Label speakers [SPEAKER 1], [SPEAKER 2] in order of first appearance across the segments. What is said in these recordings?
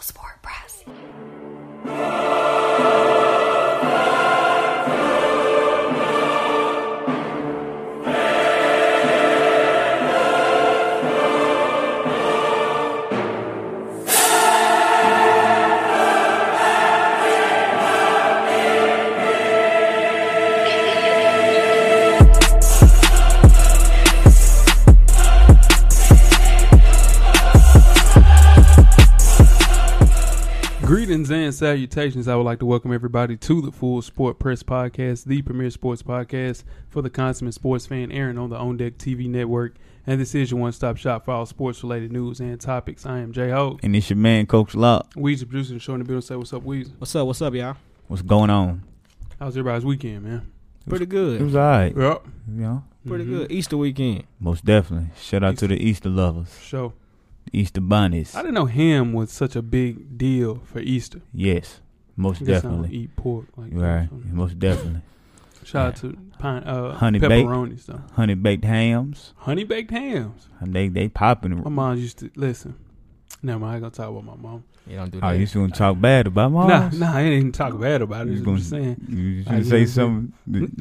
[SPEAKER 1] Sport Press.
[SPEAKER 2] Greetings and salutations. I would like to welcome everybody to the Full Sport Press Podcast, the premier sports podcast for the consummate sports fan, Aaron, on the On Deck TV network. And this is your one stop shop for all sports related news and topics. I am J Ho.
[SPEAKER 3] And it's your man, Coach Lock.
[SPEAKER 2] Weezy, producer, and show in the building. Say what's up, Weezy.
[SPEAKER 4] What's up? What's up, y'all?
[SPEAKER 3] What's going on?
[SPEAKER 2] How's everybody's weekend, man? Mm-hmm.
[SPEAKER 4] Pretty
[SPEAKER 3] It
[SPEAKER 4] good.
[SPEAKER 3] was all right. You
[SPEAKER 2] Yep.
[SPEAKER 3] know,
[SPEAKER 4] Pretty good. Easter weekend.
[SPEAKER 3] most definitely. Shout out to the Easter lovers,
[SPEAKER 2] Show.
[SPEAKER 3] Easter bunnies.
[SPEAKER 2] I didn't know ham was such a big deal for Easter.
[SPEAKER 3] Yes, most
[SPEAKER 2] I guess I don't
[SPEAKER 3] definitely.
[SPEAKER 2] eat pork. Like that,
[SPEAKER 3] Right,
[SPEAKER 2] so.
[SPEAKER 3] most definitely.
[SPEAKER 2] Shout out to pine, uh,
[SPEAKER 3] Honey baked.
[SPEAKER 2] pepperonis, though.
[SPEAKER 3] Honey baked hams.
[SPEAKER 2] Honey baked hams.
[SPEAKER 3] They they popping.
[SPEAKER 2] My mom used to, listen, never mind. I ain't going to talk about my mom.
[SPEAKER 4] Yeah, don't do
[SPEAKER 3] Oh, you just gonna talk bad about mom?
[SPEAKER 2] Nah, nah, I didn't talk bad about it.
[SPEAKER 3] You
[SPEAKER 2] I'm
[SPEAKER 3] gonna-
[SPEAKER 2] just saying.
[SPEAKER 3] You
[SPEAKER 2] I
[SPEAKER 3] should say
[SPEAKER 2] just-
[SPEAKER 3] something.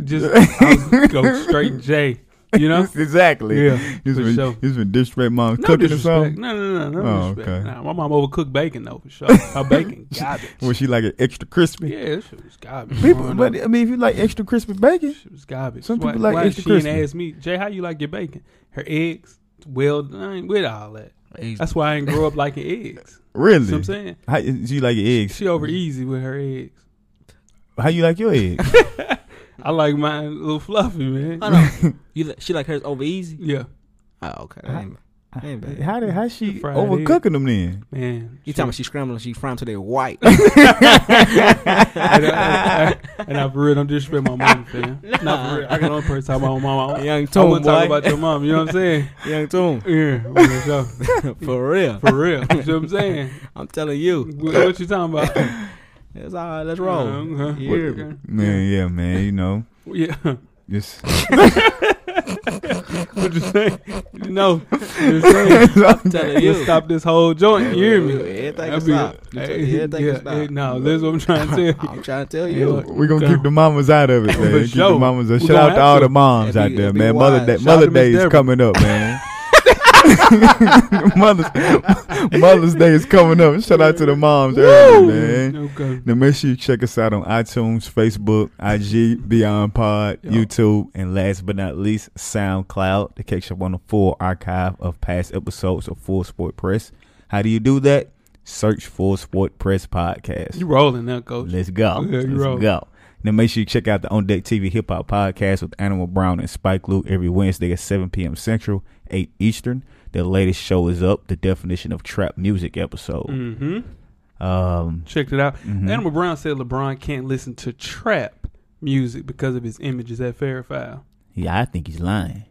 [SPEAKER 2] Just I was go straight J. You know?
[SPEAKER 3] exactly.
[SPEAKER 2] Yeah.
[SPEAKER 3] This
[SPEAKER 2] for
[SPEAKER 3] been
[SPEAKER 2] sure.
[SPEAKER 3] this been disrespect mom's
[SPEAKER 2] No
[SPEAKER 3] cooking or
[SPEAKER 2] disrespect.
[SPEAKER 3] something.
[SPEAKER 2] No, no, no, no
[SPEAKER 3] Oh,
[SPEAKER 2] disrespect.
[SPEAKER 3] okay.
[SPEAKER 2] Nah, my mom overcooked bacon though for sure. Her bacon garbage.
[SPEAKER 3] Was she like an extra crispy?
[SPEAKER 2] yeah, this shit was garbage.
[SPEAKER 3] People,
[SPEAKER 2] growing
[SPEAKER 3] but
[SPEAKER 2] up.
[SPEAKER 3] I mean, if you like extra crispy bacon,
[SPEAKER 2] shit was garbage.
[SPEAKER 3] some
[SPEAKER 2] Why-
[SPEAKER 3] people like
[SPEAKER 2] why
[SPEAKER 3] extra
[SPEAKER 2] she didn't
[SPEAKER 3] crispy.
[SPEAKER 2] ask me, Jay, how you like your bacon? Her eggs, well done with all that. That's why I didn't grow up liking eggs.
[SPEAKER 3] really?
[SPEAKER 2] You know what I'm saying?
[SPEAKER 3] How do you like your eggs?
[SPEAKER 2] She over easy with her eggs.
[SPEAKER 3] How you like your eggs?
[SPEAKER 2] I like mine a little fluffy, man.
[SPEAKER 4] Hold on. you, li- she like hers over easy?
[SPEAKER 2] Yeah.
[SPEAKER 4] Oh, okay.
[SPEAKER 2] Uh,
[SPEAKER 3] Huh?
[SPEAKER 4] Ain't- ain't bad.
[SPEAKER 3] how did how she
[SPEAKER 2] Fried
[SPEAKER 3] overcooking them then?
[SPEAKER 2] Man.
[SPEAKER 4] You
[SPEAKER 2] shit.
[SPEAKER 4] talking about she scrambling? She frying till they white?
[SPEAKER 2] uh,
[SPEAKER 4] uh,
[SPEAKER 2] and, I, and, I, and I for real don't disrespect my mom, fam. Not for real. I can only person talk about my mom. I,
[SPEAKER 4] Young
[SPEAKER 2] I
[SPEAKER 4] Tune,
[SPEAKER 2] wouldn't talk about
[SPEAKER 4] boy.
[SPEAKER 2] your mom. You know what I'm saying?
[SPEAKER 4] Young Tune,
[SPEAKER 2] Yeah, for sure.
[SPEAKER 4] for real.
[SPEAKER 2] For real. You know what I'm saying?
[SPEAKER 4] I'm telling you,
[SPEAKER 2] What, what you talking about?
[SPEAKER 4] it's all right. Let's roll.
[SPEAKER 2] Uh, huh.
[SPEAKER 4] You hear me?
[SPEAKER 3] Man, yeah, man, you know,
[SPEAKER 2] Yeah.
[SPEAKER 3] just
[SPEAKER 2] What you saying? You know, you saying?
[SPEAKER 4] I'm telling
[SPEAKER 2] Let's
[SPEAKER 4] you.
[SPEAKER 2] stop this whole joint. You hear me?
[SPEAKER 4] Everything
[SPEAKER 2] That'd
[SPEAKER 4] is
[SPEAKER 2] be-
[SPEAKER 4] stop. You tell-
[SPEAKER 2] Hey,
[SPEAKER 4] Everything
[SPEAKER 2] yeah,
[SPEAKER 4] is
[SPEAKER 2] hey,
[SPEAKER 4] stop.
[SPEAKER 2] No, that's what I'm trying to tell you.
[SPEAKER 4] I'm trying to tell
[SPEAKER 2] Yeah,
[SPEAKER 4] you.
[SPEAKER 2] look,
[SPEAKER 3] we're gonna
[SPEAKER 2] Okay.
[SPEAKER 3] keep the mamas out of it, man.
[SPEAKER 2] For
[SPEAKER 3] keep
[SPEAKER 2] sure.
[SPEAKER 3] the mamas out.
[SPEAKER 2] We
[SPEAKER 3] Shout
[SPEAKER 2] gonna
[SPEAKER 3] out to
[SPEAKER 2] have
[SPEAKER 3] all
[SPEAKER 2] to.
[SPEAKER 3] the moms
[SPEAKER 4] It'd
[SPEAKER 3] out
[SPEAKER 4] be-
[SPEAKER 3] there,
[SPEAKER 4] it'd be
[SPEAKER 3] man.
[SPEAKER 4] wise.
[SPEAKER 3] Mother day,
[SPEAKER 4] Shout
[SPEAKER 2] out
[SPEAKER 3] Mother
[SPEAKER 2] to Miss
[SPEAKER 3] Day is
[SPEAKER 2] Deborah.
[SPEAKER 3] coming up, man. Mother's Mother's Day is coming up. Shout out to the moms early, man.
[SPEAKER 2] Okay.
[SPEAKER 3] Now make sure you check us out on iTunes, Facebook, IG, Beyond Pod,
[SPEAKER 2] Yeah.
[SPEAKER 3] YouTube, and last but not least, SoundCloud to catch up on the full archive of past episodes of Full Sport Press. How do you do that? Search Full Sport Press Podcast.
[SPEAKER 2] You rolling now, coach.
[SPEAKER 3] Let's go.
[SPEAKER 2] Yeah,
[SPEAKER 3] Let's
[SPEAKER 2] you wrong.
[SPEAKER 3] go. Now make sure you check out the On Deck TV Hip Hop Podcast with Animal Brown and Spike Luke every Wednesday at 7 p.m. Central, 8 Eastern. The latest show is up, the definition of trap music episode.
[SPEAKER 2] Mm-hmm.
[SPEAKER 3] Um,
[SPEAKER 2] Checked it out.
[SPEAKER 3] mhm.
[SPEAKER 2] Animal Brown said LeBron can't listen to trap music because of his image. Is that fair or foul?
[SPEAKER 3] yeah, I think he's lying.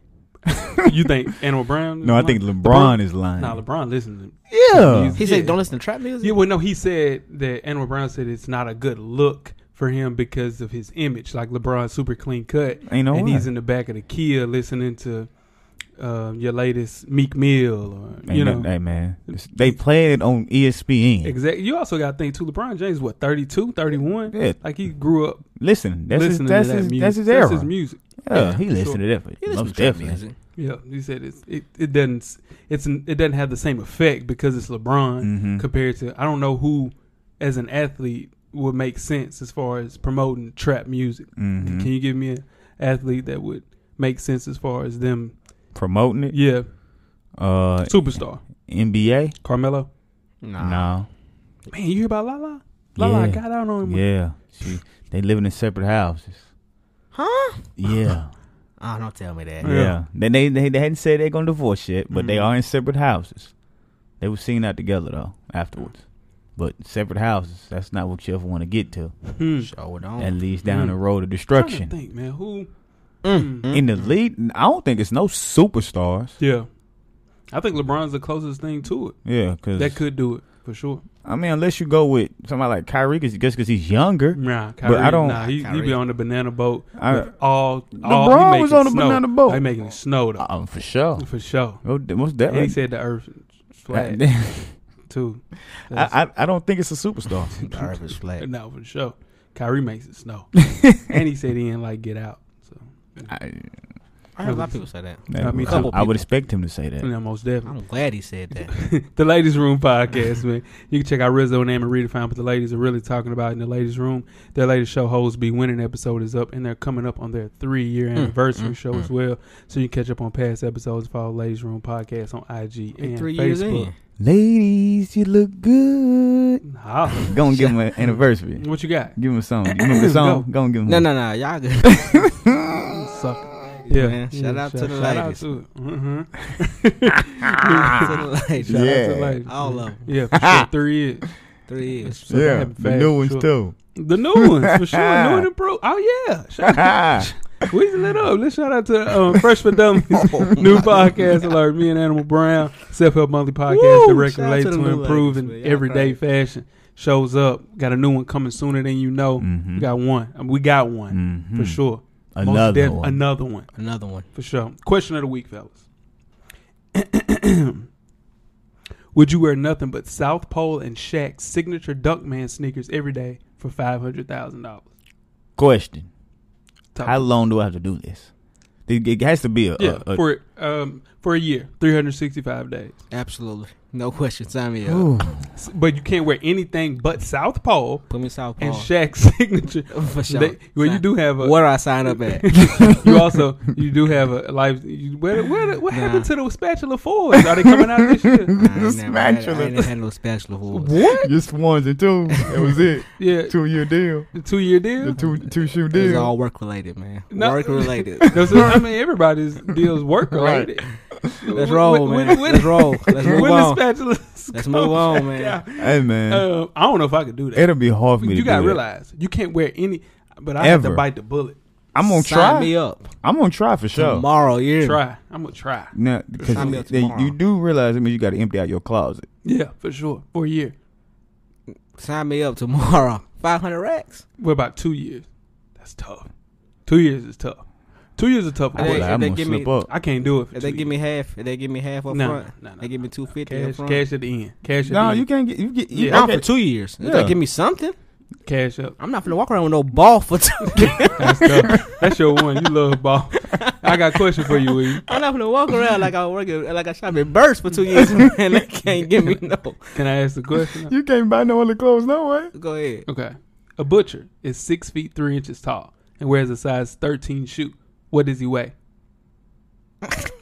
[SPEAKER 2] you think Animal Brown?
[SPEAKER 3] No, I think LeBron is lying.
[SPEAKER 2] Nah, LeBron listen.
[SPEAKER 3] yeah.
[SPEAKER 2] He's-
[SPEAKER 4] He
[SPEAKER 2] Yeah.
[SPEAKER 4] said, "Don't listen to trap music."
[SPEAKER 2] Yeah, well, no, he said that Animal Brown said it's not a good look for him because of his image. Like LeBron's super clean cut,
[SPEAKER 3] Ain't no
[SPEAKER 2] and
[SPEAKER 3] way.
[SPEAKER 2] he's in the back of the Kia listening to uh, your latest Meek Mill, or
[SPEAKER 3] Ain't
[SPEAKER 2] you
[SPEAKER 3] no-
[SPEAKER 2] know.
[SPEAKER 3] hey, man. It's- They played it on E ESPN.
[SPEAKER 2] Exactly. You also got to think too. LeBron James, what 32, 31?
[SPEAKER 3] Yeah.
[SPEAKER 2] Like he grew up
[SPEAKER 3] Listen, that's his,
[SPEAKER 2] listening
[SPEAKER 3] that's,
[SPEAKER 2] to that
[SPEAKER 3] his,
[SPEAKER 2] music.
[SPEAKER 3] that's his era.
[SPEAKER 2] that's his music.
[SPEAKER 3] yeah,
[SPEAKER 2] yeah,
[SPEAKER 3] he
[SPEAKER 2] sure.
[SPEAKER 3] listened to that.
[SPEAKER 4] He listen
[SPEAKER 3] most
[SPEAKER 4] to trap
[SPEAKER 3] definitely.
[SPEAKER 4] music.
[SPEAKER 2] Yeah, he said it's it, it doesn't it's it doesn't have the same effect because it's LeBron
[SPEAKER 3] Mhm.
[SPEAKER 2] compared to I don't know who as an athlete would make sense as far as promoting trap music.
[SPEAKER 3] Mhm.
[SPEAKER 2] Can you give me an athlete that would make sense as far as them?
[SPEAKER 3] Promoting it.
[SPEAKER 2] Yeah,
[SPEAKER 3] Uh,
[SPEAKER 2] superstar
[SPEAKER 3] NBA.
[SPEAKER 2] Carmelo.
[SPEAKER 4] Nah.
[SPEAKER 3] No.
[SPEAKER 2] Man, you hear about Lala? Lala
[SPEAKER 3] Yeah.
[SPEAKER 2] got out on him.
[SPEAKER 3] Yeah. She, they living in separate houses.
[SPEAKER 4] Huh?
[SPEAKER 3] Yeah.
[SPEAKER 4] Oh, don't tell me that.
[SPEAKER 2] Yeah.
[SPEAKER 3] yeah. Then they, they they hadn't said they're gonna divorce yet, but they
[SPEAKER 2] Mhm.
[SPEAKER 3] are in separate houses. They were seen out together though afterwards. But separate houses, that's not what you ever want to get to.
[SPEAKER 2] Hmm.
[SPEAKER 4] Show it on.
[SPEAKER 3] That leads down
[SPEAKER 2] Mhm.
[SPEAKER 3] the road of
[SPEAKER 2] Trying
[SPEAKER 3] destruction.
[SPEAKER 2] to think, Mm-hmm. man, who?
[SPEAKER 4] Mm.
[SPEAKER 3] in the lead. I don't think it's no superstars.
[SPEAKER 2] Yeah, I think LeBron's the closest thing to it
[SPEAKER 3] Yeah, because
[SPEAKER 2] that could do it for sure.
[SPEAKER 3] I mean, unless you go with somebody like Kyrie, cause just because he's younger.
[SPEAKER 2] Nah, Kyrie,
[SPEAKER 3] I don't-
[SPEAKER 2] Nah, he, he be
[SPEAKER 4] Kyrie.
[SPEAKER 2] on the banana boat.
[SPEAKER 3] I-
[SPEAKER 2] with all, all
[SPEAKER 3] LeBron
[SPEAKER 2] Oh, he making
[SPEAKER 3] was on the
[SPEAKER 2] snow.
[SPEAKER 3] banana boat.
[SPEAKER 2] They making it snow though,
[SPEAKER 3] Um, for sure.
[SPEAKER 2] for sure.
[SPEAKER 3] Oh, th- most
[SPEAKER 2] And he
[SPEAKER 3] definitely.
[SPEAKER 2] said the earth is flat.
[SPEAKER 3] That-
[SPEAKER 2] too. That's-
[SPEAKER 3] I, I I don't think it's a superstar.
[SPEAKER 4] Garbage flat.
[SPEAKER 2] no, for sure. Kyrie makes it snow, and he said he didn't like get out. So
[SPEAKER 3] I,
[SPEAKER 4] I heard a lot of people say that.
[SPEAKER 2] I mean,
[SPEAKER 3] I,
[SPEAKER 2] couple
[SPEAKER 3] would
[SPEAKER 4] people.
[SPEAKER 3] expect him to say that.
[SPEAKER 2] yeah, most definitely.
[SPEAKER 4] I'm glad he said that.
[SPEAKER 2] the Ladies Room podcast, man. You can check out Rizzo and Amber Reed to find out what the ladies are really talking about in the Ladies Room. Their latest show, Hoes Be Winning episode, is up, and they're coming up on their three year anniversary
[SPEAKER 4] mm,
[SPEAKER 2] show
[SPEAKER 4] mm.
[SPEAKER 2] as well. So you can catch up on past episodes. Follow Ladies Room podcast on IG and
[SPEAKER 4] Three
[SPEAKER 2] Facebook.
[SPEAKER 4] years in.
[SPEAKER 3] Ladies, you look good.
[SPEAKER 2] Holla.
[SPEAKER 3] Go and give him an anniversary.
[SPEAKER 2] what you got?
[SPEAKER 3] Give him a song. You remember the song? Go, and give him.
[SPEAKER 4] No,
[SPEAKER 3] one.
[SPEAKER 4] no, no. Y'all good.
[SPEAKER 2] Sucker. Yeah.
[SPEAKER 4] Man, shout
[SPEAKER 2] Yeah,
[SPEAKER 4] out to the
[SPEAKER 2] shout
[SPEAKER 4] ladies.
[SPEAKER 2] Out to, mm-hmm.
[SPEAKER 4] to the ladies.
[SPEAKER 2] Shout out to the
[SPEAKER 3] Yeah.
[SPEAKER 2] ladies.
[SPEAKER 4] All of 'em.
[SPEAKER 2] Yeah, for sure. Three years.
[SPEAKER 4] Three years.
[SPEAKER 2] So that happened fast, for sure.
[SPEAKER 3] too.
[SPEAKER 2] The new ones, for sure. New and improved. Oh, yeah. Shout out. Weasel it up. Let's shout out to um, Fresh for Dummies, new podcast alert. Me and Animal Brown, self help monthly podcast
[SPEAKER 4] Woo!
[SPEAKER 2] directly
[SPEAKER 4] Shout out
[SPEAKER 2] related to,
[SPEAKER 4] to the new
[SPEAKER 2] improving
[SPEAKER 4] ladies, man. Y'all
[SPEAKER 2] everyday fashion. Shows up. Got a new one coming sooner than you know.
[SPEAKER 3] Mhm.
[SPEAKER 2] We got one. Um, We got one
[SPEAKER 3] Mhm.
[SPEAKER 2] for sure. Most
[SPEAKER 3] Another
[SPEAKER 2] def-
[SPEAKER 3] one.
[SPEAKER 2] Another one
[SPEAKER 4] Another one.
[SPEAKER 2] for sure. Question of the week, fellas. Would you wear nothing but South Pole and Shaq's signature Duckman sneakers every day for five hundred thousand dollars?
[SPEAKER 3] Question: How long do I uh, have to do this? It it has to be a,
[SPEAKER 2] Yeah,
[SPEAKER 3] a- a-
[SPEAKER 2] for um for a year, 365 days.
[SPEAKER 4] Absolutely. No question. Sign me up.
[SPEAKER 3] Ooh.
[SPEAKER 2] S- But you can't wear anything but South Pole
[SPEAKER 4] Put me South Paul.
[SPEAKER 2] and Shaq's signature.
[SPEAKER 4] For sure.
[SPEAKER 2] They- well, you
[SPEAKER 4] Sign-
[SPEAKER 2] do have a.
[SPEAKER 4] Where do I sign up at?
[SPEAKER 2] You also you do have a life. You, where, where, what
[SPEAKER 4] Nah.
[SPEAKER 2] happened to the spatula fours? Are they coming out this year?
[SPEAKER 4] I ain't never had, it.
[SPEAKER 3] spatula.
[SPEAKER 4] I ain't had no spatula for us.
[SPEAKER 2] What?
[SPEAKER 3] Just ones and twos. That was it.
[SPEAKER 2] Yeah,
[SPEAKER 3] Two year deal.
[SPEAKER 2] the two year deal.
[SPEAKER 3] two two shoe
[SPEAKER 4] It's all work related, man.
[SPEAKER 2] No.
[SPEAKER 4] Work related.
[SPEAKER 2] No, so, I mean, everybody's deals work
[SPEAKER 3] Right.
[SPEAKER 2] related.
[SPEAKER 4] Let's roll,
[SPEAKER 2] When-
[SPEAKER 4] man.
[SPEAKER 2] when-
[SPEAKER 4] Let's roll. Let's
[SPEAKER 2] When the
[SPEAKER 4] move on.
[SPEAKER 2] spatula.
[SPEAKER 4] Let's move on, man.
[SPEAKER 3] Hey man,
[SPEAKER 2] Uh, I don't know if I could do that.
[SPEAKER 3] it'll be hard for me to
[SPEAKER 2] you
[SPEAKER 3] do
[SPEAKER 2] gotta
[SPEAKER 3] that.
[SPEAKER 2] realize you can't wear any. But I have to
[SPEAKER 3] Ever.
[SPEAKER 2] bite the bullet.
[SPEAKER 3] I'm gonna
[SPEAKER 4] sign
[SPEAKER 3] try.
[SPEAKER 4] me up
[SPEAKER 3] I'm gonna try for sure.
[SPEAKER 4] tomorrow. Yeah.
[SPEAKER 2] Try. I'm gonna try.
[SPEAKER 3] Now,
[SPEAKER 4] Sign me
[SPEAKER 3] because
[SPEAKER 4] up
[SPEAKER 3] you,
[SPEAKER 4] tomorrow.
[SPEAKER 3] you do realize, I mean, you got to empty out your closet.
[SPEAKER 2] Yeah, for sure. For a year.
[SPEAKER 4] Sign me up tomorrow. Five hundred racks.
[SPEAKER 2] What about two years? That's tough. Two years is tough. Two years is tough.
[SPEAKER 4] I
[SPEAKER 3] I
[SPEAKER 4] think
[SPEAKER 3] would
[SPEAKER 2] I,
[SPEAKER 4] if
[SPEAKER 3] like, I'm
[SPEAKER 4] they
[SPEAKER 3] gonna
[SPEAKER 4] give
[SPEAKER 3] slip
[SPEAKER 4] me-
[SPEAKER 3] up.
[SPEAKER 2] I can't do it. For
[SPEAKER 4] If they
[SPEAKER 2] two
[SPEAKER 4] give me
[SPEAKER 2] years.
[SPEAKER 4] half, if they give me half up
[SPEAKER 2] No,
[SPEAKER 4] front,
[SPEAKER 2] no, no,
[SPEAKER 4] they give me two fifty up
[SPEAKER 2] cash,
[SPEAKER 4] front.
[SPEAKER 2] cash at the end. Cash at
[SPEAKER 3] No,
[SPEAKER 2] the
[SPEAKER 3] you
[SPEAKER 2] end.
[SPEAKER 3] can't get. You get. You,
[SPEAKER 2] Yeah.
[SPEAKER 4] Not
[SPEAKER 3] okay.
[SPEAKER 4] for two years. If
[SPEAKER 3] Yeah.
[SPEAKER 4] They give me something.
[SPEAKER 2] Cash up.
[SPEAKER 4] I'm not gonna walk around with no ball for two.
[SPEAKER 2] That's tough. That's your one. You love ball. I got a question for you, Wee.
[SPEAKER 4] I'm not gonna walk around like I work at, like I shop at Burst for two years and they can't give me no.
[SPEAKER 2] Can I ask the question?
[SPEAKER 3] You can't buy no other clothes, no way.
[SPEAKER 4] Go ahead.
[SPEAKER 2] Okay. A butcher is six feet three inches tall and wears a size thirteen shoe. What does he weigh?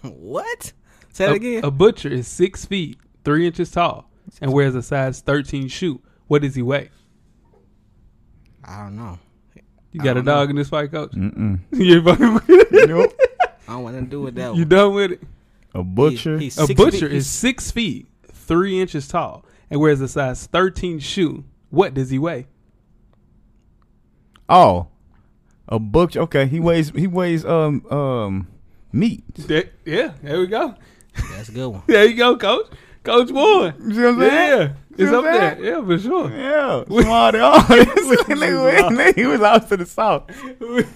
[SPEAKER 4] What? Say that
[SPEAKER 2] a,
[SPEAKER 4] again.
[SPEAKER 2] a butcher is six feet three inches tall and wears a size thirteen shoe. What does he weigh?
[SPEAKER 4] I don't know.
[SPEAKER 2] You
[SPEAKER 4] I
[SPEAKER 2] got a
[SPEAKER 4] don't know.
[SPEAKER 2] dog in this fight, coach?
[SPEAKER 3] Mm-mm.
[SPEAKER 2] you fucking with it?
[SPEAKER 3] nope.
[SPEAKER 4] I don't want to do with that
[SPEAKER 2] You
[SPEAKER 4] one.
[SPEAKER 2] done with it?
[SPEAKER 3] A butcher.
[SPEAKER 4] He- he's
[SPEAKER 2] A
[SPEAKER 4] six
[SPEAKER 2] butcher
[SPEAKER 4] feet-
[SPEAKER 2] is six feet three inches tall and wears a size thirteen shoe. What does he weigh?
[SPEAKER 3] oh, a butcher. Okay, he weighs. He weighs um um meat. You
[SPEAKER 2] That- yeah, there we go.
[SPEAKER 4] That's a good one.
[SPEAKER 2] There you go, coach. Coach Warren.
[SPEAKER 3] see what I'm saying?
[SPEAKER 2] Yeah, it's up
[SPEAKER 3] what I'm saying?
[SPEAKER 2] there. Yeah, for sure.
[SPEAKER 3] Yeah, small they all. Nigga, went- he was out to the south. He look-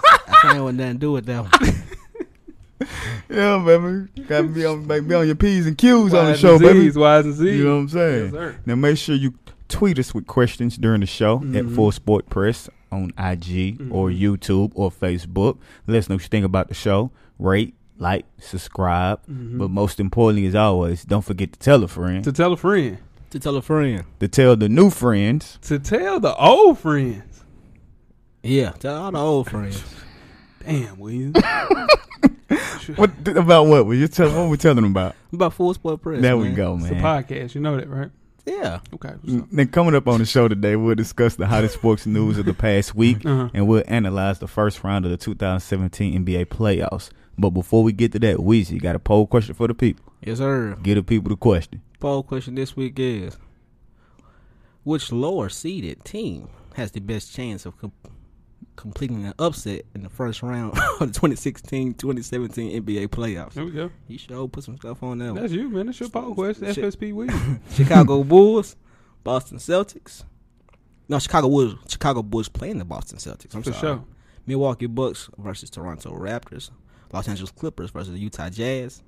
[SPEAKER 4] I ain't want nothing to do with that one.
[SPEAKER 3] yeah, baby, got to be on, baby, be on your p's and q's on the
[SPEAKER 2] Wise
[SPEAKER 3] show,
[SPEAKER 2] and
[SPEAKER 3] baby.
[SPEAKER 2] Z's, Y's and Z's.
[SPEAKER 3] You know what I'm saying?
[SPEAKER 2] Yes, sir.
[SPEAKER 3] Now make sure you tweet us with questions during the show at
[SPEAKER 2] Mhm.
[SPEAKER 3] Full Sport Press on IG or
[SPEAKER 2] Mhm.
[SPEAKER 3] YouTube or Facebook. Let us know what you think about the show. Rate, like, subscribe.
[SPEAKER 2] Mhm.
[SPEAKER 3] But most importantly, as always, don't forget to tell a friend,
[SPEAKER 2] To tell a friend.
[SPEAKER 4] To tell a friend.
[SPEAKER 3] to tell the new friends.
[SPEAKER 2] To tell the old friends.
[SPEAKER 4] Yeah, tell all the old friends.
[SPEAKER 2] Damn, Weezy.
[SPEAKER 3] What th- about what? We just tell what we telling them about.
[SPEAKER 4] About full sport press.
[SPEAKER 3] there we
[SPEAKER 4] man.
[SPEAKER 3] go,
[SPEAKER 2] It's a
[SPEAKER 3] man. Mm.
[SPEAKER 2] podcast. You know that, right?
[SPEAKER 4] Yeah.
[SPEAKER 2] Okay. what's up?
[SPEAKER 3] N- Then coming up on the show today, we'll discuss the hottest sports news of the past week.
[SPEAKER 2] Uh-huh.
[SPEAKER 3] and we'll analyze the first round of the 2017 NBA playoffs. But before we get to that, Weezy, you got a poll question for the people.
[SPEAKER 4] Yes, sir.
[SPEAKER 3] Give the people the question.
[SPEAKER 4] Poll question this week is Which lower seeded team has the best chance of com- completing an upset in the first round of the 2016 2017 NBA playoffs?
[SPEAKER 2] There we go.
[SPEAKER 4] You sure put some stuff on that one.
[SPEAKER 2] That's you, man. That's your poll question.
[SPEAKER 4] Shit.
[SPEAKER 2] FSP Weezy.
[SPEAKER 4] Chicago Bulls, Boston Celtics. No, Chicago Bulls. Chicago Bulls playing the Boston Celtics. I'm
[SPEAKER 2] For
[SPEAKER 4] sorry.
[SPEAKER 2] sure.
[SPEAKER 4] Milwaukee Bucks versus Toronto Raptors, Los Angeles Clippers versus the Utah Jazz,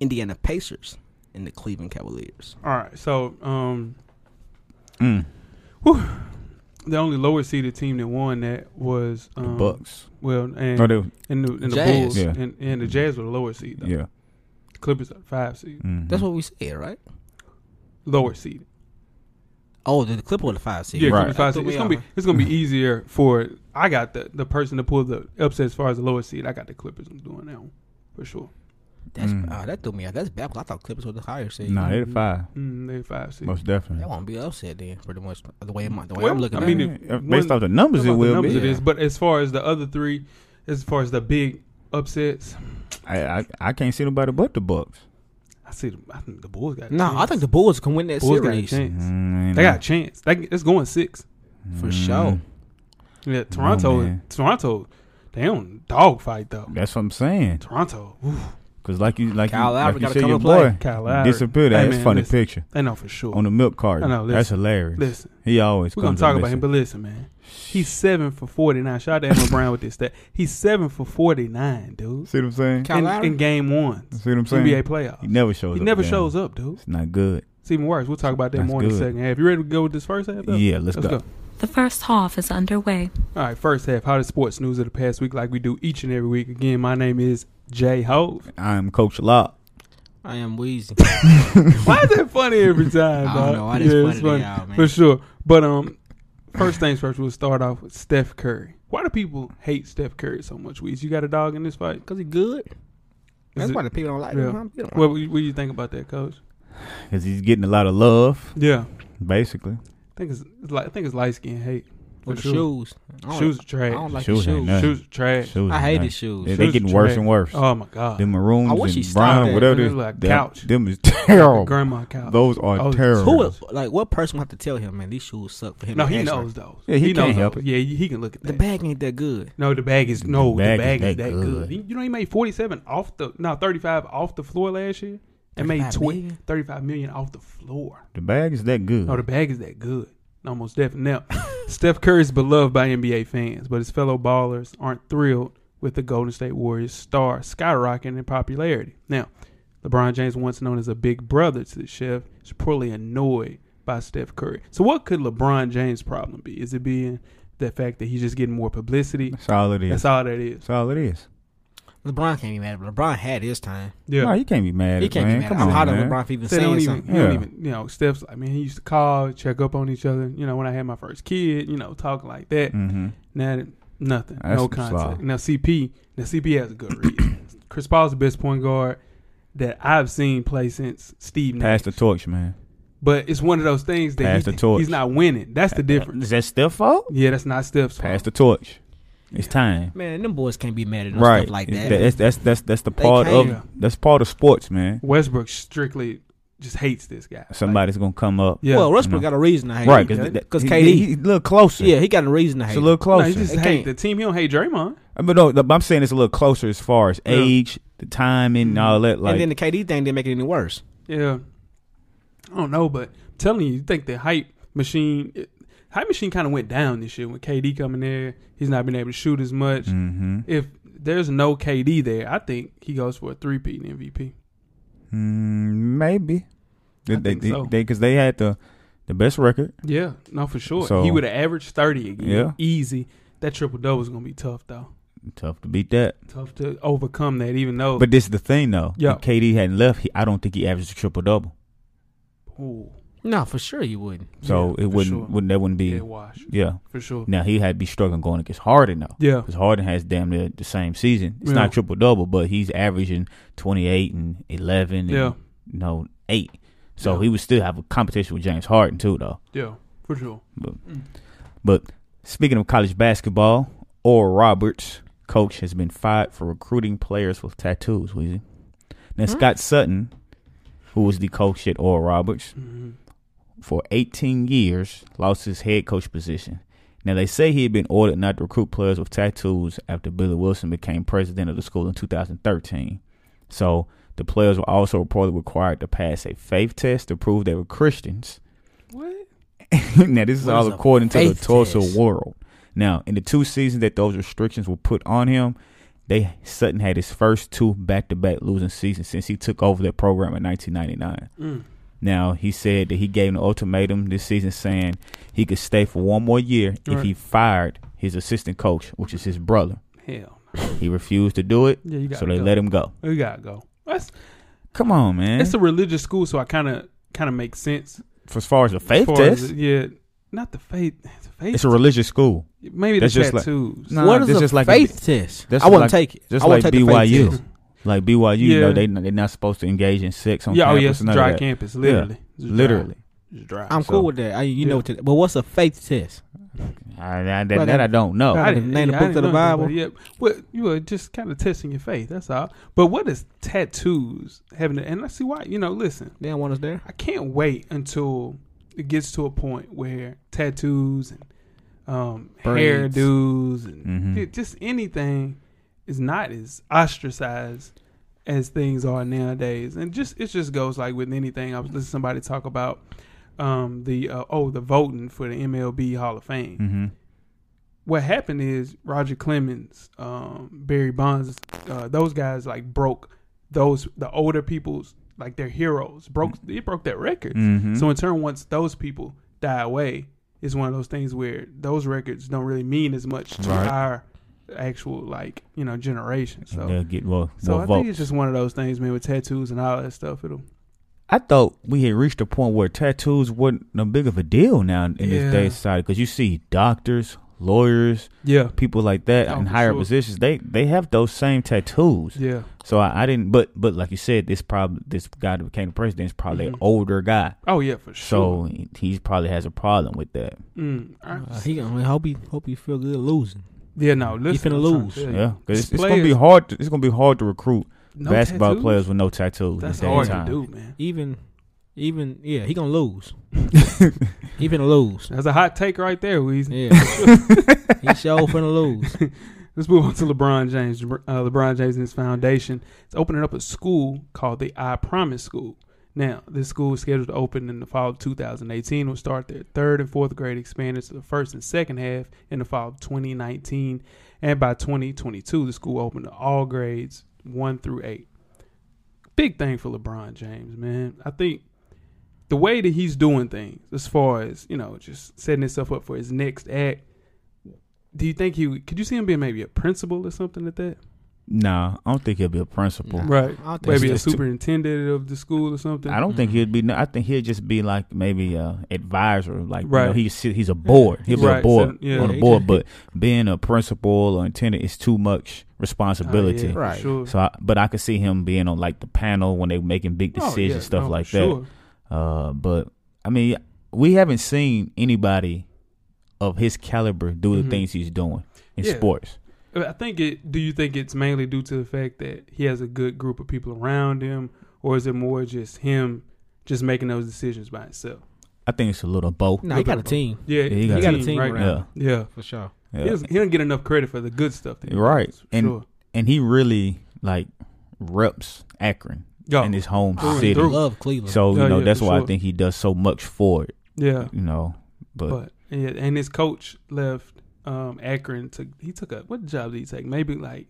[SPEAKER 4] Indiana Pacers, and the Cleveland Cavaliers.
[SPEAKER 2] All right, so um,
[SPEAKER 3] Mm,
[SPEAKER 2] the only lower seeded team that won that was
[SPEAKER 3] the
[SPEAKER 2] um,
[SPEAKER 3] Bucks.
[SPEAKER 2] Well, and
[SPEAKER 3] No, they,
[SPEAKER 2] and the, and the
[SPEAKER 4] Jazz.
[SPEAKER 2] Bulls
[SPEAKER 3] Yeah.
[SPEAKER 2] and, and the Jazz were the lower seed. Though.
[SPEAKER 3] yeah.
[SPEAKER 2] Clippers are five seed,
[SPEAKER 3] mhm.
[SPEAKER 4] That's what we said, right?
[SPEAKER 2] lower seed.
[SPEAKER 4] Oh, the, the Clipper with the five seed.
[SPEAKER 2] Yeah,
[SPEAKER 3] Right. Mm.
[SPEAKER 2] Clippers five seed. It's gonna be it's gonna be easier for I got the the person to pull the upset as far as the lower seed. I got the Clippers. I'm doing that one for sure.
[SPEAKER 4] That's,
[SPEAKER 3] Mm.
[SPEAKER 4] uh, that threw me out. That's backwards. I thought Clippers were the higher seed.
[SPEAKER 3] Nah, they're five.
[SPEAKER 2] Mm, they five seed.
[SPEAKER 3] Most definitely.
[SPEAKER 4] That won't be upset then, pretty much. The way, I'm, the way
[SPEAKER 2] Well,
[SPEAKER 4] I'm looking
[SPEAKER 2] I
[SPEAKER 4] at
[SPEAKER 2] mean,
[SPEAKER 4] it.
[SPEAKER 2] if-
[SPEAKER 3] Yeah, based
[SPEAKER 2] one-
[SPEAKER 3] off the numbers,
[SPEAKER 2] How about
[SPEAKER 3] it
[SPEAKER 2] the
[SPEAKER 3] will
[SPEAKER 2] numbers
[SPEAKER 3] be.
[SPEAKER 2] it is, but as far as the other three, as far as the big upsets,
[SPEAKER 3] I, I I can't see nobody but the Bucks.
[SPEAKER 2] I see. The, I think the Bulls got. A
[SPEAKER 4] No,
[SPEAKER 2] chance.
[SPEAKER 4] I think the Bulls can win that
[SPEAKER 2] Bulls got a
[SPEAKER 4] series.
[SPEAKER 2] chance.
[SPEAKER 3] Mm,
[SPEAKER 2] They got a
[SPEAKER 3] nah.
[SPEAKER 2] chance. They, it's going six.
[SPEAKER 4] For
[SPEAKER 3] Mm.
[SPEAKER 4] sure.
[SPEAKER 2] Yeah, Toronto.
[SPEAKER 3] Oh, man.
[SPEAKER 2] Toronto. They on dog fight though.
[SPEAKER 3] That's what I'm saying.
[SPEAKER 2] Toronto. Oof,
[SPEAKER 3] Cause like you like
[SPEAKER 4] Kyle
[SPEAKER 3] you,
[SPEAKER 4] Lowry
[SPEAKER 3] like you
[SPEAKER 4] gotta
[SPEAKER 3] said,
[SPEAKER 4] come
[SPEAKER 3] your
[SPEAKER 4] and play.
[SPEAKER 3] boy
[SPEAKER 2] Kyle Lowry.
[SPEAKER 3] disappeared.
[SPEAKER 2] Hey,
[SPEAKER 3] That's
[SPEAKER 2] man,
[SPEAKER 3] funny
[SPEAKER 2] listen.
[SPEAKER 3] picture
[SPEAKER 2] They know for sure.
[SPEAKER 3] on the milk cart.
[SPEAKER 2] I know, listen.
[SPEAKER 3] That's hilarious.
[SPEAKER 2] listen,
[SPEAKER 3] He always
[SPEAKER 2] we're gonna
[SPEAKER 3] comes
[SPEAKER 2] talk
[SPEAKER 3] up
[SPEAKER 2] about him,
[SPEAKER 3] missing.
[SPEAKER 2] but listen, man. He's seven for forty nine. Shout out to Emma Brown with this stat. He's seven for forty nine, dude.
[SPEAKER 3] See what I'm saying?
[SPEAKER 4] Kyle
[SPEAKER 2] in,
[SPEAKER 4] Lowry?
[SPEAKER 2] in game one.
[SPEAKER 3] See what I'm saying?
[SPEAKER 2] NBA playoffs.
[SPEAKER 3] He
[SPEAKER 2] He,
[SPEAKER 3] never shows. up,
[SPEAKER 2] never
[SPEAKER 3] man.
[SPEAKER 2] shows up, dude.
[SPEAKER 3] It's not good.
[SPEAKER 2] It's even worse. We'll talk about that
[SPEAKER 3] That's
[SPEAKER 2] more in the
[SPEAKER 3] good.
[SPEAKER 2] second half. You ready to go with this first half? though?
[SPEAKER 3] Yeah, let's,
[SPEAKER 2] Let's
[SPEAKER 3] go.
[SPEAKER 2] go.
[SPEAKER 1] The first half is underway.
[SPEAKER 2] All right, first half. How the sports news of the past week, like we do each and every week. Again, my name is Jay Hove.
[SPEAKER 3] I'm Coach Lock.
[SPEAKER 4] I am Wheezy.
[SPEAKER 2] Why is that funny every time?
[SPEAKER 4] I
[SPEAKER 2] dog?
[SPEAKER 4] don't know. I just
[SPEAKER 2] Yeah,
[SPEAKER 4] yeah,
[SPEAKER 2] it's
[SPEAKER 4] funny, to y'all, man.
[SPEAKER 2] for sure. But um, first things first, we'll start off with Steph Curry. Why do people hate Steph Curry so much? Weez, you got a dog in this fight?
[SPEAKER 4] Cause he good. That's
[SPEAKER 2] it-
[SPEAKER 4] why the people don't like
[SPEAKER 2] yeah.
[SPEAKER 4] him. huh? You don't
[SPEAKER 2] What,
[SPEAKER 4] like-
[SPEAKER 2] what do you think about that, Coach?
[SPEAKER 3] Cause he's getting a lot of love,
[SPEAKER 2] Yeah,
[SPEAKER 3] basically.
[SPEAKER 2] I think it's, it's like I think it's light skin hate. For
[SPEAKER 4] with the
[SPEAKER 2] sure.
[SPEAKER 4] shoes. I don't-
[SPEAKER 2] Shoes are
[SPEAKER 4] I
[SPEAKER 2] trash.
[SPEAKER 4] don't like
[SPEAKER 3] Shoes
[SPEAKER 4] the
[SPEAKER 3] ain't
[SPEAKER 4] shoes.
[SPEAKER 3] nothing.
[SPEAKER 2] Shoes are trash.
[SPEAKER 3] Shoes
[SPEAKER 4] I
[SPEAKER 3] is
[SPEAKER 4] hate
[SPEAKER 3] nice.
[SPEAKER 4] his shoes.
[SPEAKER 3] They,
[SPEAKER 2] Shoes
[SPEAKER 3] they
[SPEAKER 2] is
[SPEAKER 3] getting worse
[SPEAKER 2] trash.
[SPEAKER 3] and worse.
[SPEAKER 2] Oh my god,
[SPEAKER 3] Them maroons
[SPEAKER 4] I wish he
[SPEAKER 3] and
[SPEAKER 4] stopped
[SPEAKER 3] brown,
[SPEAKER 4] that.
[SPEAKER 3] whatever.
[SPEAKER 2] They
[SPEAKER 3] it is,
[SPEAKER 2] look like
[SPEAKER 3] that-
[SPEAKER 2] couch.
[SPEAKER 3] Them is
[SPEAKER 2] The
[SPEAKER 3] terrible.
[SPEAKER 2] grandma cow.
[SPEAKER 3] Those are
[SPEAKER 2] Oh,
[SPEAKER 3] terrible.
[SPEAKER 4] Who would- like what person would have to tell him, man? These shoes suck for him.
[SPEAKER 2] no,
[SPEAKER 4] to
[SPEAKER 2] he
[SPEAKER 4] answer?
[SPEAKER 2] knows those.
[SPEAKER 3] Yeah, he
[SPEAKER 2] knows
[SPEAKER 3] can't help
[SPEAKER 2] those.
[SPEAKER 3] it.
[SPEAKER 2] Yeah, he he can look at
[SPEAKER 4] The
[SPEAKER 2] that.
[SPEAKER 4] bag ain't that good.
[SPEAKER 2] No, the bag is
[SPEAKER 3] The
[SPEAKER 2] no. The bag, is, that, good.
[SPEAKER 3] good.
[SPEAKER 2] He- You know, he made forty seven off the no thirty five off the floor last year, and made
[SPEAKER 4] 35
[SPEAKER 2] twenty
[SPEAKER 4] million?
[SPEAKER 2] thirty five million off the floor.
[SPEAKER 3] The bag is that good.
[SPEAKER 2] No, Oh, the bag is that good. Almost definitely. Now, Steph Curry is beloved by NBA fans, but his fellow ballers aren't thrilled with the Golden State Warriors star skyrocketing in popularity. Now, LeBron James, once known as a big brother to the chef, is poorly annoyed by Steph Curry. So, what could LeBron James' problem be? Is it being the fact that he's just getting more publicity?
[SPEAKER 3] That's all it is.
[SPEAKER 2] That's all that is.
[SPEAKER 3] That's all it is.
[SPEAKER 4] LeBron can't be mad. LeBron had his time.
[SPEAKER 2] Yeah.
[SPEAKER 3] No, you can't be mad
[SPEAKER 4] He
[SPEAKER 3] at
[SPEAKER 4] can't
[SPEAKER 3] man.
[SPEAKER 4] be mad.
[SPEAKER 3] Come
[SPEAKER 4] I'm
[SPEAKER 3] on,
[SPEAKER 4] hot on
[SPEAKER 3] man.
[SPEAKER 4] LeBron for even
[SPEAKER 2] They
[SPEAKER 4] saying
[SPEAKER 2] don't even,
[SPEAKER 4] something.
[SPEAKER 2] you don't
[SPEAKER 3] Yeah.
[SPEAKER 2] even, you know, Steph's, I mean, he used to call, check up on each other. You know, when I had my first kid, you know, talking like that.
[SPEAKER 3] Mm-hmm.
[SPEAKER 2] Now that- nothing,
[SPEAKER 3] That's
[SPEAKER 2] no
[SPEAKER 3] some
[SPEAKER 2] contact.
[SPEAKER 3] slop.
[SPEAKER 2] Now CP, now CP has a good read. Chris Paul's the best point guard that I've seen play since Steve Nash.
[SPEAKER 3] Pass the torch, man.
[SPEAKER 2] But it's one of those things that
[SPEAKER 3] Pass
[SPEAKER 2] he-
[SPEAKER 3] the torch.
[SPEAKER 2] he's not winning. That's the difference.
[SPEAKER 3] Is that Steph's fault?
[SPEAKER 2] Yeah, that's not Steph's
[SPEAKER 3] Pass
[SPEAKER 2] fault.
[SPEAKER 3] the torch. It's time.
[SPEAKER 4] Man, them boys can't be mad at no
[SPEAKER 3] right.
[SPEAKER 4] stuff like
[SPEAKER 3] It's
[SPEAKER 4] that.
[SPEAKER 3] That's that's that's that's the
[SPEAKER 4] They
[SPEAKER 3] part
[SPEAKER 4] can't.
[SPEAKER 3] of that's part of sports, man.
[SPEAKER 2] Westbrook strictly just hates this guy. Like,
[SPEAKER 3] Somebody's gonna come up.
[SPEAKER 2] yeah,
[SPEAKER 4] Well, Westbrook
[SPEAKER 3] No.
[SPEAKER 4] got a reason to hate.
[SPEAKER 3] Mm-hmm. Right,
[SPEAKER 4] him.
[SPEAKER 2] yeah.
[SPEAKER 3] because
[SPEAKER 4] 'Cause
[SPEAKER 3] he,
[SPEAKER 4] KD.
[SPEAKER 3] he, he a little closer.
[SPEAKER 4] yeah, he got a reason to hate.
[SPEAKER 3] it's a
[SPEAKER 4] him.
[SPEAKER 3] little
[SPEAKER 2] no,
[SPEAKER 3] closer.
[SPEAKER 2] he just
[SPEAKER 4] They
[SPEAKER 2] hate
[SPEAKER 4] can't.
[SPEAKER 2] the team. He don't hate Draymond.
[SPEAKER 3] I mean, no, but I'm saying it's a little closer as far as
[SPEAKER 2] Yeah. Mm-hmm.
[SPEAKER 3] age, the timing, and all that. Like,
[SPEAKER 4] and then the KD thing didn't make it any worse.
[SPEAKER 2] Yeah, I don't know, but I'm telling you, you think the hype machine, it, hype machine kind of went down this year with KD coming there. He's not been able to shoot as much.
[SPEAKER 3] mm-hmm.
[SPEAKER 2] if there's no KD there, I think he goes for a three peat MVP.
[SPEAKER 3] mm, maybe
[SPEAKER 2] I
[SPEAKER 3] they they
[SPEAKER 2] think so.
[SPEAKER 3] because they, 'cause they had the the best record.
[SPEAKER 2] Yeah, no, for sure.
[SPEAKER 3] So-
[SPEAKER 2] he would have averaged thirty again,
[SPEAKER 3] Yeah.
[SPEAKER 2] easy. That triple double is gonna be tough though,
[SPEAKER 3] Tough to beat that.
[SPEAKER 2] tough to overcome that. Even though,
[SPEAKER 3] But this is the thing, though.
[SPEAKER 2] Yeah.
[SPEAKER 3] If KD hadn't left, he, I don't think he averaged a triple double.
[SPEAKER 2] Ooh,
[SPEAKER 4] No, for sure you wouldn't.
[SPEAKER 3] So
[SPEAKER 2] Yeah,
[SPEAKER 3] it
[SPEAKER 2] for
[SPEAKER 3] wouldn't
[SPEAKER 2] sure.
[SPEAKER 3] wouldn't that wouldn't be
[SPEAKER 2] yeah,
[SPEAKER 3] yeah.
[SPEAKER 2] wash for sure.
[SPEAKER 3] Now he had to be struggling going against Harden though.
[SPEAKER 2] Yeah,
[SPEAKER 3] Because Harden has damn near the same season. It's
[SPEAKER 2] Yeah.
[SPEAKER 3] not triple double, but he's averaging twenty eight and eleven and
[SPEAKER 2] Yeah.
[SPEAKER 3] no eight. So
[SPEAKER 2] Yeah.
[SPEAKER 3] he would still have a competition with James Harden too though.
[SPEAKER 2] yeah, for sure.
[SPEAKER 3] But speaking of college basketball, Oral Roberts, coach, has been fired for recruiting players with tattoos, Weezy. Now Scott Sutton, who was the coach at Oral Roberts,
[SPEAKER 2] hmm
[SPEAKER 3] for 18 years, lost his head coach position. Now, they say he had been ordered not to recruit players with tattoos after Billy Wilson became president of the school in 2013. So, the players were also reportedly required to pass a faith test to prove they were Christians.
[SPEAKER 2] What?
[SPEAKER 3] now, this is
[SPEAKER 4] What
[SPEAKER 3] all
[SPEAKER 4] is a
[SPEAKER 3] according to the
[SPEAKER 4] faith
[SPEAKER 3] Tulsa
[SPEAKER 4] test?
[SPEAKER 3] World. Now, in the two seasons that those restrictions were put on him, they Sutton had his first two back-to-back losing seasons since he took over that program in 1999.
[SPEAKER 2] Mm.
[SPEAKER 3] Now he said that he gave an ultimatum this season, saying he could stay for one more year if
[SPEAKER 2] Right.
[SPEAKER 3] he fired his assistant coach, which is his brother.
[SPEAKER 2] Hell,
[SPEAKER 3] He refused to do it,
[SPEAKER 2] yeah, you got.
[SPEAKER 3] so they let him go.
[SPEAKER 2] You gotta go. That's
[SPEAKER 3] Come on, man.
[SPEAKER 2] it's a religious school, so I kind of kind of makes sense.
[SPEAKER 3] For as far as the
[SPEAKER 2] as
[SPEAKER 3] faith
[SPEAKER 2] far
[SPEAKER 3] test,
[SPEAKER 2] as- yeah, not the faith. The faith.
[SPEAKER 3] it's a religious school.
[SPEAKER 2] maybe the
[SPEAKER 3] that's just like-
[SPEAKER 2] tattoos.
[SPEAKER 3] Nah,
[SPEAKER 4] what is
[SPEAKER 3] that's
[SPEAKER 4] a
[SPEAKER 3] just like a-
[SPEAKER 4] faith test?
[SPEAKER 3] that's
[SPEAKER 4] I wouldn't
[SPEAKER 3] like-
[SPEAKER 4] take it.
[SPEAKER 3] just
[SPEAKER 4] I wouldn't
[SPEAKER 3] like
[SPEAKER 4] take the faith
[SPEAKER 3] BYU.
[SPEAKER 4] test.
[SPEAKER 3] Like BYU, you know
[SPEAKER 2] Yeah.
[SPEAKER 3] they they're not supposed to engage in sex on
[SPEAKER 2] yeah, oh yeah,
[SPEAKER 3] campus.
[SPEAKER 2] it's
[SPEAKER 3] none of
[SPEAKER 2] dry
[SPEAKER 3] that.
[SPEAKER 2] campus, literally, It's dry.
[SPEAKER 3] Literally,
[SPEAKER 2] It's dry.
[SPEAKER 4] I'm
[SPEAKER 3] So-
[SPEAKER 4] cool with that. I, you know
[SPEAKER 2] Yeah.
[SPEAKER 4] what? To, but what's a faith test?
[SPEAKER 3] I, I- that,
[SPEAKER 4] Right,
[SPEAKER 3] that
[SPEAKER 4] I-
[SPEAKER 3] I don't know.
[SPEAKER 4] Right. Name the
[SPEAKER 2] yeah,
[SPEAKER 4] book
[SPEAKER 2] I
[SPEAKER 4] of the
[SPEAKER 2] didn't know
[SPEAKER 4] Bible.
[SPEAKER 2] that, but Yeah, well, you are just kind of testing your faith. That's all. But what is tattoos having? To, and I see why. You know, listen,
[SPEAKER 4] They don't want us there.
[SPEAKER 2] I can't wait until it gets to a point where tattoos and um,
[SPEAKER 4] Braids.
[SPEAKER 2] hairdos and
[SPEAKER 3] Mhm.
[SPEAKER 2] ju- just anything is not as ostracized as things are nowadays. And just it just goes like with anything. I was listening to somebody talk about um, the uh, oh the voting for the MLB Hall of Fame
[SPEAKER 3] hmm
[SPEAKER 2] what happened is Roger Clemens, um, Barry Bonds, uh, those guys like broke those the older people's like their heroes broke it broke that record.
[SPEAKER 3] hmm
[SPEAKER 2] So in turn, once those people die away, it's one of those things where those records don't really mean as much to
[SPEAKER 3] Right.
[SPEAKER 2] our actual like you know generation. So
[SPEAKER 3] they'll get more,
[SPEAKER 2] so
[SPEAKER 3] more
[SPEAKER 2] I think
[SPEAKER 3] votes.
[SPEAKER 2] it's just one of those things, man, with tattoos and all that stuff. It'll
[SPEAKER 3] I thought we had reached a point where tattoos weren't no big of a deal now in
[SPEAKER 2] Yeah.
[SPEAKER 3] this day society because you see doctors, lawyers,
[SPEAKER 2] yeah
[SPEAKER 3] people like that
[SPEAKER 2] Oh,
[SPEAKER 3] in
[SPEAKER 2] for
[SPEAKER 3] higher
[SPEAKER 2] sure.
[SPEAKER 3] positions. They they have those same tattoos.
[SPEAKER 2] yeah
[SPEAKER 3] So I, I didn't, but but like you said, this probably this guy that became the president is probably an
[SPEAKER 2] Mhm.
[SPEAKER 3] older guy.
[SPEAKER 2] oh yeah for sure.
[SPEAKER 3] So he, he probably has a problem with that.
[SPEAKER 2] mm, I-
[SPEAKER 4] Uh, he, I mean, hope he hope he feel good losing.
[SPEAKER 2] yeah no listen
[SPEAKER 4] finna
[SPEAKER 2] I'm trying to
[SPEAKER 4] lose.
[SPEAKER 2] tell you.
[SPEAKER 3] Yeah, 'cause it's, it's gonna be
[SPEAKER 2] Players-
[SPEAKER 3] hard. To, it's gonna be hard to recruit
[SPEAKER 2] No
[SPEAKER 3] basketball
[SPEAKER 2] tattoos?
[SPEAKER 3] players with no tattoos.
[SPEAKER 2] That's
[SPEAKER 3] That's at
[SPEAKER 2] hard
[SPEAKER 3] that time.
[SPEAKER 2] to do, man.
[SPEAKER 4] Even even yeah, he gonna lose. he finna lose.
[SPEAKER 2] That's a hot take right there, Weezy.
[SPEAKER 4] Yeah, he sure finna lose.
[SPEAKER 2] Let's move on to LeBron James. Uh, LeBron James and his foundation is opening up a school called the I Promise School. Now, this school is scheduled to open in the fall of 2018. Will start their third and fourth grade expanded to the first and second half in the fall of 2019, and by 2022, the school will open to all grades one through eight. Big thing for LeBron James, man. I think the way that he's doing things, as far as you know, just setting himself up for his next act. Do you think he could you see him being maybe a principal or something like that?
[SPEAKER 3] Nah, I don't think he'll be a principal.
[SPEAKER 4] Nah.
[SPEAKER 2] Right.
[SPEAKER 4] I don't think
[SPEAKER 2] Maybe
[SPEAKER 4] so.
[SPEAKER 2] a
[SPEAKER 3] it's too-
[SPEAKER 2] superintendent of the school or something.
[SPEAKER 3] I don't think he'd be. no, I think he'll just be like maybe a advisor. Like you know,
[SPEAKER 2] Right.
[SPEAKER 3] he's he's a board. He'll be
[SPEAKER 2] Right,
[SPEAKER 3] a board
[SPEAKER 2] so, yeah.
[SPEAKER 3] on a
[SPEAKER 4] Yeah,
[SPEAKER 3] board.
[SPEAKER 4] he
[SPEAKER 3] but being a principal or intendant is too
[SPEAKER 2] Oh,
[SPEAKER 3] much
[SPEAKER 2] yeah,
[SPEAKER 3] responsibility.
[SPEAKER 2] for
[SPEAKER 4] Right.
[SPEAKER 2] Sure.
[SPEAKER 3] So, I, but I could see him being on like the panel when they making big
[SPEAKER 2] Oh, yeah,
[SPEAKER 3] decisions, stuff
[SPEAKER 2] no,
[SPEAKER 3] like
[SPEAKER 2] sure.
[SPEAKER 3] that. Uh, but I mean, we haven't seen anybody of his caliber do
[SPEAKER 2] Mhm.
[SPEAKER 3] the things he's doing in
[SPEAKER 2] Yeah.
[SPEAKER 3] sports.
[SPEAKER 2] I think it. Do you think it's mainly due to the fact that he has a good group of people around him, or is it more just him just making those decisions by himself?
[SPEAKER 3] I think it's a little both.
[SPEAKER 4] Nah, he got a team
[SPEAKER 2] Yeah,
[SPEAKER 3] Yeah, he got a
[SPEAKER 4] team
[SPEAKER 2] right?
[SPEAKER 4] around.
[SPEAKER 3] Yeah,
[SPEAKER 2] Yeah,
[SPEAKER 4] for sure.
[SPEAKER 3] yeah.
[SPEAKER 2] He, doesn't, he doesn't get enough credit for the good stuff. That he
[SPEAKER 3] Right.
[SPEAKER 2] does, for
[SPEAKER 3] And-
[SPEAKER 2] sure.
[SPEAKER 3] and he really like reps Akron
[SPEAKER 2] Yo,
[SPEAKER 3] in his home
[SPEAKER 2] through and
[SPEAKER 3] city.
[SPEAKER 4] I
[SPEAKER 2] through.
[SPEAKER 4] love Cleveland.
[SPEAKER 3] So you
[SPEAKER 2] Yeah,
[SPEAKER 3] know
[SPEAKER 2] yeah,
[SPEAKER 3] that's
[SPEAKER 2] for
[SPEAKER 3] why
[SPEAKER 2] sure.
[SPEAKER 3] I think he does so much for it.
[SPEAKER 2] yeah,
[SPEAKER 3] You know, but,
[SPEAKER 2] but yeah, and his coach left um, Akron to he took a what job did he take? Maybe like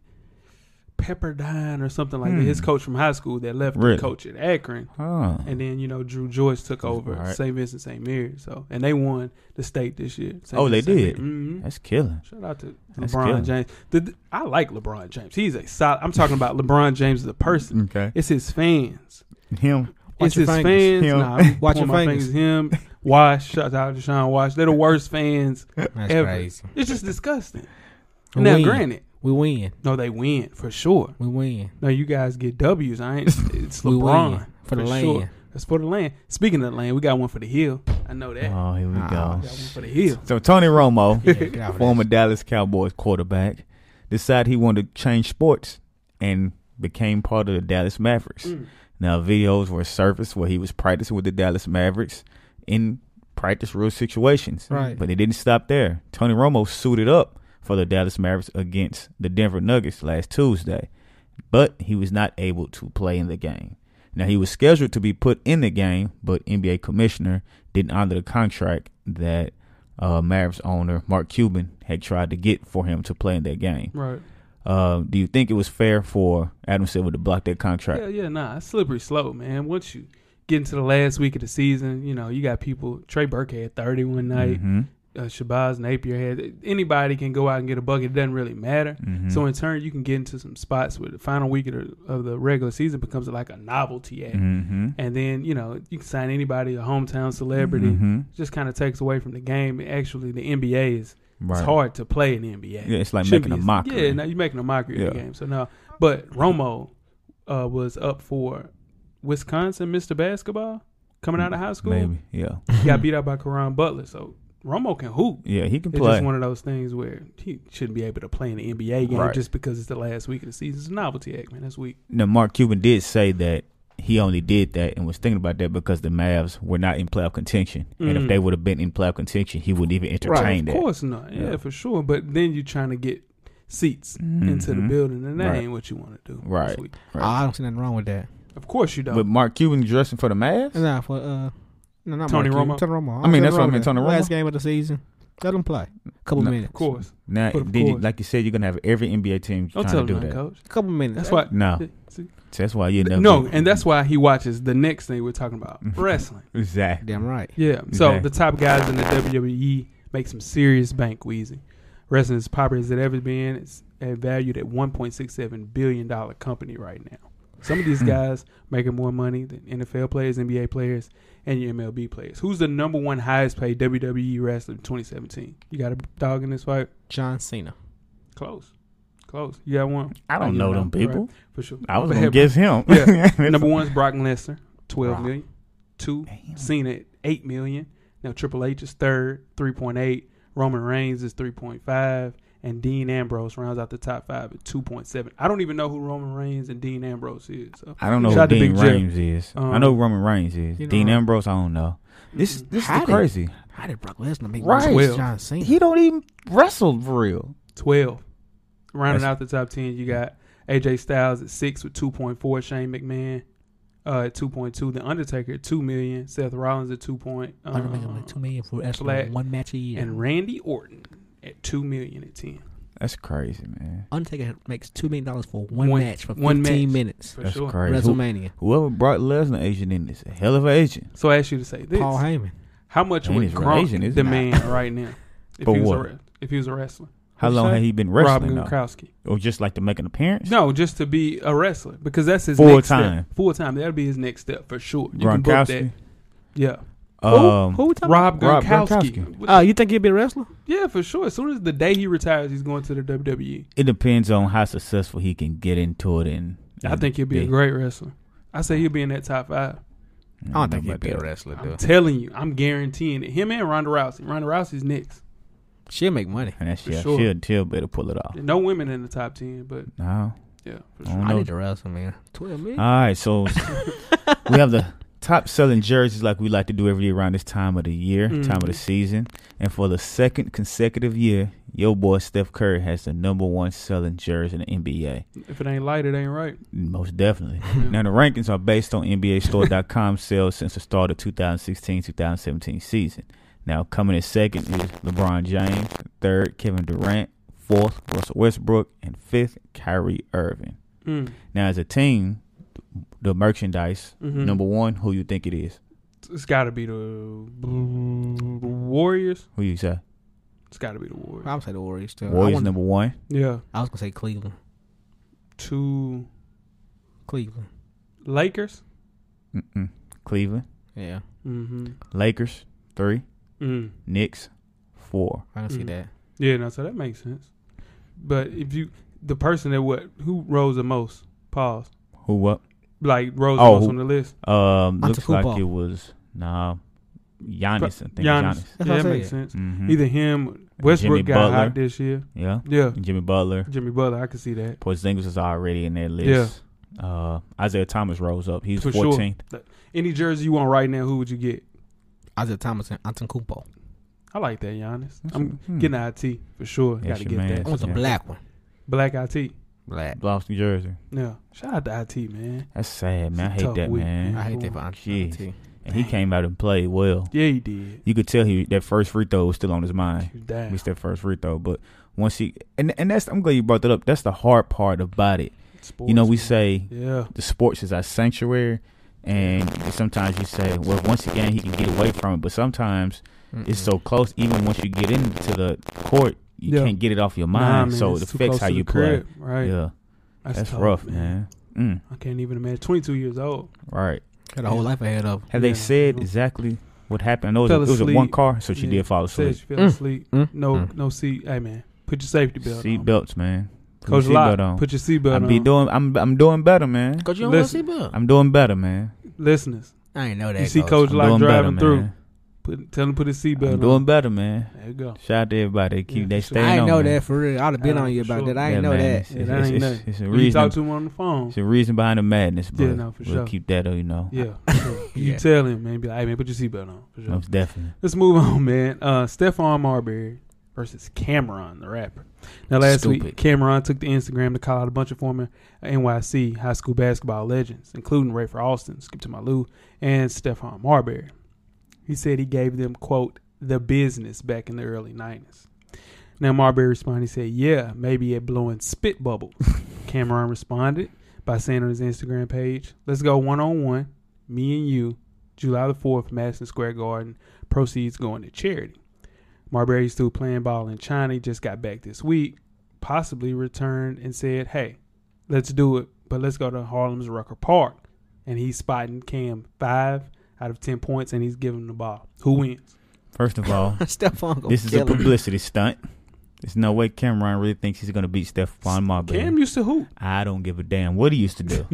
[SPEAKER 2] Pepperdine or something like that.
[SPEAKER 3] Hmm.
[SPEAKER 2] His coach from high school that left
[SPEAKER 3] Really?
[SPEAKER 2] to coach at Akron.
[SPEAKER 3] huh?
[SPEAKER 2] And then you know Drew Joyce took over
[SPEAKER 3] Right.
[SPEAKER 2] St. Vincent St. Mary, so and they won the state this year. St.
[SPEAKER 3] Oh, they
[SPEAKER 2] Vincent, St.
[SPEAKER 3] did?
[SPEAKER 2] Mary. Mhm.
[SPEAKER 3] that's killing.
[SPEAKER 2] Shout out to
[SPEAKER 3] That's
[SPEAKER 2] LeBron
[SPEAKER 3] killer.
[SPEAKER 2] James. The, I like LeBron James. He's a solid. I'm talking about LeBron James as a person.
[SPEAKER 3] Okay,
[SPEAKER 2] It's his fans.
[SPEAKER 3] him.
[SPEAKER 4] Watch
[SPEAKER 2] it's
[SPEAKER 4] your
[SPEAKER 2] his
[SPEAKER 4] fingers.
[SPEAKER 2] fans.
[SPEAKER 3] Him.
[SPEAKER 2] Nah, I'm
[SPEAKER 4] Watch
[SPEAKER 2] pointing
[SPEAKER 4] your
[SPEAKER 2] my
[SPEAKER 4] fingers.
[SPEAKER 2] Him. Wash. Shout out to Sean Wash. They're the worst fans
[SPEAKER 4] That's
[SPEAKER 2] ever.
[SPEAKER 4] crazy.
[SPEAKER 2] It's just disgusting.
[SPEAKER 4] We
[SPEAKER 2] now,
[SPEAKER 4] win.
[SPEAKER 2] granted,
[SPEAKER 4] We win.
[SPEAKER 2] no, they win for sure.
[SPEAKER 4] We win.
[SPEAKER 2] No, you guys get W's. I ain't. It's
[SPEAKER 4] we
[SPEAKER 2] LeBron
[SPEAKER 4] win for the
[SPEAKER 2] sure.
[SPEAKER 4] land.
[SPEAKER 2] That's for the land. Speaking of the land, we got one for the hill. I know that.
[SPEAKER 3] Oh, here we
[SPEAKER 4] Aw.
[SPEAKER 3] go.
[SPEAKER 2] we got one for the hill.
[SPEAKER 3] So Tony Romo,
[SPEAKER 4] Yeah, get out of
[SPEAKER 3] former Dallas Cowboys quarterback, decided he wanted to change sports and became part of the Dallas Mavericks.
[SPEAKER 2] Mm.
[SPEAKER 3] Now, videos were surfaced where he was practicing with the Dallas Mavericks in practice real situations.
[SPEAKER 4] Right.
[SPEAKER 3] But it didn't stop there. Tony Romo suited up for the Dallas Mavericks against the Denver Nuggets last Tuesday, but he was not able to play in the game. Now, he was scheduled to be put in the game, but NBA commissioner didn't honor the contract that uh, Mavericks owner Mark Cuban had tried to get for him to play in that game.
[SPEAKER 2] Right.
[SPEAKER 3] Uh, do you think it was fair for Adam Silver to block that contract?
[SPEAKER 2] Yeah, yeah, nah. It's slippery slope, man. Once you get into the last week of the season, you know, you got people. Trey Burke had 30 one night.
[SPEAKER 3] Mhm.
[SPEAKER 4] Mm-hmm.
[SPEAKER 2] Uh, Shabazz Napier had. Anybody can go out and get a bucket. It doesn't really matter.
[SPEAKER 4] Mm-hmm.
[SPEAKER 3] Mhm.
[SPEAKER 2] So in turn, you can get into some spots where the final week of the, of the regular season becomes like a novelty act.
[SPEAKER 3] Mhm.
[SPEAKER 2] And then, you know, you can sign anybody, a hometown celebrity.
[SPEAKER 3] Mhm.
[SPEAKER 2] Just kind of takes away from the game. Actually, the NBA is
[SPEAKER 3] Right.
[SPEAKER 2] it's hard to play in the NBA.
[SPEAKER 3] Yeah, it's like
[SPEAKER 2] Should
[SPEAKER 3] making a
[SPEAKER 2] be.
[SPEAKER 3] mockery.
[SPEAKER 2] Yeah, now you're making a mockery of the
[SPEAKER 3] Yeah.
[SPEAKER 2] game. So now, but Romo uh, was up for Wisconsin, Mr. Basketball, coming out of high school.
[SPEAKER 3] Maybe. Yeah.
[SPEAKER 2] He got beat out by Karan Butler. So Romo can hoop.
[SPEAKER 3] Yeah, he can
[SPEAKER 2] It's
[SPEAKER 3] play.
[SPEAKER 2] just one of those things where he shouldn't be able to play in the NBA game
[SPEAKER 3] Right.
[SPEAKER 2] just because it's the last week of the season. It's a novelty act, man. That's weak.
[SPEAKER 3] now Mark Cuban did say that he only did that and was thinking about that because the Mavs were not in playoff contention, and
[SPEAKER 2] Mm.
[SPEAKER 3] if they would have been in playoff contention, he wouldn't even entertain
[SPEAKER 2] Of
[SPEAKER 3] that.
[SPEAKER 2] course not. Yeah,
[SPEAKER 3] Yeah.
[SPEAKER 2] for sure. But then you're trying to get seats into the
[SPEAKER 3] Mhm.
[SPEAKER 2] building, and that
[SPEAKER 3] Right.
[SPEAKER 2] ain't what you want to do. That's
[SPEAKER 3] Right.
[SPEAKER 2] weak.
[SPEAKER 3] Right.
[SPEAKER 4] I don't see nothing wrong with that.
[SPEAKER 2] Of course you don't.
[SPEAKER 3] But Mark Cuban dressing for the Mavs?
[SPEAKER 4] Nah, for uh, no, not
[SPEAKER 2] Tony
[SPEAKER 4] Mark
[SPEAKER 2] Romo.
[SPEAKER 4] Cuban, Tony Romo.
[SPEAKER 3] I mean,
[SPEAKER 4] see
[SPEAKER 3] that's
[SPEAKER 4] nothing
[SPEAKER 3] what I
[SPEAKER 4] wrong
[SPEAKER 3] mean,
[SPEAKER 4] with that.
[SPEAKER 3] Tony Romo.
[SPEAKER 4] Last game of the season, let him play. Couple
[SPEAKER 3] No,
[SPEAKER 4] minutes.
[SPEAKER 2] of course.
[SPEAKER 3] Now,
[SPEAKER 2] But of
[SPEAKER 3] did you,
[SPEAKER 2] course.
[SPEAKER 3] like you said, you're gonna have every NBA team
[SPEAKER 2] Don't tell
[SPEAKER 3] trying to
[SPEAKER 2] him,
[SPEAKER 3] do that.
[SPEAKER 2] coach.
[SPEAKER 4] Couple minutes.
[SPEAKER 2] That's why.
[SPEAKER 3] No,
[SPEAKER 2] Yeah, see?
[SPEAKER 3] so that's why you never.
[SPEAKER 2] No, and that's why he watches the next thing we're talking about wrestling.
[SPEAKER 3] exactly.
[SPEAKER 4] Damn right.
[SPEAKER 2] Yeah. So
[SPEAKER 3] Exactly.
[SPEAKER 2] the top guys in the WWE make some serious bank, Weezy. Wrestling is as popular as it ever been. It's uh, valued at $1.67 billion dollar company right now. Some of these
[SPEAKER 3] Hmm.
[SPEAKER 2] guys making more money than NFL players, NBA players, and your MLB players. Who's the number one highest paid WWE wrestler in 2017? You got a dog in this fight?
[SPEAKER 4] John Cena.
[SPEAKER 2] Close. Close. You got one?
[SPEAKER 3] I
[SPEAKER 2] Oh,
[SPEAKER 3] don't
[SPEAKER 2] you
[SPEAKER 3] know them
[SPEAKER 2] right,
[SPEAKER 3] people.
[SPEAKER 2] for sure.
[SPEAKER 3] I was
[SPEAKER 2] But
[SPEAKER 3] gonna
[SPEAKER 2] hey,
[SPEAKER 3] guess him.
[SPEAKER 2] Yeah. Number one's Brock Lesnar, twelve
[SPEAKER 3] Brock.
[SPEAKER 2] million. Two,
[SPEAKER 3] Damn.
[SPEAKER 2] Cena at eight million. Now Triple H is third, three point eight. Roman Reigns is three point five, and Dean Ambrose rounds out the top five at two point seven. I don't even know who Roman Reigns and Dean Ambrose is. So.
[SPEAKER 3] I don't know
[SPEAKER 2] Shout
[SPEAKER 3] who
[SPEAKER 2] out to
[SPEAKER 3] Dean
[SPEAKER 2] Big Jim.
[SPEAKER 3] Reigns is. I
[SPEAKER 2] Um,
[SPEAKER 3] know who Roman Reigns is.
[SPEAKER 4] you know-
[SPEAKER 3] Dean Ambrose, I don't know. This
[SPEAKER 2] Mm-mm.
[SPEAKER 3] this is
[SPEAKER 4] How
[SPEAKER 3] the
[SPEAKER 4] did-
[SPEAKER 3] crazy.
[SPEAKER 4] How did Brock Lesnar make
[SPEAKER 3] Right.
[SPEAKER 4] right.
[SPEAKER 2] Well,
[SPEAKER 4] John Cena?
[SPEAKER 3] He don't even wrestle for real.
[SPEAKER 2] Twelve. Rounding
[SPEAKER 3] That's-
[SPEAKER 2] out the top ten, you got AJ Styles at six with two point four. Shane McMahon. Uh, at two point two, The Undertaker at two million, Seth Rollins at two point,
[SPEAKER 4] I'm gonna make him
[SPEAKER 2] uh,
[SPEAKER 4] like two million for wrestling
[SPEAKER 2] Black
[SPEAKER 4] one match a year.
[SPEAKER 2] and Randy Orton at two million at ten.
[SPEAKER 3] That's crazy, man.
[SPEAKER 4] Undertaker makes two million dollars for one,
[SPEAKER 2] One-
[SPEAKER 4] match for
[SPEAKER 2] one
[SPEAKER 4] fifteen
[SPEAKER 2] match.
[SPEAKER 4] minutes.
[SPEAKER 2] For
[SPEAKER 3] That's
[SPEAKER 2] sure.
[SPEAKER 3] crazy. Who-
[SPEAKER 4] WrestleMania.
[SPEAKER 3] whoever brought Lesnar agent in is a hell of an agent.
[SPEAKER 2] So I ask you to say this:
[SPEAKER 4] Paul Heyman.
[SPEAKER 2] How much
[SPEAKER 3] And
[SPEAKER 2] would
[SPEAKER 3] his relation,
[SPEAKER 2] Gronk
[SPEAKER 3] isn't it?
[SPEAKER 2] demand right now? If
[SPEAKER 3] For
[SPEAKER 2] he was
[SPEAKER 3] what?
[SPEAKER 2] A, wre- if he was a wrestler,
[SPEAKER 3] How
[SPEAKER 2] What'd you
[SPEAKER 3] long
[SPEAKER 2] say?
[SPEAKER 3] had he been
[SPEAKER 2] Rob
[SPEAKER 3] wrestling though?
[SPEAKER 2] Gronkowski.
[SPEAKER 3] Or just like to make an appearance?
[SPEAKER 2] No, just to be a wrestler because that's his next
[SPEAKER 3] Full-time.
[SPEAKER 2] step. Full time. That'll be his next step for sure. You can book that.
[SPEAKER 3] Gronkowski.
[SPEAKER 2] Yeah,
[SPEAKER 3] Um,
[SPEAKER 4] who, who we talking about?
[SPEAKER 2] Rob
[SPEAKER 3] Rob
[SPEAKER 2] Gronkowski.
[SPEAKER 3] Gronkowski.
[SPEAKER 2] What-
[SPEAKER 4] Oh, you think he'd be a wrestler?
[SPEAKER 2] yeah, for sure. As soon as the day he retires, he's going to the E. WWE.
[SPEAKER 3] It depends on how successful he can get into it, and
[SPEAKER 2] I think he'll be a great wrestler. I say he'll be in that top five.
[SPEAKER 3] I
[SPEAKER 4] wrestler
[SPEAKER 2] I'm telling you, I'm guaranteeing it. Him and Ronda Rousey. Ronda Rousey's next.
[SPEAKER 4] She'll make money.
[SPEAKER 3] And that
[SPEAKER 2] For
[SPEAKER 3] shit,
[SPEAKER 2] sure.
[SPEAKER 3] she'll, she'll be able to pull it off.
[SPEAKER 2] No women in the top ten, but
[SPEAKER 3] No.
[SPEAKER 2] yeah, for
[SPEAKER 3] I
[SPEAKER 2] sure.
[SPEAKER 3] don't
[SPEAKER 4] I
[SPEAKER 3] know.
[SPEAKER 4] need to wrestle, man. Uh, Twelve million.
[SPEAKER 3] All right, so we have the top selling jerseys like we like to do every year around this time of the year, time of the
[SPEAKER 2] Mhm.
[SPEAKER 3] season. And for the second consecutive year, your boy Steph Curry has the number one selling jersey in the NBA.
[SPEAKER 2] If it ain't light, it ain't right.
[SPEAKER 3] Most definitely.
[SPEAKER 2] Yeah.
[SPEAKER 3] Now, the rankings are based on NBAStore.com sales since the start of 2016 2017 season. Now, coming in second is LeBron James, third, Kevin Durant, fourth, Russell Westbrook, and fifth, Kyrie Irving.
[SPEAKER 2] Mm.
[SPEAKER 3] Now, as a team, the merchandise,
[SPEAKER 4] Mm-hmm.
[SPEAKER 2] Mhm.
[SPEAKER 3] number one, who you think it is?
[SPEAKER 2] It's got to be the Warriors.
[SPEAKER 3] Who you say?
[SPEAKER 2] It's got to be the Warriors.
[SPEAKER 4] I would say the Warriors
[SPEAKER 2] Uh,
[SPEAKER 4] too. I,
[SPEAKER 3] Warriors,
[SPEAKER 4] wouldn't-
[SPEAKER 3] number one.
[SPEAKER 2] Yeah,
[SPEAKER 4] I was gonna say Cleveland.
[SPEAKER 2] two
[SPEAKER 4] Cleveland.
[SPEAKER 2] Lakers.
[SPEAKER 3] Mm-mm. Cleveland.
[SPEAKER 4] Yeah,
[SPEAKER 2] Mm-hmm.
[SPEAKER 3] Lakers, three.
[SPEAKER 2] Mm.
[SPEAKER 3] Knicks, four.
[SPEAKER 4] I can see
[SPEAKER 2] Mhm.
[SPEAKER 4] that.
[SPEAKER 2] Yeah, no, so that makes sense. But if you, the person that what who rose the most? Pause.
[SPEAKER 3] Who up?
[SPEAKER 2] Like rose
[SPEAKER 3] Oh,
[SPEAKER 2] the most
[SPEAKER 3] who-
[SPEAKER 2] on the list.
[SPEAKER 3] Um,
[SPEAKER 4] Antetokounmpo.
[SPEAKER 3] looks like it was, nah, Giannis, I think.
[SPEAKER 2] Giannis.
[SPEAKER 3] Giannis.
[SPEAKER 4] That's what
[SPEAKER 2] Yeah,
[SPEAKER 4] I
[SPEAKER 2] that
[SPEAKER 4] said.
[SPEAKER 2] makes sense.
[SPEAKER 3] Mhm.
[SPEAKER 2] Either him, Westbrook
[SPEAKER 3] Jimmy
[SPEAKER 2] got
[SPEAKER 3] Butler.
[SPEAKER 2] hot this year.
[SPEAKER 3] Yeah.
[SPEAKER 2] Yeah,
[SPEAKER 3] Jimmy Butler.
[SPEAKER 2] Jimmy Butler. I can see that.
[SPEAKER 3] Porzingis is already in that list. Uh, Isaiah Thomas rose up. He's
[SPEAKER 2] For sure.
[SPEAKER 3] 14th.
[SPEAKER 2] Any jersey you want right now, who would you get?
[SPEAKER 4] Isaiah Thomas and Antetokounmpo.
[SPEAKER 2] I like that, Giannis.
[SPEAKER 3] That's
[SPEAKER 2] I'm
[SPEAKER 3] a- hmm.
[SPEAKER 2] getting an IT for sure.
[SPEAKER 3] That's
[SPEAKER 2] Got to
[SPEAKER 3] your
[SPEAKER 2] get
[SPEAKER 3] man.
[SPEAKER 4] I
[SPEAKER 2] that
[SPEAKER 4] want the
[SPEAKER 3] Yeah.
[SPEAKER 4] black one.
[SPEAKER 2] black IT.
[SPEAKER 4] Black.
[SPEAKER 3] Lost New Jersey.
[SPEAKER 2] Yeah, shout out to IT man.
[SPEAKER 3] That's sad, man. I
[SPEAKER 2] It's a
[SPEAKER 3] hate
[SPEAKER 2] tough
[SPEAKER 3] that,
[SPEAKER 2] week,
[SPEAKER 3] man.
[SPEAKER 4] I hate that for
[SPEAKER 3] Jeez.
[SPEAKER 4] Antetokounmpo. too.
[SPEAKER 3] And he came out and played well.
[SPEAKER 2] Yeah, he did.
[SPEAKER 3] You could tell he that first free throw was still on his mind.
[SPEAKER 2] He was down.
[SPEAKER 3] Missed that first free throw. But once he and and that's I'm glad you brought that up. That's the hard part about it.
[SPEAKER 2] Sports,
[SPEAKER 3] You know, we say
[SPEAKER 2] yeah,
[SPEAKER 3] the sports is our sanctuary, and sometimes you say, well, once again he can get away from it, but sometimes it's so close. Even once you get into the court, you
[SPEAKER 2] Yeah.
[SPEAKER 3] can't get it off your
[SPEAKER 2] Nah,
[SPEAKER 3] mind.
[SPEAKER 2] man,
[SPEAKER 3] so
[SPEAKER 2] it's
[SPEAKER 3] it
[SPEAKER 2] too
[SPEAKER 3] affects
[SPEAKER 2] close
[SPEAKER 3] how
[SPEAKER 2] to the
[SPEAKER 3] you play.
[SPEAKER 2] crib, Right,
[SPEAKER 3] Yeah, that's,
[SPEAKER 2] tough,
[SPEAKER 3] rough, man. Mm,
[SPEAKER 2] I can't even imagine. Twenty two years old.
[SPEAKER 3] right.
[SPEAKER 4] Got a whole life ahead of.
[SPEAKER 3] Have
[SPEAKER 2] Yeah,
[SPEAKER 3] they said
[SPEAKER 2] yeah.
[SPEAKER 3] exactly what happened? I know it
[SPEAKER 2] Fell
[SPEAKER 3] was, a, it was a one
[SPEAKER 2] asleep.
[SPEAKER 3] car, so she
[SPEAKER 2] Yeah.
[SPEAKER 3] did fall
[SPEAKER 2] Said
[SPEAKER 3] asleep.
[SPEAKER 2] she fell
[SPEAKER 4] Mm.
[SPEAKER 2] asleep. No, no seat. Hey man, put your safety belt.
[SPEAKER 3] Seat
[SPEAKER 2] on.
[SPEAKER 3] belts, man. Put your
[SPEAKER 2] Coach
[SPEAKER 3] seat
[SPEAKER 2] Lock,
[SPEAKER 3] belt on.
[SPEAKER 2] put your seatbelt
[SPEAKER 3] I'm
[SPEAKER 2] on.
[SPEAKER 3] be doing. I'm I'm doing better, man.
[SPEAKER 4] Cause
[SPEAKER 2] you don't wear Listen.
[SPEAKER 3] I'm doing better, man.
[SPEAKER 2] Listeners,
[SPEAKER 4] I ain't know that.
[SPEAKER 2] you see
[SPEAKER 4] Coach.
[SPEAKER 2] Coach
[SPEAKER 3] I'm
[SPEAKER 2] Lock
[SPEAKER 3] doing
[SPEAKER 2] driving
[SPEAKER 3] better,
[SPEAKER 2] through.
[SPEAKER 3] man.
[SPEAKER 2] Put, tell him to put his
[SPEAKER 3] I'm
[SPEAKER 2] seatbelt on.
[SPEAKER 3] doing better, man.
[SPEAKER 2] there you go.
[SPEAKER 3] Shout out to everybody. Keep
[SPEAKER 2] Yeah,
[SPEAKER 3] they
[SPEAKER 2] for sure.
[SPEAKER 3] staying
[SPEAKER 4] I ain't
[SPEAKER 3] on,
[SPEAKER 4] know
[SPEAKER 3] man.
[SPEAKER 4] that for real. I'd have been
[SPEAKER 2] Yeah,
[SPEAKER 4] on you
[SPEAKER 2] for
[SPEAKER 4] about
[SPEAKER 2] sure.
[SPEAKER 4] that. I ain't
[SPEAKER 3] Yeah,
[SPEAKER 4] know
[SPEAKER 3] man,
[SPEAKER 4] that.
[SPEAKER 3] It's,
[SPEAKER 2] Yeah,
[SPEAKER 3] it's,
[SPEAKER 2] that ain't
[SPEAKER 3] it's-
[SPEAKER 2] nothing.
[SPEAKER 3] it's a
[SPEAKER 2] You
[SPEAKER 3] reason.
[SPEAKER 2] talk to him on the phone.
[SPEAKER 3] It's a reason behind the madness, but
[SPEAKER 2] Yeah, no, for
[SPEAKER 3] we'll
[SPEAKER 2] sure.
[SPEAKER 3] keep that, uh, you know.
[SPEAKER 2] Yeah, you
[SPEAKER 4] Yeah.
[SPEAKER 2] tell him, man. Be like, hey man, put your seatbelt on. For sure.
[SPEAKER 3] Most definitely.
[SPEAKER 2] Let's move on, man. Uh, Stephon Marbury versus Cameron, the rapper. Now, last week,
[SPEAKER 4] Stupid.
[SPEAKER 2] Cameron took to Instagram to call out a bunch of former NYC high school basketball legends, including Rayford Austin, Skip to Malou, and Stephon Marbury. He said he gave them, quote, the business back in the early 90s. Now, Marbury responded, he said, yeah, maybe at blowing spit bubbles. Cameron responded by saying on his Instagram page, let's go one on one, me and you, July the 4th, Madison Square Garden proceeds going to charity. Marbury's still playing ball in China. He just got back this week. Possibly returned and said, "Hey, let's do it, but let's go to Harlem's Rucker Park." And he's spotting Cam five out of ten points, and he's giving him the ball. Who wins?
[SPEAKER 3] First of all,
[SPEAKER 4] Stephon gonna
[SPEAKER 3] this is a
[SPEAKER 4] kill him.
[SPEAKER 3] publicity stunt. There's no way Cameron really thinks he's going to beat Stephon Marbury.
[SPEAKER 2] Cam used to hoop.
[SPEAKER 3] I don't give a damn what he used to do.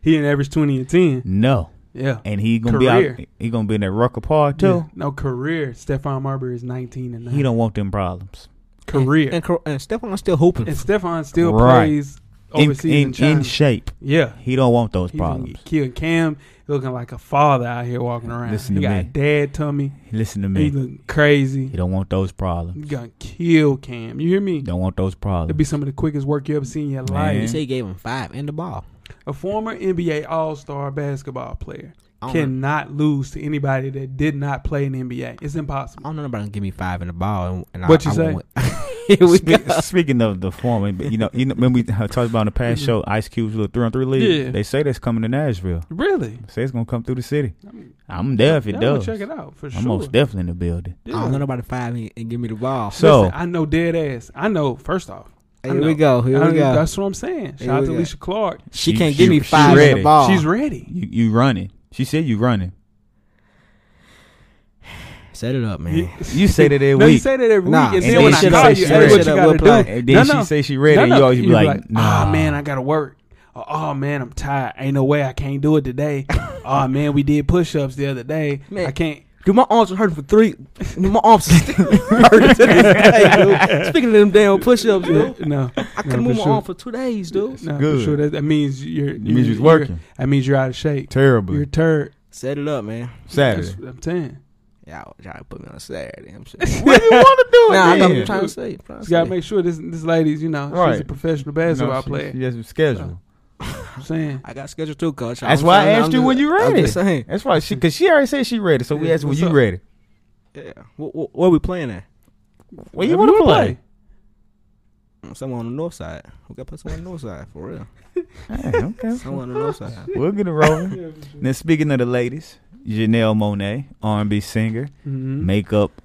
[SPEAKER 2] He an average twenty and ten.
[SPEAKER 3] no,
[SPEAKER 2] Yeah,
[SPEAKER 3] and he gonna be
[SPEAKER 2] Career.
[SPEAKER 3] out. He gonna be in that rucker part too.
[SPEAKER 2] Yeah. No career. Stephon Marbury is nineteen and nine.
[SPEAKER 3] He don't want them problems
[SPEAKER 2] career. And,
[SPEAKER 4] And, and, and Stephon still hooping.
[SPEAKER 2] Stephon still
[SPEAKER 3] Right.
[SPEAKER 2] plays
[SPEAKER 3] in,
[SPEAKER 2] overseas in,
[SPEAKER 3] in,
[SPEAKER 2] China.
[SPEAKER 3] in shape.
[SPEAKER 2] yeah,
[SPEAKER 3] He don't want those
[SPEAKER 2] He's gonna
[SPEAKER 3] problems.
[SPEAKER 2] get killed. Cam looking like a father out here walking around.
[SPEAKER 3] Listen
[SPEAKER 2] he
[SPEAKER 3] to
[SPEAKER 2] got
[SPEAKER 3] me.
[SPEAKER 2] a dad tummy.
[SPEAKER 3] Listen to
[SPEAKER 2] He
[SPEAKER 3] me.
[SPEAKER 2] looking crazy.
[SPEAKER 3] He don't want those problems.
[SPEAKER 2] You gonna kill Cam. You hear me?
[SPEAKER 3] Don't want those
[SPEAKER 2] It'd
[SPEAKER 3] problems.
[SPEAKER 2] be some of the quickest work you ever seen in your
[SPEAKER 3] Man.
[SPEAKER 4] He
[SPEAKER 2] life.
[SPEAKER 4] said he gave him five and the ball.
[SPEAKER 2] A former NBA All Star basketball player
[SPEAKER 4] I don't, know,
[SPEAKER 2] cannot lose to anybody that did not play in the NBA. It's
[SPEAKER 4] I
[SPEAKER 2] impossible.
[SPEAKER 4] don't know nobody gonna give me five and the ball. And, and
[SPEAKER 2] What
[SPEAKER 4] I,
[SPEAKER 2] you
[SPEAKER 4] I
[SPEAKER 2] say?
[SPEAKER 4] won't win. Here we go.
[SPEAKER 3] Spe- Speaking of the former, but you know, you know, when we talked about in the past show, Ice Cube's little three on three league.
[SPEAKER 2] Yeah.
[SPEAKER 3] They say that's coming to Nashville.
[SPEAKER 2] Really?
[SPEAKER 3] Say it's gonna come through the city.
[SPEAKER 2] I'm,
[SPEAKER 3] I'm there if it
[SPEAKER 2] I'm gonna
[SPEAKER 3] does.
[SPEAKER 2] Check it out for
[SPEAKER 3] I'm
[SPEAKER 2] sure.
[SPEAKER 3] most definitely in the building.
[SPEAKER 4] I
[SPEAKER 2] Yeah.
[SPEAKER 4] don't know nobody five and, and give me the ball.
[SPEAKER 3] So-
[SPEAKER 2] Listen, I know dead ass. I know. First off, I
[SPEAKER 4] Here
[SPEAKER 2] know.
[SPEAKER 4] we go. Here
[SPEAKER 2] I
[SPEAKER 4] we
[SPEAKER 2] know-
[SPEAKER 4] go.
[SPEAKER 2] that's what I'm saying.
[SPEAKER 4] Here
[SPEAKER 2] Shout out
[SPEAKER 4] we
[SPEAKER 2] to
[SPEAKER 4] go. Oh.
[SPEAKER 2] Alicia Clark.
[SPEAKER 4] She
[SPEAKER 3] She-
[SPEAKER 4] can't
[SPEAKER 3] she-
[SPEAKER 4] give me
[SPEAKER 3] she
[SPEAKER 4] five and
[SPEAKER 3] ready.
[SPEAKER 4] the ball.
[SPEAKER 2] She's ready.
[SPEAKER 3] You you running? She said you running.
[SPEAKER 4] Set it up, man.
[SPEAKER 3] You say that every
[SPEAKER 2] No, you
[SPEAKER 3] week.
[SPEAKER 2] say that every
[SPEAKER 4] Nah,
[SPEAKER 2] week, and,
[SPEAKER 4] and
[SPEAKER 2] then
[SPEAKER 4] then
[SPEAKER 2] when I
[SPEAKER 4] shut
[SPEAKER 2] call
[SPEAKER 4] up,
[SPEAKER 2] you,
[SPEAKER 4] shut
[SPEAKER 2] hey,
[SPEAKER 4] up,
[SPEAKER 2] what you
[SPEAKER 4] shut up,
[SPEAKER 2] gotta
[SPEAKER 4] we'll
[SPEAKER 2] do?
[SPEAKER 4] play.
[SPEAKER 3] and then
[SPEAKER 2] No,
[SPEAKER 3] she
[SPEAKER 2] no.
[SPEAKER 3] say she ready,
[SPEAKER 2] No,
[SPEAKER 3] and
[SPEAKER 2] no.
[SPEAKER 3] you always be
[SPEAKER 2] You
[SPEAKER 3] like,
[SPEAKER 2] "Ah,
[SPEAKER 3] Nah,
[SPEAKER 2] man, I gotta work. Or, Oh man, I'm tired. Ain't no way I can't do it today. oh man, we did push ups the other day.
[SPEAKER 4] Man.
[SPEAKER 2] I can't.
[SPEAKER 4] Dude, my arms are hurting for three. dude, My arms are still hurting to this day, dude. Speaking of them damn push-ups, dude,
[SPEAKER 2] No,
[SPEAKER 4] I couldn't
[SPEAKER 2] for
[SPEAKER 4] move my
[SPEAKER 2] sure.
[SPEAKER 4] arm for two days, dude.
[SPEAKER 2] no,
[SPEAKER 3] good.
[SPEAKER 2] for sure. That, that means you're.
[SPEAKER 3] It
[SPEAKER 2] you're-
[SPEAKER 3] means you was
[SPEAKER 2] you're-
[SPEAKER 3] working
[SPEAKER 2] That means you're out of shape. You're
[SPEAKER 3] terribly.
[SPEAKER 2] a turd.
[SPEAKER 4] Set it up, man.
[SPEAKER 3] Saturday.
[SPEAKER 2] That's what I'm saying.
[SPEAKER 4] Y'all trying to put me on Saturday. I'm sure.
[SPEAKER 3] what do you want to do?
[SPEAKER 4] nah, I know what
[SPEAKER 3] then?
[SPEAKER 4] I'm trying to say. I'm trying to
[SPEAKER 2] You gotta
[SPEAKER 4] say.
[SPEAKER 2] make sure this this lady's you know she's a
[SPEAKER 3] Right.
[SPEAKER 2] professional
[SPEAKER 3] You know,
[SPEAKER 2] basketball
[SPEAKER 3] she-
[SPEAKER 2] player.
[SPEAKER 3] She has a schedule.
[SPEAKER 4] Uh.
[SPEAKER 2] I'm saying.
[SPEAKER 4] I got scheduled too, coach.
[SPEAKER 3] That's
[SPEAKER 4] I'm
[SPEAKER 3] why I
[SPEAKER 4] saying-
[SPEAKER 3] asked
[SPEAKER 4] I'm
[SPEAKER 3] you
[SPEAKER 4] just-
[SPEAKER 3] when you
[SPEAKER 4] I'm
[SPEAKER 3] ready.
[SPEAKER 4] just saying.
[SPEAKER 3] That's why she, cause she already said she ready. So we
[SPEAKER 2] Yeah,
[SPEAKER 3] asked when
[SPEAKER 2] what's
[SPEAKER 3] you
[SPEAKER 2] up?
[SPEAKER 3] ready.
[SPEAKER 4] Yeah. What, what, what we playing at?
[SPEAKER 3] Where you
[SPEAKER 2] Whatever
[SPEAKER 3] want to play?
[SPEAKER 4] Someone on the north side. We got to put someone on the north side for real.
[SPEAKER 3] Hey, okay,
[SPEAKER 4] Someone on the north side.
[SPEAKER 3] we'll get it rolling.
[SPEAKER 2] Yeah, for sure.
[SPEAKER 3] Now speaking of the ladies, Janelle Monet, R&B singer,
[SPEAKER 2] Mhm.
[SPEAKER 3] makeup.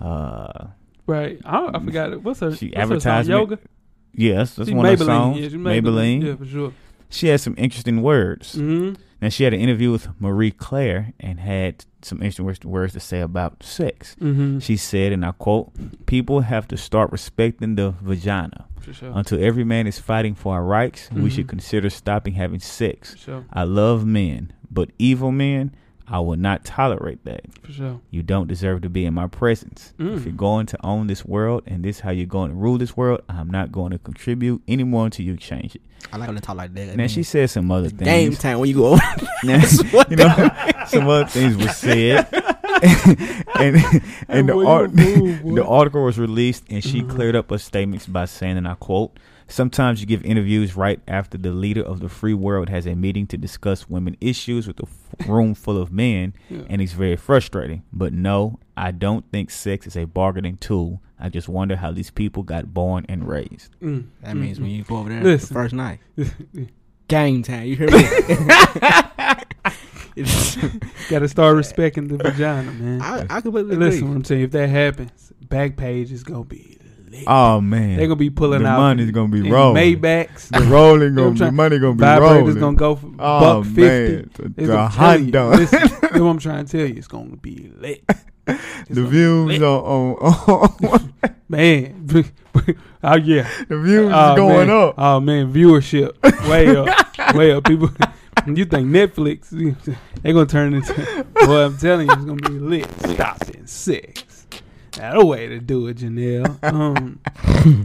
[SPEAKER 3] Uh,
[SPEAKER 2] Mm-hmm. Right. I, I forgot it. What's her?
[SPEAKER 3] She
[SPEAKER 2] what's her song?
[SPEAKER 3] advertised me-
[SPEAKER 2] yoga.
[SPEAKER 3] yeah, that's, that's
[SPEAKER 2] She
[SPEAKER 3] one of her
[SPEAKER 2] Maybelline.
[SPEAKER 3] songs.
[SPEAKER 2] Yeah, she Maybelline.
[SPEAKER 3] Maybelline.
[SPEAKER 2] Yeah, for sure.
[SPEAKER 3] She has some interesting words.
[SPEAKER 2] hmm
[SPEAKER 3] Now she had an interview with Marie Claire and had some interesting words to say about sex.
[SPEAKER 2] hmm
[SPEAKER 3] She said, and I quote, People have to start respecting the vagina.
[SPEAKER 2] For sure.
[SPEAKER 3] Until every man is fighting for our rights,
[SPEAKER 2] Mhm.
[SPEAKER 3] we should consider stopping having sex.
[SPEAKER 2] for sure.
[SPEAKER 3] I love men, but evil men, I will not tolerate that.
[SPEAKER 2] For sure.
[SPEAKER 3] You don't deserve to be in my presence.
[SPEAKER 2] Mm.
[SPEAKER 3] If you're going to own this world and this how you're going to rule this world, I'm not going to contribute anymore until you change it.
[SPEAKER 4] I like when they talk like that.
[SPEAKER 3] Now she said some other things.
[SPEAKER 4] Game time when you go over.
[SPEAKER 3] Now,
[SPEAKER 4] what
[SPEAKER 3] you know, some other things were said, and and the,
[SPEAKER 2] Boy, you
[SPEAKER 3] art,
[SPEAKER 2] a fool, boy.
[SPEAKER 3] the article was released, and she
[SPEAKER 2] Mhm.
[SPEAKER 3] cleared up her statements by saying, and I quote, Sometimes you give interviews right after the leader of the free world has a meeting to discuss women issues with a f- room full of men,
[SPEAKER 2] Yeah.
[SPEAKER 3] and it's very frustrating. But no, I don't think sex is a bargaining tool. I just wonder how these people got born and raised.
[SPEAKER 2] Mm,
[SPEAKER 4] That
[SPEAKER 2] mm,
[SPEAKER 4] means when you go over there
[SPEAKER 2] Listen.
[SPEAKER 4] the first night,
[SPEAKER 2] mm.
[SPEAKER 4] game time. You hear me?
[SPEAKER 2] gotta start respecting the vagina, man.
[SPEAKER 4] I, I completely agree.
[SPEAKER 2] Listen, what I'm saying, if that happens, Backpage is gonna be lit.
[SPEAKER 3] Oh man,
[SPEAKER 2] They're gonna be pulling
[SPEAKER 3] the
[SPEAKER 2] out
[SPEAKER 3] money's gonna be
[SPEAKER 2] in
[SPEAKER 3] rolling.
[SPEAKER 2] Maybachs.
[SPEAKER 3] The rolling
[SPEAKER 2] You know what
[SPEAKER 3] gonna
[SPEAKER 2] I'm
[SPEAKER 3] be
[SPEAKER 2] trying-
[SPEAKER 3] money gonna be rolling.
[SPEAKER 2] Vibrator's gonna go for
[SPEAKER 3] oh
[SPEAKER 2] buck fifty.
[SPEAKER 3] man, the,
[SPEAKER 2] It's gonna
[SPEAKER 3] the
[SPEAKER 2] tell
[SPEAKER 3] hot
[SPEAKER 2] you.
[SPEAKER 3] dog.
[SPEAKER 2] Listen, that's what I'm trying to tell you. It's gonna be lit. It's
[SPEAKER 3] the
[SPEAKER 2] gonna-
[SPEAKER 3] views on, on, on
[SPEAKER 2] man. oh yeah,
[SPEAKER 3] the views
[SPEAKER 2] oh,
[SPEAKER 3] is going
[SPEAKER 2] man.
[SPEAKER 3] up.
[SPEAKER 2] Oh man, viewership way up, way up. People, you think Netflix? They're gonna turn into. Boy, I'm telling you, it's gonna be lit. Stop in six. That a way to do it, Janelle. Um,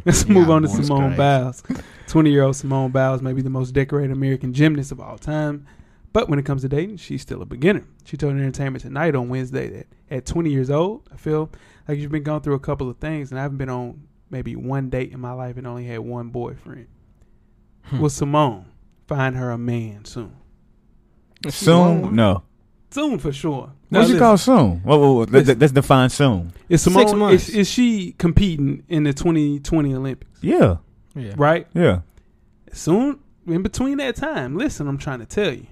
[SPEAKER 2] let's
[SPEAKER 4] Yeah,
[SPEAKER 2] move on to
[SPEAKER 4] boy, it's
[SPEAKER 2] Simone
[SPEAKER 4] crazy.
[SPEAKER 2] Biles. Twenty-year-old Simone Biles may be the most decorated American gymnast of all time, but when it comes to dating, she's still a beginner. She told Entertainment Tonight on Wednesday that at 20 years old, I feel like you've been going through a couple of things, and I haven't been on maybe one date in my life and only had one boyfriend.
[SPEAKER 4] Hmm.
[SPEAKER 2] Will Simone find her a man soon?
[SPEAKER 3] Soon, no.
[SPEAKER 2] Soon for sure.
[SPEAKER 3] What's
[SPEAKER 2] Now,
[SPEAKER 3] it
[SPEAKER 2] listen,
[SPEAKER 3] called soon? Whoa, whoa, whoa. Let,
[SPEAKER 2] Listen.
[SPEAKER 3] us define soon.
[SPEAKER 2] Is
[SPEAKER 4] Six
[SPEAKER 2] Simone
[SPEAKER 4] months.
[SPEAKER 2] is, is she competing in the 2020 Olympics?
[SPEAKER 3] Yeah,
[SPEAKER 4] Yeah.
[SPEAKER 2] Right.
[SPEAKER 3] yeah.
[SPEAKER 2] soon in between that time listen i'm trying to tell you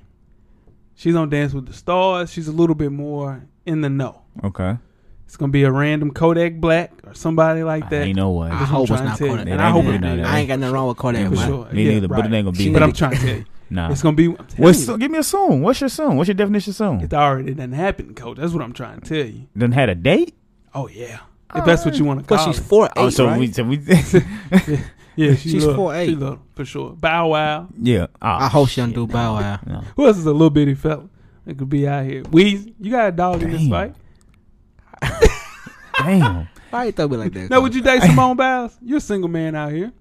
[SPEAKER 2] she's on dance with the stars she's a little bit more in the know
[SPEAKER 3] Okay.
[SPEAKER 2] it's gonna be a random kodak black or somebody like that
[SPEAKER 3] Ain't no way.
[SPEAKER 4] I
[SPEAKER 2] That's what
[SPEAKER 4] hope it's
[SPEAKER 2] I'm trying to
[SPEAKER 4] not
[SPEAKER 2] tell
[SPEAKER 4] Kodak.
[SPEAKER 2] you.
[SPEAKER 3] It
[SPEAKER 2] and i
[SPEAKER 3] ain't
[SPEAKER 2] hope
[SPEAKER 3] gonna
[SPEAKER 2] it
[SPEAKER 3] be none of
[SPEAKER 2] is
[SPEAKER 3] that.
[SPEAKER 4] I ain't got nothing wrong with Kodak.
[SPEAKER 2] for
[SPEAKER 4] Black.
[SPEAKER 2] sure
[SPEAKER 3] Me
[SPEAKER 2] yeah,
[SPEAKER 3] neither, but it
[SPEAKER 2] right.
[SPEAKER 3] ain't gonna be.
[SPEAKER 2] but i'm trying to tell you
[SPEAKER 3] nah.
[SPEAKER 2] it's gonna be I'm telling
[SPEAKER 3] What's
[SPEAKER 2] you,
[SPEAKER 3] give me a soon? What's your soon? What's your definition of soon?
[SPEAKER 2] it already done happened coach that's what i'm trying to tell you
[SPEAKER 3] Then had a date.
[SPEAKER 2] oh yeah if that's what you want to call
[SPEAKER 4] But she's
[SPEAKER 2] it.
[SPEAKER 4] four eight,
[SPEAKER 3] Oh, so
[SPEAKER 4] right?
[SPEAKER 3] we, so we
[SPEAKER 2] yeah she
[SPEAKER 4] she's
[SPEAKER 2] little, she
[SPEAKER 4] 4'8".
[SPEAKER 2] little, for sure bow wow
[SPEAKER 3] yeah. Oh,
[SPEAKER 4] I hope she don't
[SPEAKER 3] shit.
[SPEAKER 4] do Bow Wow.
[SPEAKER 3] No.
[SPEAKER 2] who else is a little bitty fella that could be out here Weezy, you got a dog in this
[SPEAKER 3] Damn.
[SPEAKER 2] fight
[SPEAKER 3] Damn.
[SPEAKER 4] Why you throw me like that?
[SPEAKER 2] now would you date simone biles you're a single man out here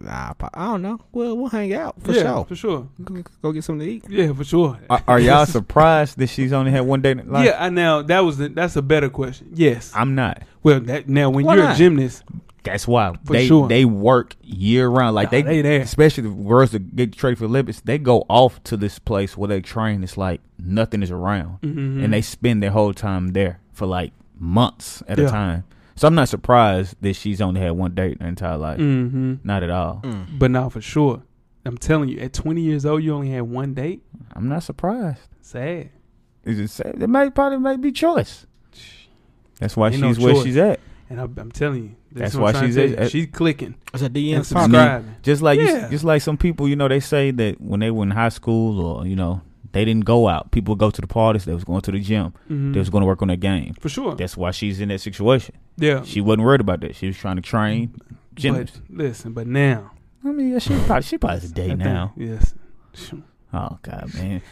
[SPEAKER 4] Nah, pa- I don't know. Well, we'll hang out for
[SPEAKER 2] yeah,
[SPEAKER 4] sure.
[SPEAKER 2] For sure.
[SPEAKER 4] Go, go get something to eat.
[SPEAKER 2] Yeah, for sure.
[SPEAKER 3] Are, are y'all surprised that she's only had one date? in life?
[SPEAKER 2] yeah, I now that was the, that's a better question. Yes.
[SPEAKER 3] I'm not.
[SPEAKER 2] well, that, now when
[SPEAKER 4] Why
[SPEAKER 2] you're
[SPEAKER 4] not?
[SPEAKER 2] a gymnast,
[SPEAKER 3] That's why
[SPEAKER 2] For
[SPEAKER 3] they
[SPEAKER 2] sure.
[SPEAKER 3] they work year round. Like
[SPEAKER 2] Nah,
[SPEAKER 3] they,
[SPEAKER 2] they there.
[SPEAKER 3] especially the girls that get traded for the Olympics, they go off to this place where they train. It's like nothing is around,
[SPEAKER 2] Mhm.
[SPEAKER 3] and they spend their whole time there for like months at a
[SPEAKER 2] Yeah.
[SPEAKER 3] time. So I'm not surprised that she's only had one date in her entire life.
[SPEAKER 2] hmm
[SPEAKER 3] Not at all.
[SPEAKER 4] Mm.
[SPEAKER 2] But now for sure, I'm telling you, at 20 years old, you only had one date.
[SPEAKER 3] I'm not surprised.
[SPEAKER 2] Sad.
[SPEAKER 3] Is it sad? It might probably might be choice. That's why
[SPEAKER 2] Ain't no
[SPEAKER 3] she's where
[SPEAKER 2] choice.
[SPEAKER 3] she's at.
[SPEAKER 2] And I, I'm telling you,
[SPEAKER 3] That's
[SPEAKER 2] that's, what
[SPEAKER 3] why
[SPEAKER 2] I'm trying
[SPEAKER 3] she's
[SPEAKER 2] to tell
[SPEAKER 3] a-
[SPEAKER 2] you. she's clicking
[SPEAKER 4] It's a
[SPEAKER 2] and
[SPEAKER 4] DM.
[SPEAKER 3] I mean,
[SPEAKER 2] subscribing.
[SPEAKER 3] Just like you-
[SPEAKER 2] Yeah.
[SPEAKER 3] just like some people, you know, they say that when they were in high school or you know they didn't go out. People go to the parties. They was going to the gym.
[SPEAKER 2] Mhm.
[SPEAKER 3] They was going to work on their game.
[SPEAKER 2] for sure.
[SPEAKER 3] That's why she's in that situation.
[SPEAKER 2] Yeah.
[SPEAKER 3] She wasn't worried about that. She was trying to train.
[SPEAKER 2] but
[SPEAKER 3] Gymnast.
[SPEAKER 2] listen, but now
[SPEAKER 3] I mean, yeah, she probably she probably is
[SPEAKER 2] I
[SPEAKER 3] a date
[SPEAKER 2] think-
[SPEAKER 3] now.
[SPEAKER 2] Yes.
[SPEAKER 3] Oh God, man.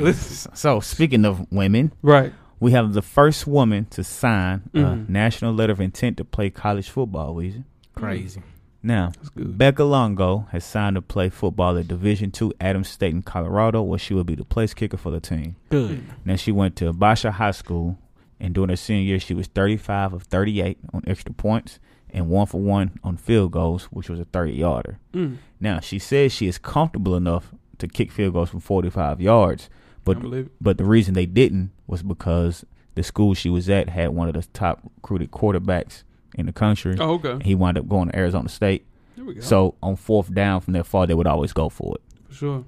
[SPEAKER 2] Listen.
[SPEAKER 3] so speaking of women,
[SPEAKER 2] Right.
[SPEAKER 3] we have the first woman to sign
[SPEAKER 2] Mhm.
[SPEAKER 3] a national letter of intent to play college football. Weezy.
[SPEAKER 4] Crazy.
[SPEAKER 3] Now,
[SPEAKER 2] That's good.
[SPEAKER 3] Becca Longo has signed to play football at Division Two Adams State in Colorado, where she will be the place kicker for the team.
[SPEAKER 4] Good.
[SPEAKER 3] Now she went to Basha High School, and during her senior year, she was 35 of 38 on extra points and one for one on field goals, which was a 30 yarder.
[SPEAKER 2] Mm.
[SPEAKER 3] Now she says she is comfortable enough to kick field goals from 45 yards, but
[SPEAKER 2] I believe it.
[SPEAKER 3] but the reason they didn't was because the school she was at had one of the top recruited quarterbacks in the country.
[SPEAKER 2] Oh, okay.
[SPEAKER 3] He wound up going to Arizona State.
[SPEAKER 2] There we go.
[SPEAKER 3] So on fourth down from that far, they would always go for it.
[SPEAKER 2] for sure.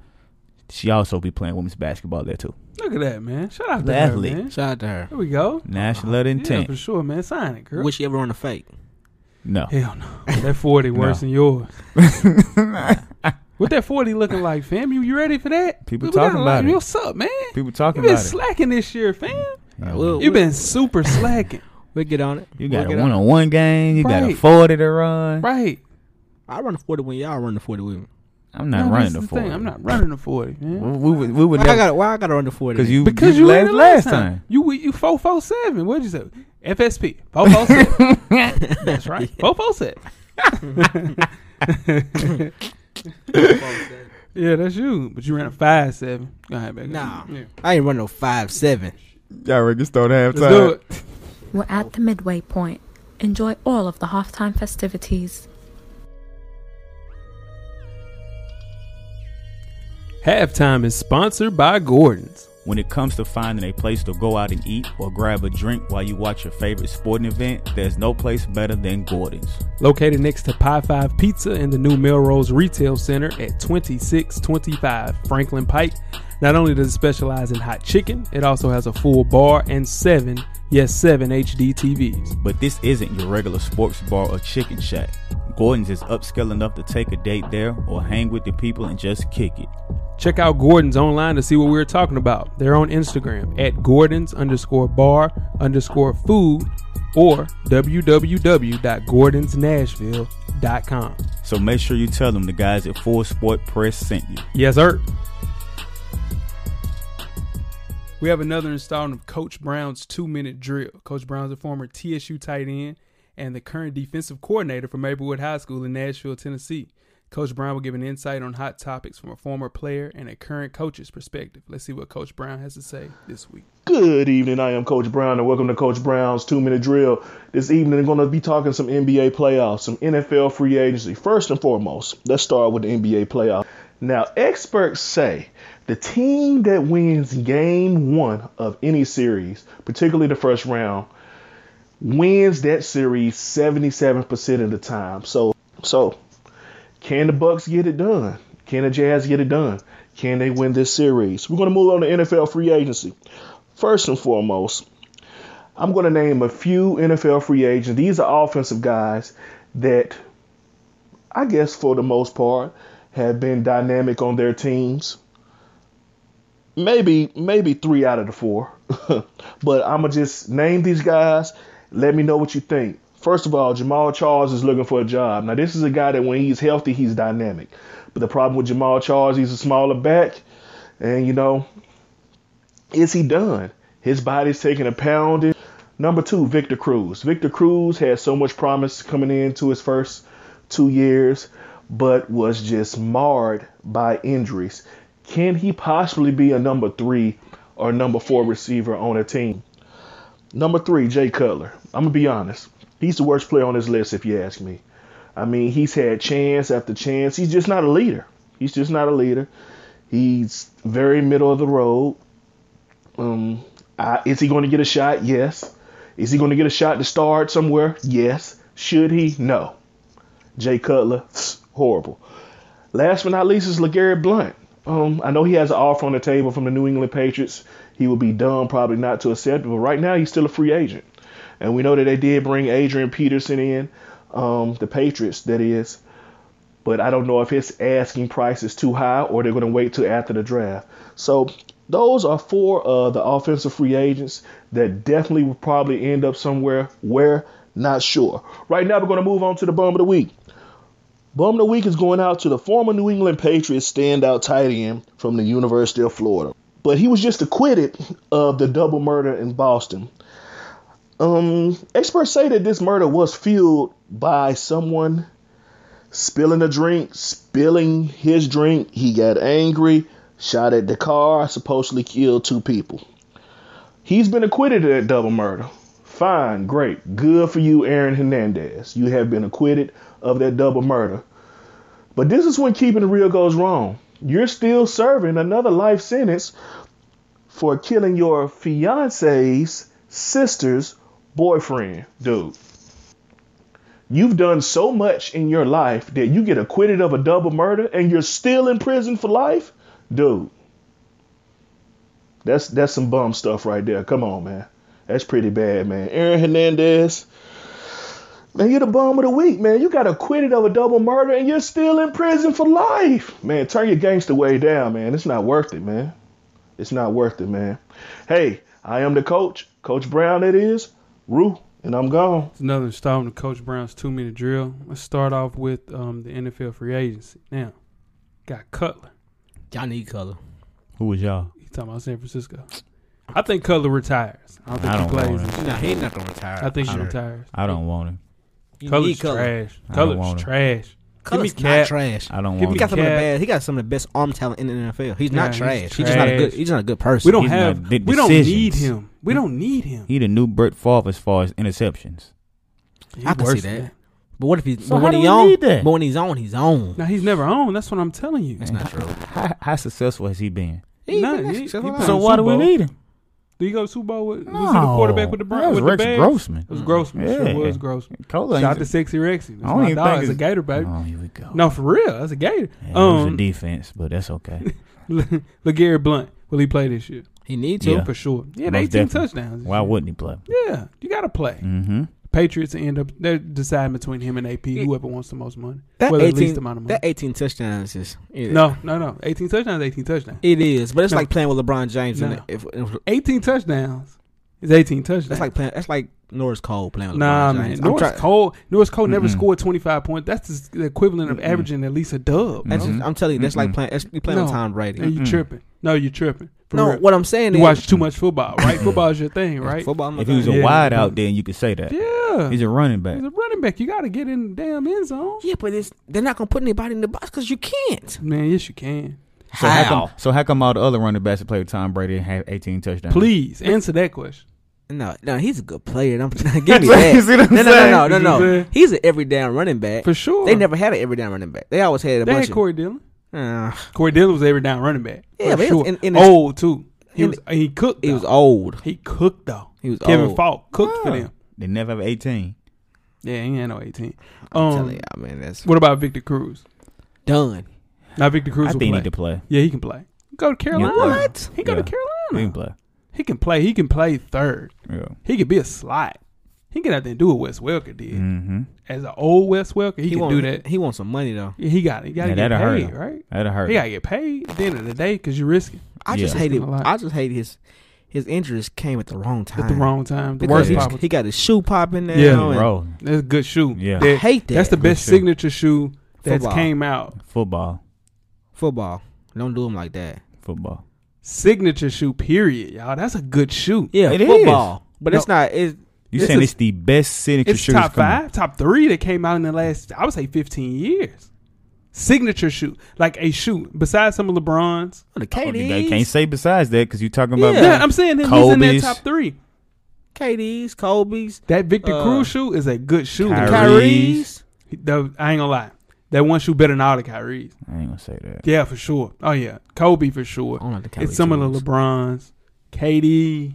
[SPEAKER 3] She also be playing women's basketball there too.
[SPEAKER 2] Look at that, man. Shout out
[SPEAKER 3] The
[SPEAKER 2] to her,
[SPEAKER 3] athlete.
[SPEAKER 2] man.
[SPEAKER 4] Shout out to her.
[SPEAKER 2] There we go.
[SPEAKER 3] National letter
[SPEAKER 2] Oh, Yeah,
[SPEAKER 3] intent.
[SPEAKER 2] for sure, man. Sign it, girl.
[SPEAKER 4] Would she ever run a fake?
[SPEAKER 3] no.
[SPEAKER 2] Hell no. That 40 worse
[SPEAKER 3] No.
[SPEAKER 2] than yours. What that 40 looking like, fam? You, you ready for that?
[SPEAKER 3] People
[SPEAKER 2] We got
[SPEAKER 3] talking
[SPEAKER 2] a
[SPEAKER 3] about
[SPEAKER 2] lot-
[SPEAKER 3] it.
[SPEAKER 2] What's up, man?
[SPEAKER 3] People
[SPEAKER 2] you
[SPEAKER 3] talking
[SPEAKER 2] been
[SPEAKER 3] about it.
[SPEAKER 2] slacking this year, fam.
[SPEAKER 3] Yeah,
[SPEAKER 4] Well,
[SPEAKER 2] you been super slacking.
[SPEAKER 4] We get on it.
[SPEAKER 3] you got
[SPEAKER 4] We'll
[SPEAKER 3] a
[SPEAKER 4] get
[SPEAKER 3] one
[SPEAKER 4] on it.
[SPEAKER 3] on one game. You got a
[SPEAKER 2] Right.
[SPEAKER 3] 40 to run.
[SPEAKER 2] Right.
[SPEAKER 4] I run the forty when y'all run the forty with me.
[SPEAKER 3] I'm not
[SPEAKER 2] No,
[SPEAKER 3] running
[SPEAKER 2] that's
[SPEAKER 3] the
[SPEAKER 2] the
[SPEAKER 3] 40.
[SPEAKER 2] Thing. I'm not running the 40, man.
[SPEAKER 3] We, we, we would
[SPEAKER 4] Why I
[SPEAKER 3] never.
[SPEAKER 4] got why I gotta run the forty?
[SPEAKER 3] Because
[SPEAKER 4] then?
[SPEAKER 3] you,
[SPEAKER 2] Because
[SPEAKER 3] you
[SPEAKER 2] you
[SPEAKER 3] laughed
[SPEAKER 2] ran it
[SPEAKER 3] last time.
[SPEAKER 2] You we- you 447. What'd you say? FSP. 447. That's right. 447. yeah, that's you. But you ran a 57. Go ahead, baby.
[SPEAKER 4] Nah.
[SPEAKER 2] Yeah.
[SPEAKER 4] I ain't run no five seven.
[SPEAKER 3] Y'all ready to start
[SPEAKER 2] Let's do
[SPEAKER 3] halftime?
[SPEAKER 2] it.
[SPEAKER 1] We're at the midway point. Enjoy all of the halftime festivities.
[SPEAKER 2] Halftime is sponsored by Gordon's.
[SPEAKER 3] When it comes to finding a place to go out and eat or grab a drink while you watch your favorite sporting event, there's no place better than Gordon's.
[SPEAKER 2] Located next to Pie 5 Pizza in the new Melrose Retail Center at 2625 Franklin Pike. Not only does it specialize in hot chicken, it also has a full bar and seven, yes, seven HD TVs.
[SPEAKER 3] But this isn't your regular sports bar or chicken shack. Gordon's is upscale enough to take a date there or hang with the people and just kick it.
[SPEAKER 2] Check out Gordon's online to see what we were talking about. They're on Instagram at Gordon's underscore bar underscore food or www.gordonsnashville.com.
[SPEAKER 3] So make sure you tell them the guys at Full Sport Press sent you.
[SPEAKER 2] Yes, sir. We have another installment of Coach Brown's two minute drill. Coach Brown's a former TSU tight end and the current defensive coordinator for Maplewood High School in Nashville, Tennessee. Coach Brown will give an insight on hot topics from a former player and a current coach's perspective. Let's see what Coach Brown has to say this week.
[SPEAKER 5] Good evening. I am Coach Brown, and welcome to Coach Brown's Two Minute Drill. This evening, I'm going to be talking some NBA playoffs, some NFL free agency. First and foremost, let's start with the NBA playoffs. Now, experts say the team that wins game one of any series, particularly the first round, wins that series 77% of the time. So, so can the Bucks get it done? Can the Jazz get it done? Can they win this series? We're going to move on to NFL free agency. First and foremost, I'm going to name a few NFL free agents. These are offensive guys that I guess for the most part have been dynamic on their teams. Maybe maybe 3 out of the 4. but I'm going to just name these guys. Let me know what you think. First of all, Jamal Charles is looking for a job. Now, this is a guy that when he's healthy, he's dynamic. But the problem with Jamal Charles, he's a smaller back. And, you know, is he done? His body's taking a pounding. Number two, Victor Cruz. Victor Cruz had so much promise coming into his first two years, but was just marred by injuries. Can he possibly be a number three or number four receiver on a team? Number three, Jay Cutler. I'm going to be honest. He's the worst player on this list, if you ask me. I mean, he's had chance after chance. He's just not a leader. He's just not a leader. He's very middle of the road. Um, I, is he going to get a shot? Yes. Is he going to get a shot to start somewhere? Yes. Should he? No. Jay Cutler, horrible. Last but not least is LeGarrette Blunt. Um, I know he has an offer on the table from the New England Patriots. He would be dumb probably not to accept it, but right now he's still a free agent. And we know that they did bring Adrian Peterson in, um, the Patriots, that is. But I don't know if his asking price is too high or they're going to wait till after the draft. So those are four of the offensive free agents that definitely will probably end up somewhere where not sure. Right now, we're going to move on to the bum of the week. Bum of the week is going out to the former New England Patriots standout tight end from the University of Florida. But he was just acquitted of the double murder in Boston. Um, experts say that this murder was fueled by someone spilling a drink, spilling his drink. He got angry, shot at the car, supposedly killed two people. He's been acquitted of that double murder. Fine, great, good for you, Aaron Hernandez. You have been acquitted of that double murder. But this is when keeping it real goes wrong. You're still serving another life sentence for killing your fiance's sister's boyfriend, dude. You've done so much in your life that you get acquitted of a double murder and you're still in prison for life, dude. That's that's some bum stuff right there. Come on, man. That's pretty bad, man. Aaron Hernandez, man, you're the bum of the week, man. You got acquitted of a double murder and you're still in prison for life, man. Turn your gangster way down, man. It's not worth it, man. It's not worth it, man. Hey, I am the coach, Coach Brown. It is Rue, and I'm gone.
[SPEAKER 2] It's another installment of Coach Brown's two minute drill. Let's start off with um, the NFL free agency. Now, got Cutler.
[SPEAKER 4] Y'all need color.
[SPEAKER 3] Who was y'all?
[SPEAKER 2] He's talking about San Francisco. I think Cutler retires. I don't think
[SPEAKER 3] I
[SPEAKER 2] he
[SPEAKER 3] don't
[SPEAKER 2] plays.
[SPEAKER 3] want
[SPEAKER 4] Nah, he's not gonna retire.
[SPEAKER 2] I think
[SPEAKER 4] for
[SPEAKER 2] he
[SPEAKER 4] sure.
[SPEAKER 2] retires.
[SPEAKER 3] I don't want him.
[SPEAKER 4] You
[SPEAKER 2] Cutler's
[SPEAKER 4] need color.
[SPEAKER 2] trash.
[SPEAKER 3] I don't want him.
[SPEAKER 2] Color's trash.
[SPEAKER 4] Color's
[SPEAKER 2] Give me
[SPEAKER 4] not
[SPEAKER 2] Cat.
[SPEAKER 4] trash.
[SPEAKER 3] I don't
[SPEAKER 2] Give
[SPEAKER 4] He
[SPEAKER 3] want
[SPEAKER 2] me
[SPEAKER 3] him.
[SPEAKER 4] got some of the
[SPEAKER 2] Cat.
[SPEAKER 4] bad. He got some of the best arm talent in the NFL. He's
[SPEAKER 2] Nah,
[SPEAKER 4] not
[SPEAKER 2] he's
[SPEAKER 4] trash. He's, just not a good.
[SPEAKER 2] trash.
[SPEAKER 4] He's not a good person.
[SPEAKER 2] We don't
[SPEAKER 3] He's
[SPEAKER 2] have.
[SPEAKER 3] not-
[SPEAKER 2] We
[SPEAKER 3] the
[SPEAKER 2] don't need
[SPEAKER 3] decisions.
[SPEAKER 2] him. We don't need him.
[SPEAKER 3] He the new Brett Favre as far as interceptions.
[SPEAKER 2] He
[SPEAKER 4] I can see
[SPEAKER 2] worse
[SPEAKER 4] that.
[SPEAKER 2] than
[SPEAKER 4] But what if he's
[SPEAKER 3] So
[SPEAKER 4] but
[SPEAKER 3] how
[SPEAKER 4] when
[SPEAKER 3] do
[SPEAKER 4] he
[SPEAKER 3] we
[SPEAKER 4] on?
[SPEAKER 3] need that?
[SPEAKER 4] But when he's on, he's on.
[SPEAKER 2] Now he's never on. That's what I'm telling you.
[SPEAKER 4] That's not true.
[SPEAKER 3] How, how successful has he been?
[SPEAKER 2] Nah,
[SPEAKER 4] been
[SPEAKER 2] he-
[SPEAKER 4] successful
[SPEAKER 2] he
[SPEAKER 4] a
[SPEAKER 2] been
[SPEAKER 4] lot.
[SPEAKER 3] So
[SPEAKER 2] on
[SPEAKER 3] why
[SPEAKER 2] Super
[SPEAKER 3] do we
[SPEAKER 2] Bowl.
[SPEAKER 3] need him?
[SPEAKER 2] Do you go to Super Bowl with
[SPEAKER 3] No.
[SPEAKER 2] was he the quarterback with the Bron-
[SPEAKER 3] That was
[SPEAKER 2] with the
[SPEAKER 3] Rex
[SPEAKER 2] bags?
[SPEAKER 3] Grossman.
[SPEAKER 2] It was Grossman. Sure
[SPEAKER 3] Yeah.
[SPEAKER 2] was Grossman.
[SPEAKER 3] Cole
[SPEAKER 2] Shout out to
[SPEAKER 3] ain't-
[SPEAKER 2] Sexy Rexy. That's
[SPEAKER 3] I don't
[SPEAKER 2] my
[SPEAKER 3] even
[SPEAKER 2] dog.
[SPEAKER 3] think
[SPEAKER 2] That's a
[SPEAKER 3] it's-
[SPEAKER 2] Gator, baby.
[SPEAKER 3] Oh, here we go.
[SPEAKER 2] No, for real. That's a Gator.
[SPEAKER 3] Yeah, it was a
[SPEAKER 2] Um,
[SPEAKER 3] defense, but that's okay.
[SPEAKER 2] LeGarrette Blunt. Will he play this year?
[SPEAKER 4] He needs to.
[SPEAKER 3] Yeah.
[SPEAKER 2] For sure. Yeah,
[SPEAKER 3] Most
[SPEAKER 2] 18
[SPEAKER 3] definitely.
[SPEAKER 2] touchdowns. this
[SPEAKER 3] Why
[SPEAKER 2] year.
[SPEAKER 3] wouldn't he play?
[SPEAKER 2] Yeah, you got to play.
[SPEAKER 3] Mm-hmm.
[SPEAKER 2] Patriots end up they're deciding between him and AP, whoever wants the most money,
[SPEAKER 4] That
[SPEAKER 2] whether the
[SPEAKER 4] 18
[SPEAKER 2] least amount of money.
[SPEAKER 4] That 18 touchdowns is it,
[SPEAKER 2] no, no, no. 18 touchdowns, 18 touchdowns.
[SPEAKER 4] It is, but it's
[SPEAKER 2] No.
[SPEAKER 4] like playing with LeBron James.
[SPEAKER 2] No.
[SPEAKER 4] And if, if,
[SPEAKER 2] 18 touchdowns is 18 touchdowns.
[SPEAKER 4] that's like playing. That's like Norris Cole playing with
[SPEAKER 2] Nah,
[SPEAKER 4] LeBron
[SPEAKER 2] man.
[SPEAKER 4] James. I'm
[SPEAKER 2] Norris
[SPEAKER 4] try-
[SPEAKER 2] Cole, Norris Cole never
[SPEAKER 3] Mm-mm.
[SPEAKER 2] scored 25 points. That's the equivalent of averaging at least a dub.
[SPEAKER 4] That's
[SPEAKER 2] bro.
[SPEAKER 4] just, I'm telling you, that's like
[SPEAKER 3] Mm-mm.
[SPEAKER 4] playing. That's, you playing with
[SPEAKER 2] No.
[SPEAKER 4] Tom Brady.
[SPEAKER 2] And you
[SPEAKER 3] Mm-mm.
[SPEAKER 2] tripping. No, you tripping. For
[SPEAKER 4] no,
[SPEAKER 2] real.
[SPEAKER 4] what I'm saying
[SPEAKER 2] You
[SPEAKER 4] is
[SPEAKER 2] watch too much football, right? Football is your thing,
[SPEAKER 4] That's
[SPEAKER 2] right?
[SPEAKER 4] Football. I'm
[SPEAKER 3] If
[SPEAKER 4] not
[SPEAKER 3] he was a
[SPEAKER 2] Yeah.
[SPEAKER 4] gonna-
[SPEAKER 3] wide out, then you could say that.
[SPEAKER 2] Yeah.
[SPEAKER 3] He's a running back.
[SPEAKER 2] He's a running back. You got to get in the damn end zone.
[SPEAKER 4] yeah, but it's, they're not gonna put anybody in the box because you can't.
[SPEAKER 2] Man, yes, you can.
[SPEAKER 3] So how? come? So how come all the other running backs that played with Tom Brady had 18 touchdowns?
[SPEAKER 2] Please answer that question.
[SPEAKER 4] No, no, he's a good player. and I'm give me
[SPEAKER 3] You see what
[SPEAKER 4] that.
[SPEAKER 3] I'm
[SPEAKER 4] No,
[SPEAKER 3] saying?
[SPEAKER 4] no,
[SPEAKER 2] You
[SPEAKER 4] no, no,
[SPEAKER 2] see what
[SPEAKER 4] no,
[SPEAKER 2] I'm
[SPEAKER 4] no.
[SPEAKER 2] saying?
[SPEAKER 4] He's an every down running back.
[SPEAKER 2] For sure.
[SPEAKER 4] They never had an every down running back. They always had a
[SPEAKER 2] They
[SPEAKER 4] bunch
[SPEAKER 2] had
[SPEAKER 4] of.
[SPEAKER 2] Corey Dillon.
[SPEAKER 4] Uh,
[SPEAKER 2] Corey Dillon was every down running back.
[SPEAKER 4] Yeah,
[SPEAKER 2] for
[SPEAKER 4] but he
[SPEAKER 2] sure.
[SPEAKER 4] was in- in his-
[SPEAKER 2] old too. He
[SPEAKER 4] in-
[SPEAKER 2] was he cooked.
[SPEAKER 4] he
[SPEAKER 2] though.
[SPEAKER 4] was old.
[SPEAKER 2] He cooked though.
[SPEAKER 4] He was
[SPEAKER 2] Kevin
[SPEAKER 4] old.
[SPEAKER 2] Falk cooked for
[SPEAKER 3] Yeah.
[SPEAKER 2] them.
[SPEAKER 3] They never have 18.
[SPEAKER 2] Yeah, he ain't no eighteen.
[SPEAKER 4] I'm
[SPEAKER 2] Um,
[SPEAKER 4] telling y'all, man, that's
[SPEAKER 2] What about Victor Cruz?
[SPEAKER 4] done.
[SPEAKER 2] Now Victor Cruz
[SPEAKER 3] I
[SPEAKER 2] will
[SPEAKER 3] think he
[SPEAKER 2] play.
[SPEAKER 3] need to play.
[SPEAKER 2] yeah, he can play. Go to Carolina.
[SPEAKER 4] What?
[SPEAKER 2] He go to
[SPEAKER 3] Yeah. He
[SPEAKER 2] Carolina.
[SPEAKER 3] can play.
[SPEAKER 2] He can play. He can play third.
[SPEAKER 3] Yeah.
[SPEAKER 2] He could be a slot. He can out there and do what Wes Welker did.
[SPEAKER 3] Mm-hmm.
[SPEAKER 2] As an old Wes Welker, he, can
[SPEAKER 4] wants,
[SPEAKER 2] do that.
[SPEAKER 4] He wants some money though.
[SPEAKER 2] Yeah, he got he got to
[SPEAKER 3] Yeah,
[SPEAKER 2] get
[SPEAKER 3] that'll hurt
[SPEAKER 2] paid,
[SPEAKER 3] him.
[SPEAKER 2] right?
[SPEAKER 3] That'll hurt.
[SPEAKER 2] He got to get paid at the end of the day because you're risking
[SPEAKER 4] I just
[SPEAKER 3] Yeah.
[SPEAKER 4] hate it.
[SPEAKER 2] A lot.
[SPEAKER 4] I just hate his his injuries came at the wrong time.
[SPEAKER 2] at the wrong time. The
[SPEAKER 4] because
[SPEAKER 2] worst
[SPEAKER 4] he's-
[SPEAKER 2] possible.
[SPEAKER 4] he got his shoe popping now.
[SPEAKER 2] Yeah.
[SPEAKER 4] and
[SPEAKER 3] Bro,
[SPEAKER 2] That's a good shoe.
[SPEAKER 3] Yeah.
[SPEAKER 4] I hate that.
[SPEAKER 2] That's the best
[SPEAKER 3] shoe.
[SPEAKER 2] signature shoe that
[SPEAKER 4] Football.
[SPEAKER 2] came out.
[SPEAKER 3] football.
[SPEAKER 4] football. Don't do him like that.
[SPEAKER 3] Football.
[SPEAKER 2] Signature shoe, period, y'all. That's a good shoe.
[SPEAKER 4] Yeah,
[SPEAKER 3] It
[SPEAKER 4] football. But it's not. It's,
[SPEAKER 3] You
[SPEAKER 2] This
[SPEAKER 3] saying
[SPEAKER 2] is-
[SPEAKER 3] it's the best signature
[SPEAKER 2] It's
[SPEAKER 3] shoes
[SPEAKER 2] top
[SPEAKER 3] coming.
[SPEAKER 2] five, top three that came out in the last, I would say, 15 years. Signature shoe, like a shoe, besides some of LeBron's.
[SPEAKER 4] the
[SPEAKER 3] You Oh, can't
[SPEAKER 4] KDs,
[SPEAKER 3] say besides that because you're talking about
[SPEAKER 4] Yeah.
[SPEAKER 2] Yeah, I'm saying him, he's in that
[SPEAKER 3] Kobe's.
[SPEAKER 2] top three.
[SPEAKER 4] KDs, Kobe's,
[SPEAKER 2] That Victor
[SPEAKER 4] Uh,
[SPEAKER 2] Cruz shoe is a good shoe.
[SPEAKER 3] Kyrie.
[SPEAKER 4] Kyrie's.
[SPEAKER 2] He- though, I ain't gonna lie. That one shoe better than all the Kyrie's.
[SPEAKER 3] I ain't gonna say that.
[SPEAKER 2] Yeah, for sure. Oh, yeah. Kobe, for sure.
[SPEAKER 4] I don't like the Kyrie
[SPEAKER 2] It's some of
[SPEAKER 4] shoes.
[SPEAKER 2] the LeBron's. KD.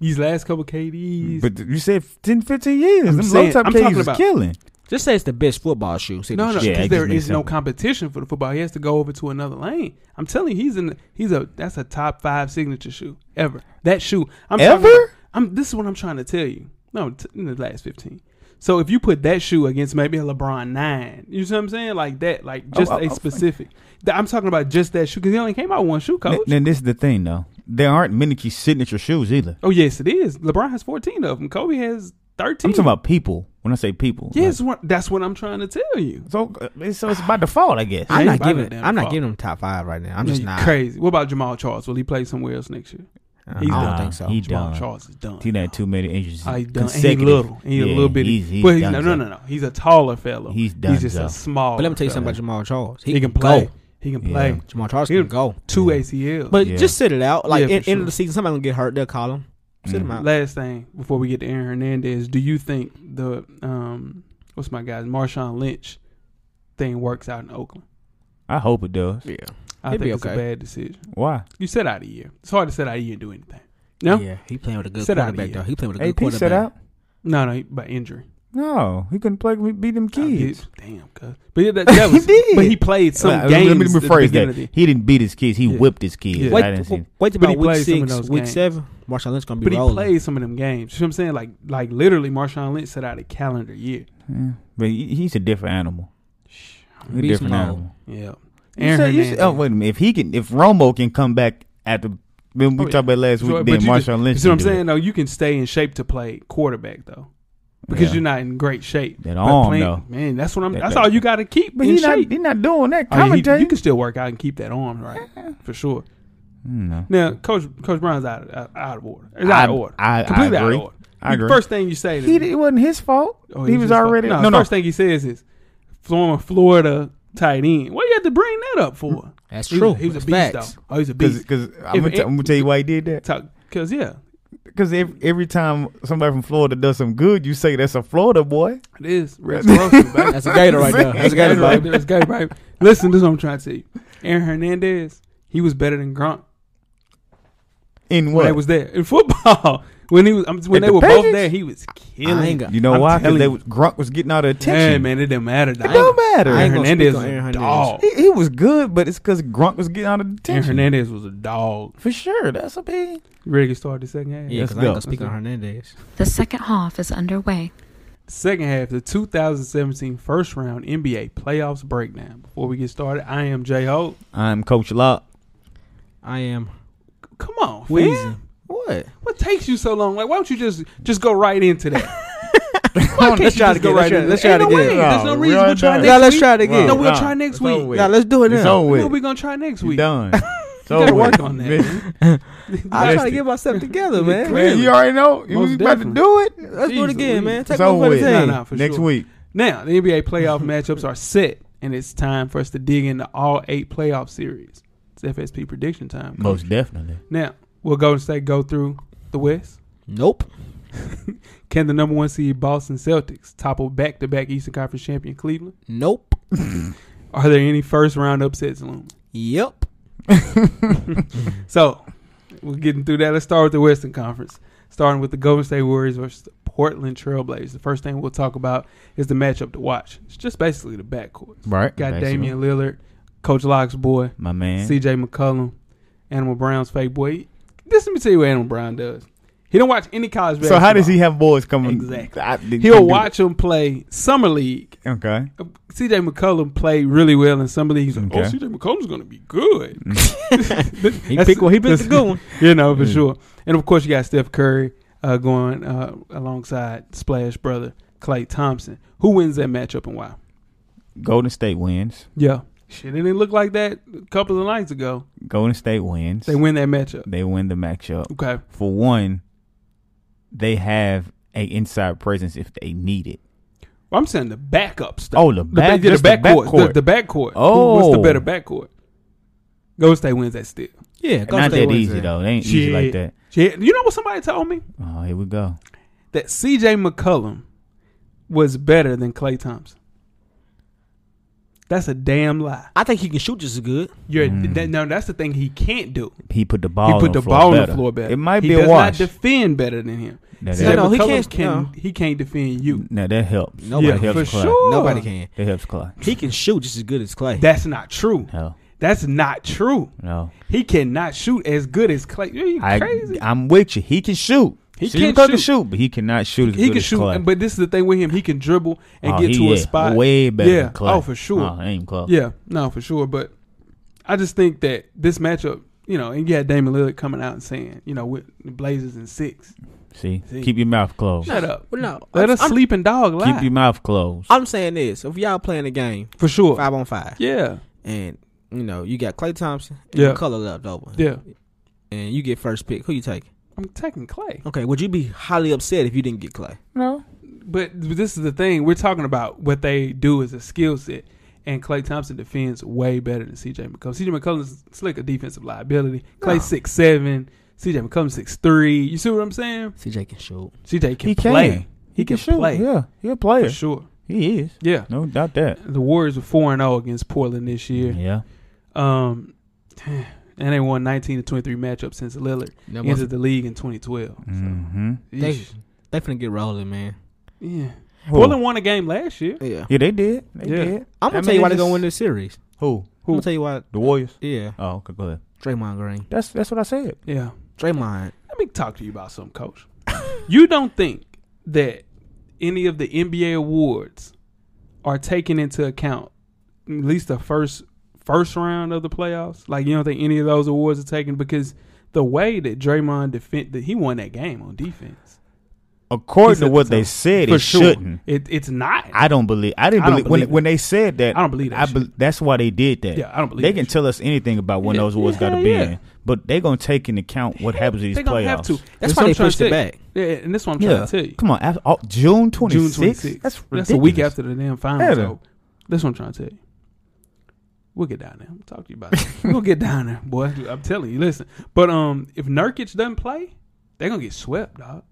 [SPEAKER 2] These last couple KDs.
[SPEAKER 3] But you said 10, 15 years.
[SPEAKER 2] I'm
[SPEAKER 3] Them
[SPEAKER 2] saying-
[SPEAKER 3] low top
[SPEAKER 2] I'm
[SPEAKER 3] kids
[SPEAKER 2] talking
[SPEAKER 3] is
[SPEAKER 2] about-
[SPEAKER 3] killing.
[SPEAKER 4] Just say it's the best football shoe. See,
[SPEAKER 2] No, no,
[SPEAKER 4] the-
[SPEAKER 2] because
[SPEAKER 3] Yeah, it
[SPEAKER 2] there
[SPEAKER 3] just makes
[SPEAKER 2] is no
[SPEAKER 3] sense.
[SPEAKER 2] competition for the football. He has to go over to another lane. I'm telling you, he's in. The, he's a. That's a top five signature shoe ever. That shoe. I'm talking
[SPEAKER 3] Ever?
[SPEAKER 2] about- I'm. This is what I'm trying to tell you. No, t- in the last fifteen. So if you put that shoe against maybe a LeBron nine, you see what I'm saying? Like that, like just
[SPEAKER 3] Oh, I-
[SPEAKER 2] a
[SPEAKER 3] I-
[SPEAKER 2] specific. Th- I'm talking about just that shoe because he only came out with one shoe, coach.
[SPEAKER 3] Th- Then this is the thing though. There aren't many key signature shoes either.
[SPEAKER 2] oh yes, it is. LeBron has 14 of them. Kobe has 13.
[SPEAKER 3] I'm talking about people. When I say people,
[SPEAKER 2] Yes, what- that's what I'm trying to tell you.
[SPEAKER 3] like- so uh, it's- so it's by default, I guess.
[SPEAKER 4] I'm
[SPEAKER 2] ain't
[SPEAKER 4] not
[SPEAKER 2] buying
[SPEAKER 4] giving.
[SPEAKER 2] that
[SPEAKER 4] I'm not
[SPEAKER 2] fuck.
[SPEAKER 4] giving him top five right now. I'm just
[SPEAKER 2] You
[SPEAKER 4] not.
[SPEAKER 2] crazy. What about Jamal Charles? Will he play somewhere else next year?
[SPEAKER 4] I
[SPEAKER 2] He's
[SPEAKER 4] don't
[SPEAKER 2] done.
[SPEAKER 4] think so.
[SPEAKER 3] Ah, He
[SPEAKER 2] Jamal
[SPEAKER 3] done.
[SPEAKER 2] Charles is done.
[SPEAKER 3] He done too many injuries.
[SPEAKER 2] Oh, he done. And he
[SPEAKER 3] consecutive.
[SPEAKER 2] little. He a
[SPEAKER 3] Yeah,
[SPEAKER 2] little bitty.
[SPEAKER 3] He's, he's
[SPEAKER 2] but he's,
[SPEAKER 3] done
[SPEAKER 2] no, no,
[SPEAKER 3] so.
[SPEAKER 2] no, no. He's a taller fellow.
[SPEAKER 3] He's done
[SPEAKER 2] He's just
[SPEAKER 3] so.
[SPEAKER 2] a small.
[SPEAKER 4] But let me tell you
[SPEAKER 2] fellow.
[SPEAKER 4] something about Jamal Charles.
[SPEAKER 2] He can play.
[SPEAKER 4] Go.
[SPEAKER 2] He can
[SPEAKER 3] Yeah.
[SPEAKER 2] play.
[SPEAKER 4] Jamal Charles
[SPEAKER 2] He'll-
[SPEAKER 4] can go.
[SPEAKER 2] Two
[SPEAKER 3] Yeah.
[SPEAKER 2] ACL.
[SPEAKER 4] But
[SPEAKER 3] Yeah.
[SPEAKER 4] just sit it out. Like
[SPEAKER 2] Yeah,
[SPEAKER 4] in,
[SPEAKER 2] for
[SPEAKER 4] end
[SPEAKER 2] sure.
[SPEAKER 4] of the season, somebody gonna get hurt. They'll call him. Sit him
[SPEAKER 3] Mhm.
[SPEAKER 4] out.
[SPEAKER 2] last thing before we get to Aaron Hernandez, do you think the um what's my guy's Marshawn Lynch thing works out in Oakland?
[SPEAKER 3] I hope it does.
[SPEAKER 4] Yeah.
[SPEAKER 2] I
[SPEAKER 4] It'd
[SPEAKER 2] think
[SPEAKER 4] be
[SPEAKER 2] it's a
[SPEAKER 4] okay.
[SPEAKER 2] bad decision.
[SPEAKER 3] Why?
[SPEAKER 2] You set out a year. It's hard to set out a year and do anything. No,
[SPEAKER 4] Yeah. He playing with a good
[SPEAKER 2] Sit out of
[SPEAKER 4] quarterback
[SPEAKER 2] here.
[SPEAKER 4] though. He playing with a good
[SPEAKER 3] AP
[SPEAKER 4] quarterback.
[SPEAKER 3] set out.
[SPEAKER 2] no, no. By injury,
[SPEAKER 3] No, he couldn't play. We beat them
[SPEAKER 2] I did-
[SPEAKER 3] kids.
[SPEAKER 2] Damn, cuz. But yeah, that, that
[SPEAKER 3] He
[SPEAKER 2] was.
[SPEAKER 3] did.
[SPEAKER 2] But he played some
[SPEAKER 3] Let me-
[SPEAKER 2] games.
[SPEAKER 3] Let me
[SPEAKER 2] at the
[SPEAKER 3] rephrase
[SPEAKER 2] beginning of the-
[SPEAKER 3] that. He didn't beat his kids. He
[SPEAKER 2] Yeah.
[SPEAKER 3] white whipped his kids.
[SPEAKER 2] Yeah.
[SPEAKER 3] I didn't
[SPEAKER 4] Wait,
[SPEAKER 3] see.
[SPEAKER 4] wait,
[SPEAKER 2] But
[SPEAKER 4] wait
[SPEAKER 2] he
[SPEAKER 4] about week
[SPEAKER 2] played some of
[SPEAKER 4] six,
[SPEAKER 2] those
[SPEAKER 4] week
[SPEAKER 2] games.
[SPEAKER 4] seven. Marshall Lynch gonna be
[SPEAKER 2] But he
[SPEAKER 4] rolling.
[SPEAKER 2] played some of them games. You know what I'm saying? Like like literally Marshawn Lynch set out a calendar year.
[SPEAKER 3] Yeah. But he- he's a different animal. He's a
[SPEAKER 4] Beast
[SPEAKER 3] different
[SPEAKER 4] mode.
[SPEAKER 3] animal.
[SPEAKER 2] Yeah.
[SPEAKER 3] You said, you
[SPEAKER 2] Hernandez.
[SPEAKER 3] said, oh wait a minute. If he can, if Romo can come back after when we
[SPEAKER 2] Oh, yeah.
[SPEAKER 3] talked about last week,
[SPEAKER 2] So,
[SPEAKER 3] then
[SPEAKER 2] but you
[SPEAKER 3] Marshawn
[SPEAKER 2] You
[SPEAKER 3] Lynch.
[SPEAKER 2] see what I'm
[SPEAKER 3] can do it.
[SPEAKER 2] saying? Though you can stay in shape to play quarterback though. Because
[SPEAKER 3] Yeah.
[SPEAKER 2] you're not in great shape.
[SPEAKER 3] That
[SPEAKER 2] But
[SPEAKER 3] arm,
[SPEAKER 2] playing-
[SPEAKER 3] though.
[SPEAKER 2] Man, that's what I'm
[SPEAKER 3] That-
[SPEAKER 2] that's
[SPEAKER 3] that-
[SPEAKER 2] all you gotta keep
[SPEAKER 3] But
[SPEAKER 2] in
[SPEAKER 3] he's not.
[SPEAKER 2] shape.
[SPEAKER 3] He's not doing that
[SPEAKER 2] Oh, yeah, he-
[SPEAKER 3] commentary.
[SPEAKER 2] you can still work out and keep that arm right. For sure.
[SPEAKER 3] Mm, No.
[SPEAKER 2] Now, Coach Coach Brown's out of out, out of order. He's
[SPEAKER 3] I-
[SPEAKER 2] out of order.
[SPEAKER 3] I- I
[SPEAKER 2] Completely out
[SPEAKER 3] agree.
[SPEAKER 2] of order.
[SPEAKER 3] I agree.
[SPEAKER 2] First thing you say to
[SPEAKER 3] He,
[SPEAKER 2] me-
[SPEAKER 3] it wasn't his fault.
[SPEAKER 2] Oh,
[SPEAKER 3] he was
[SPEAKER 2] just
[SPEAKER 3] already
[SPEAKER 2] like-
[SPEAKER 3] no no.
[SPEAKER 2] First thing he says is former Florida tight end. What you have to bring that up for?
[SPEAKER 4] That's
[SPEAKER 2] He was-
[SPEAKER 4] true.
[SPEAKER 2] He was a
[SPEAKER 4] That's
[SPEAKER 2] beast
[SPEAKER 4] facts.
[SPEAKER 2] though. Oh, he's a beast.
[SPEAKER 3] Because I'm
[SPEAKER 2] If it-
[SPEAKER 3] gonna tell you why he did that.
[SPEAKER 2] Because yeah,
[SPEAKER 3] Because every, every time somebody from Florida does some good, you say that's a Florida boy.
[SPEAKER 2] It is Rex Grossman, baby.
[SPEAKER 4] That's a gator right there. That's a gator,
[SPEAKER 2] right
[SPEAKER 4] baby.
[SPEAKER 2] there. It's gay, baby. Listen, this is what I'm trying to tell you. Aaron Hernandez, he was better than Gronk
[SPEAKER 3] In
[SPEAKER 2] when they
[SPEAKER 3] what?
[SPEAKER 2] was there in football. When he was I'm- when they
[SPEAKER 3] At the
[SPEAKER 2] were both
[SPEAKER 3] Patriots?
[SPEAKER 2] there, he was
[SPEAKER 4] I
[SPEAKER 2] killing.
[SPEAKER 4] ain't
[SPEAKER 2] it.
[SPEAKER 4] got-
[SPEAKER 3] you know
[SPEAKER 2] I'm
[SPEAKER 3] why? Because
[SPEAKER 2] telling
[SPEAKER 3] they
[SPEAKER 2] you.
[SPEAKER 3] was, Grunk was getting all the attention.
[SPEAKER 2] Hey man, it didn't matter.
[SPEAKER 3] it
[SPEAKER 2] dog.
[SPEAKER 3] don't
[SPEAKER 4] I
[SPEAKER 3] matter.
[SPEAKER 4] ain't
[SPEAKER 2] Aaron
[SPEAKER 4] gonna
[SPEAKER 2] Hernandez
[SPEAKER 4] speak on
[SPEAKER 2] was a
[SPEAKER 4] Aaron Hernandez.
[SPEAKER 2] dog.
[SPEAKER 3] He, he was good, but it's because Grunk was getting all the
[SPEAKER 2] Aaron
[SPEAKER 3] attention.
[SPEAKER 2] Hernandez was a dog.
[SPEAKER 3] For sure, that's a big.
[SPEAKER 2] You ready to start the second half?
[SPEAKER 4] Yeah,
[SPEAKER 3] Let's
[SPEAKER 4] because I ain't
[SPEAKER 3] go.
[SPEAKER 4] gonna speak on Hernandez.
[SPEAKER 1] The second half is underway.
[SPEAKER 2] Second half, the 2017 first round NBA playoffs breakdown. Before we get started, I am J Hope.
[SPEAKER 3] I'm Coach Locke.
[SPEAKER 4] I am
[SPEAKER 2] Come on,
[SPEAKER 4] Wheezy.
[SPEAKER 2] fam.
[SPEAKER 3] What?
[SPEAKER 2] What takes you so long? Like, why don't you just just go right into that? Why can't
[SPEAKER 4] Let's
[SPEAKER 2] you
[SPEAKER 4] try
[SPEAKER 2] just
[SPEAKER 4] to
[SPEAKER 2] go right
[SPEAKER 4] get- let's
[SPEAKER 2] into
[SPEAKER 4] try- let's
[SPEAKER 2] that?
[SPEAKER 4] try
[SPEAKER 2] Ain't
[SPEAKER 4] to
[SPEAKER 2] no
[SPEAKER 4] get-
[SPEAKER 2] way.
[SPEAKER 3] Nah,
[SPEAKER 2] There's no
[SPEAKER 3] we
[SPEAKER 2] reason.
[SPEAKER 3] already
[SPEAKER 2] We'll try
[SPEAKER 3] Oh, done.
[SPEAKER 2] next
[SPEAKER 4] Yeah, let's
[SPEAKER 2] week.
[SPEAKER 4] try it again.
[SPEAKER 2] No, we'll
[SPEAKER 3] Nah,
[SPEAKER 2] try next
[SPEAKER 3] it's over
[SPEAKER 2] week.
[SPEAKER 3] with.
[SPEAKER 4] Now let's do it
[SPEAKER 3] Oh, It's
[SPEAKER 4] now.
[SPEAKER 3] over
[SPEAKER 2] No,
[SPEAKER 3] with.
[SPEAKER 2] we're gonna try next
[SPEAKER 3] You
[SPEAKER 2] week.
[SPEAKER 3] done. It's
[SPEAKER 2] gotta
[SPEAKER 3] over
[SPEAKER 2] work
[SPEAKER 3] with.
[SPEAKER 2] on that,
[SPEAKER 3] Miss-
[SPEAKER 4] I'm trying
[SPEAKER 3] Missed
[SPEAKER 4] to
[SPEAKER 3] it.
[SPEAKER 4] get myself together, man.
[SPEAKER 2] Clearly.
[SPEAKER 3] Man, you already know. You
[SPEAKER 2] Most
[SPEAKER 3] was about to
[SPEAKER 2] definitely.
[SPEAKER 3] do it.
[SPEAKER 4] Let's do it
[SPEAKER 2] Jeez
[SPEAKER 4] again,
[SPEAKER 2] Louise.
[SPEAKER 4] man. Take
[SPEAKER 3] It's
[SPEAKER 4] one
[SPEAKER 3] over
[SPEAKER 4] for the
[SPEAKER 3] with.
[SPEAKER 4] team.
[SPEAKER 2] Nah, nah, for
[SPEAKER 3] Next
[SPEAKER 2] sure.
[SPEAKER 3] week.
[SPEAKER 2] Now, the NBA playoff matchups are set, and it's time for us to dig into all eight playoff series. It's FSP prediction time.
[SPEAKER 3] Most definitely.
[SPEAKER 2] Now, will Golden State go through the West?
[SPEAKER 4] Nope.
[SPEAKER 2] Can the number one seed Boston Celtics topple back to back Eastern Conference champion Cleveland?
[SPEAKER 4] Nope.
[SPEAKER 2] Are there any first round upsets looming?
[SPEAKER 4] Yep.
[SPEAKER 2] So, we're getting through that. Let's start with the Western Conference, starting with the Golden State Warriors versus the Portland Trailblazers. The first thing we'll talk about is the matchup to watch. It's just basically the backcourt.
[SPEAKER 3] Right.
[SPEAKER 2] Got
[SPEAKER 3] Basically.
[SPEAKER 2] Damian Lillard, Coach Locke's boy,
[SPEAKER 3] My man.
[SPEAKER 2] CJ McCollum, Animal Brown's fake boy. This let me tell you what Animal Brown does. He don't watch any college
[SPEAKER 3] so
[SPEAKER 2] basketball.
[SPEAKER 3] how does he have boys coming?
[SPEAKER 2] Exactly.
[SPEAKER 3] I- did-
[SPEAKER 2] He'll
[SPEAKER 3] do-
[SPEAKER 2] watch him play summer league.
[SPEAKER 3] Okay.
[SPEAKER 2] CJ McCollum played really well in summer league. He's like,
[SPEAKER 3] Okay. Mm-hmm.
[SPEAKER 2] oh, CJ McCollum's gonna be good.
[SPEAKER 4] He
[SPEAKER 2] That's-
[SPEAKER 4] picked. Well, he picked the
[SPEAKER 2] that's-
[SPEAKER 4] good one.
[SPEAKER 2] You know for
[SPEAKER 3] Mm.
[SPEAKER 2] sure. And of course, you got Steph Curry uh, going uh, alongside Splash brother Clay Thompson. Who wins that matchup and why?
[SPEAKER 3] Golden State wins.
[SPEAKER 2] Yeah, shit, it didn't look like that a couple of nights ago.
[SPEAKER 3] Golden State wins.
[SPEAKER 2] They win that matchup.
[SPEAKER 3] They win the matchup.
[SPEAKER 2] Okay,
[SPEAKER 3] For one, they have a inside presence if they need it.
[SPEAKER 2] well, I'm saying the backup stuff.
[SPEAKER 3] Oh,
[SPEAKER 2] The
[SPEAKER 3] the
[SPEAKER 2] back,
[SPEAKER 3] back,
[SPEAKER 2] yeah, the
[SPEAKER 3] just the
[SPEAKER 2] backcourt.
[SPEAKER 3] backcourt.
[SPEAKER 2] The, the backcourt.
[SPEAKER 3] Oh.
[SPEAKER 2] What's the better backcourt? Golden State wins that still.
[SPEAKER 4] Yeah, Golden
[SPEAKER 3] Not
[SPEAKER 4] State
[SPEAKER 3] that
[SPEAKER 4] wins
[SPEAKER 3] easy
[SPEAKER 4] that.
[SPEAKER 3] though. They ain't easy like
[SPEAKER 2] Shit.
[SPEAKER 3] that.
[SPEAKER 2] Yeah, You know what somebody told me?
[SPEAKER 3] Oh, here we go.
[SPEAKER 2] That CJ McCullum was better than Clay Thompson. That's a damn lie.
[SPEAKER 4] I think he can shoot just as good.
[SPEAKER 2] You're
[SPEAKER 3] Mm.
[SPEAKER 2] that, no, that's the thing he can't do.
[SPEAKER 3] He put the
[SPEAKER 2] he
[SPEAKER 3] ball.
[SPEAKER 2] put
[SPEAKER 3] on
[SPEAKER 2] the
[SPEAKER 3] floor
[SPEAKER 2] ball
[SPEAKER 3] better.
[SPEAKER 2] on the floor better.
[SPEAKER 3] It might
[SPEAKER 2] he
[SPEAKER 3] be
[SPEAKER 2] does
[SPEAKER 3] a wash.
[SPEAKER 2] not defend better than him.
[SPEAKER 3] now,
[SPEAKER 2] CJ
[SPEAKER 3] that,
[SPEAKER 4] No, no, he
[SPEAKER 2] McCollum
[SPEAKER 4] can't-
[SPEAKER 2] Can,
[SPEAKER 4] no.
[SPEAKER 2] He can't defend you.
[SPEAKER 3] now that helps.
[SPEAKER 4] Nobody
[SPEAKER 3] that
[SPEAKER 4] Yeah,
[SPEAKER 3] helps
[SPEAKER 2] for
[SPEAKER 3] Clay.
[SPEAKER 2] sure.
[SPEAKER 4] Nobody can.
[SPEAKER 3] That helps Clay.
[SPEAKER 4] He can shoot just as good as Clay.
[SPEAKER 2] That's not true.
[SPEAKER 3] No,
[SPEAKER 2] That's not true.
[SPEAKER 3] no.
[SPEAKER 2] He cannot shoot as good as Clay. Are you
[SPEAKER 3] I,
[SPEAKER 2] crazy?
[SPEAKER 3] I'm with you. He can shoot.
[SPEAKER 2] He
[SPEAKER 3] CJ
[SPEAKER 2] can
[SPEAKER 3] McCollum
[SPEAKER 2] shoot.
[SPEAKER 3] but he cannot shoot as
[SPEAKER 2] he
[SPEAKER 3] good
[SPEAKER 2] can
[SPEAKER 3] as
[SPEAKER 2] shoot,
[SPEAKER 3] Clay.
[SPEAKER 2] and- but this is the thing with him. He can dribble and
[SPEAKER 3] Oh,
[SPEAKER 2] get
[SPEAKER 3] he
[SPEAKER 2] to a
[SPEAKER 3] is
[SPEAKER 2] spot.
[SPEAKER 3] Way better.
[SPEAKER 2] Yeah.
[SPEAKER 3] than Clay.
[SPEAKER 2] Oh, for sure.
[SPEAKER 3] Oh, ain't close.
[SPEAKER 2] Yeah, no, for sure. But I just think that this matchup, you know, and you had Damon Lillard coming out and saying, you know, with the Blazers and six.
[SPEAKER 3] See?
[SPEAKER 2] See?
[SPEAKER 3] keep your mouth closed.
[SPEAKER 2] Shut up.
[SPEAKER 4] Well, no,
[SPEAKER 2] Let
[SPEAKER 4] I'm-
[SPEAKER 2] us
[SPEAKER 4] I'm-
[SPEAKER 2] sleep and dog lie.
[SPEAKER 3] Keep your mouth closed.
[SPEAKER 4] I'm saying this: if y'all playing a game
[SPEAKER 2] for sure.
[SPEAKER 4] five on five,
[SPEAKER 2] Yeah,
[SPEAKER 4] and you know you got Clay Thompson, and
[SPEAKER 2] Yeah.
[SPEAKER 4] yeah, color left over,
[SPEAKER 2] yeah.
[SPEAKER 4] and you get first pick, who you take?
[SPEAKER 2] I'm taking Clay.
[SPEAKER 4] Okay, would you be highly upset if you didn't get Clay?
[SPEAKER 3] No.
[SPEAKER 2] But this is the thing. We're talking about what they do as a skill set. And Clay Thompson defends way better than CJ McCollum. CJ McCollum's slick a defensive liability. Clay
[SPEAKER 4] No.
[SPEAKER 2] six seven. CJ McCollum six three. You see what I'm saying?
[SPEAKER 4] CJ can shoot.
[SPEAKER 2] CJ can
[SPEAKER 3] He can.
[SPEAKER 2] play.
[SPEAKER 3] He,
[SPEAKER 2] He
[SPEAKER 3] can,
[SPEAKER 2] can
[SPEAKER 3] shoot.
[SPEAKER 2] play.
[SPEAKER 3] Yeah. He a player.
[SPEAKER 2] For sure.
[SPEAKER 3] He is.
[SPEAKER 2] Yeah.
[SPEAKER 3] No doubt that.
[SPEAKER 2] The Warriors were four and zero against Portland this
[SPEAKER 3] Yeah.
[SPEAKER 2] year. Um, and they won nineteen to twenty three matchups since Lillard
[SPEAKER 4] That
[SPEAKER 2] entered
[SPEAKER 4] must,
[SPEAKER 2] the league in twenty twelve.
[SPEAKER 3] Mm-hmm.
[SPEAKER 4] they, they finna get rolling, man.
[SPEAKER 2] yeah.
[SPEAKER 3] Who?
[SPEAKER 2] Portland won a game last year.
[SPEAKER 4] Yeah,
[SPEAKER 3] Yeah, they did. They
[SPEAKER 2] Yeah.
[SPEAKER 3] did.
[SPEAKER 4] I'm gonna
[SPEAKER 3] I mean,
[SPEAKER 4] tell you why
[SPEAKER 3] they
[SPEAKER 4] they gonna
[SPEAKER 3] just-
[SPEAKER 4] win this series.
[SPEAKER 3] Who?
[SPEAKER 4] I'm
[SPEAKER 2] Who?
[SPEAKER 4] gonna tell you why.
[SPEAKER 3] The Warriors.
[SPEAKER 4] Yeah,
[SPEAKER 3] Oh, okay, go ahead.
[SPEAKER 4] Draymond Green,
[SPEAKER 3] That's that's what I said.
[SPEAKER 2] Yeah.
[SPEAKER 4] Draymond.
[SPEAKER 2] Let me talk to you about something, coach. you don't think that any of the NBA awards are taken into account, at least the first first round of the playoffs? Like you don't think any of those awards are taken because the way that Draymond defend that he won that game on defense.
[SPEAKER 3] According
[SPEAKER 2] He
[SPEAKER 3] to
[SPEAKER 2] said
[SPEAKER 3] what
[SPEAKER 2] so.
[SPEAKER 3] they said,
[SPEAKER 2] For
[SPEAKER 3] it
[SPEAKER 2] sure.
[SPEAKER 3] shouldn't.
[SPEAKER 2] It, it's not.
[SPEAKER 3] I don't believe. I didn't
[SPEAKER 2] I don't
[SPEAKER 3] believe, when
[SPEAKER 2] believe
[SPEAKER 3] when they said that.
[SPEAKER 2] I don't believe that
[SPEAKER 3] I be, that's why they did that.
[SPEAKER 2] yeah, I don't believe
[SPEAKER 3] they
[SPEAKER 2] that
[SPEAKER 3] can
[SPEAKER 2] shit.
[SPEAKER 3] tell us anything about when
[SPEAKER 2] Yeah,
[SPEAKER 3] those awards
[SPEAKER 2] yeah,
[SPEAKER 3] got to be
[SPEAKER 2] yeah.
[SPEAKER 3] in, but they're gonna take into account what happens in these
[SPEAKER 2] They gonna
[SPEAKER 3] playoffs.
[SPEAKER 2] have to.
[SPEAKER 4] That's
[SPEAKER 2] That's
[SPEAKER 4] why
[SPEAKER 2] what
[SPEAKER 4] they
[SPEAKER 2] I'm trying to
[SPEAKER 4] pushed it
[SPEAKER 2] say.
[SPEAKER 4] back.
[SPEAKER 2] Yeah, and that's what I'm trying
[SPEAKER 3] Yeah,
[SPEAKER 2] to tell you.
[SPEAKER 3] come on, after, oh, June twenty
[SPEAKER 2] June
[SPEAKER 3] sixth.
[SPEAKER 2] 26th.
[SPEAKER 3] That's ridiculous.
[SPEAKER 2] That's a week after the damn
[SPEAKER 3] Yeah.
[SPEAKER 2] finals. So that's what I'm trying to tell you. We'll get down there. We'll talk to you about it. we'll get down there, boy. I'm telling you. Listen, but um, if Nurkic doesn't play, They're gonna get swept, dog.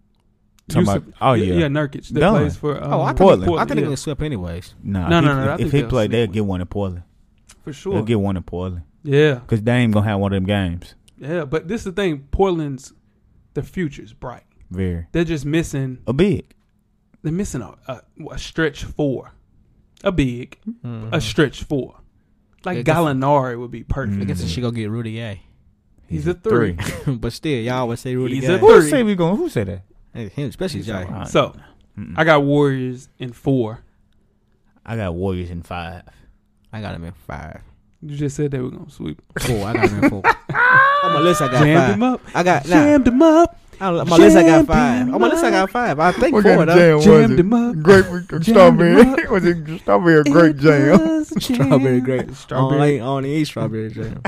[SPEAKER 3] Talking
[SPEAKER 2] Yusuf-
[SPEAKER 3] about, oh yeah,
[SPEAKER 2] yeah, Nurkic that
[SPEAKER 3] Done.
[SPEAKER 2] plays for um,
[SPEAKER 4] Oh, I think,
[SPEAKER 3] Portland.
[SPEAKER 4] I think
[SPEAKER 2] yeah,
[SPEAKER 4] they're gonna swept anyways.
[SPEAKER 3] Nah,
[SPEAKER 2] No,
[SPEAKER 3] if,
[SPEAKER 2] no,
[SPEAKER 3] he-
[SPEAKER 2] no, I
[SPEAKER 3] If
[SPEAKER 2] think
[SPEAKER 3] he
[SPEAKER 2] they'll
[SPEAKER 3] play,
[SPEAKER 2] sneak
[SPEAKER 3] they'll
[SPEAKER 2] one.
[SPEAKER 3] get one in Portland.
[SPEAKER 2] for
[SPEAKER 3] They'll
[SPEAKER 2] sure.
[SPEAKER 3] get one in Portland
[SPEAKER 2] yeah,
[SPEAKER 3] because Dame gonna have one of them games.
[SPEAKER 2] yeah. But this is the thing. Portland's the future's bright.
[SPEAKER 3] Very
[SPEAKER 2] They're just missing.
[SPEAKER 3] a big.
[SPEAKER 2] They're missing a, a, a stretch four, a big,
[SPEAKER 3] Mm-hmm.
[SPEAKER 2] a stretch four. Like
[SPEAKER 4] I guess-
[SPEAKER 2] Gallinari would be perfect.
[SPEAKER 4] I guess they should go get Rudy A.
[SPEAKER 2] He's a three.
[SPEAKER 4] but still, y'all always say Rudy
[SPEAKER 2] He's
[SPEAKER 4] Gay.
[SPEAKER 2] a
[SPEAKER 3] Who
[SPEAKER 2] Three.
[SPEAKER 3] say we going? Who say that?
[SPEAKER 4] Hey, him, especially Jay.
[SPEAKER 3] Alright.
[SPEAKER 2] So
[SPEAKER 3] Mm-mm.
[SPEAKER 2] I got Warriors in four.
[SPEAKER 3] I got Warriors in five.
[SPEAKER 4] I got him in five.
[SPEAKER 2] You just said they were gonna sweep.
[SPEAKER 4] Four. I got him in four. on my list, I got
[SPEAKER 2] Jammed
[SPEAKER 4] five.
[SPEAKER 2] him up.
[SPEAKER 4] I got nah.
[SPEAKER 2] Jammed him up.
[SPEAKER 4] I don't- On my list, I got five.
[SPEAKER 2] Champion
[SPEAKER 4] On my list, I got five. I think
[SPEAKER 6] What kind
[SPEAKER 4] four
[SPEAKER 6] of
[SPEAKER 4] though.
[SPEAKER 6] jam was
[SPEAKER 2] Jammed
[SPEAKER 6] it?
[SPEAKER 2] him up.
[SPEAKER 6] Grape, strawberry. was it strawberry or grape jam?
[SPEAKER 4] Strawberry grape.
[SPEAKER 2] Strawberry.
[SPEAKER 4] I only eat strawberry jam.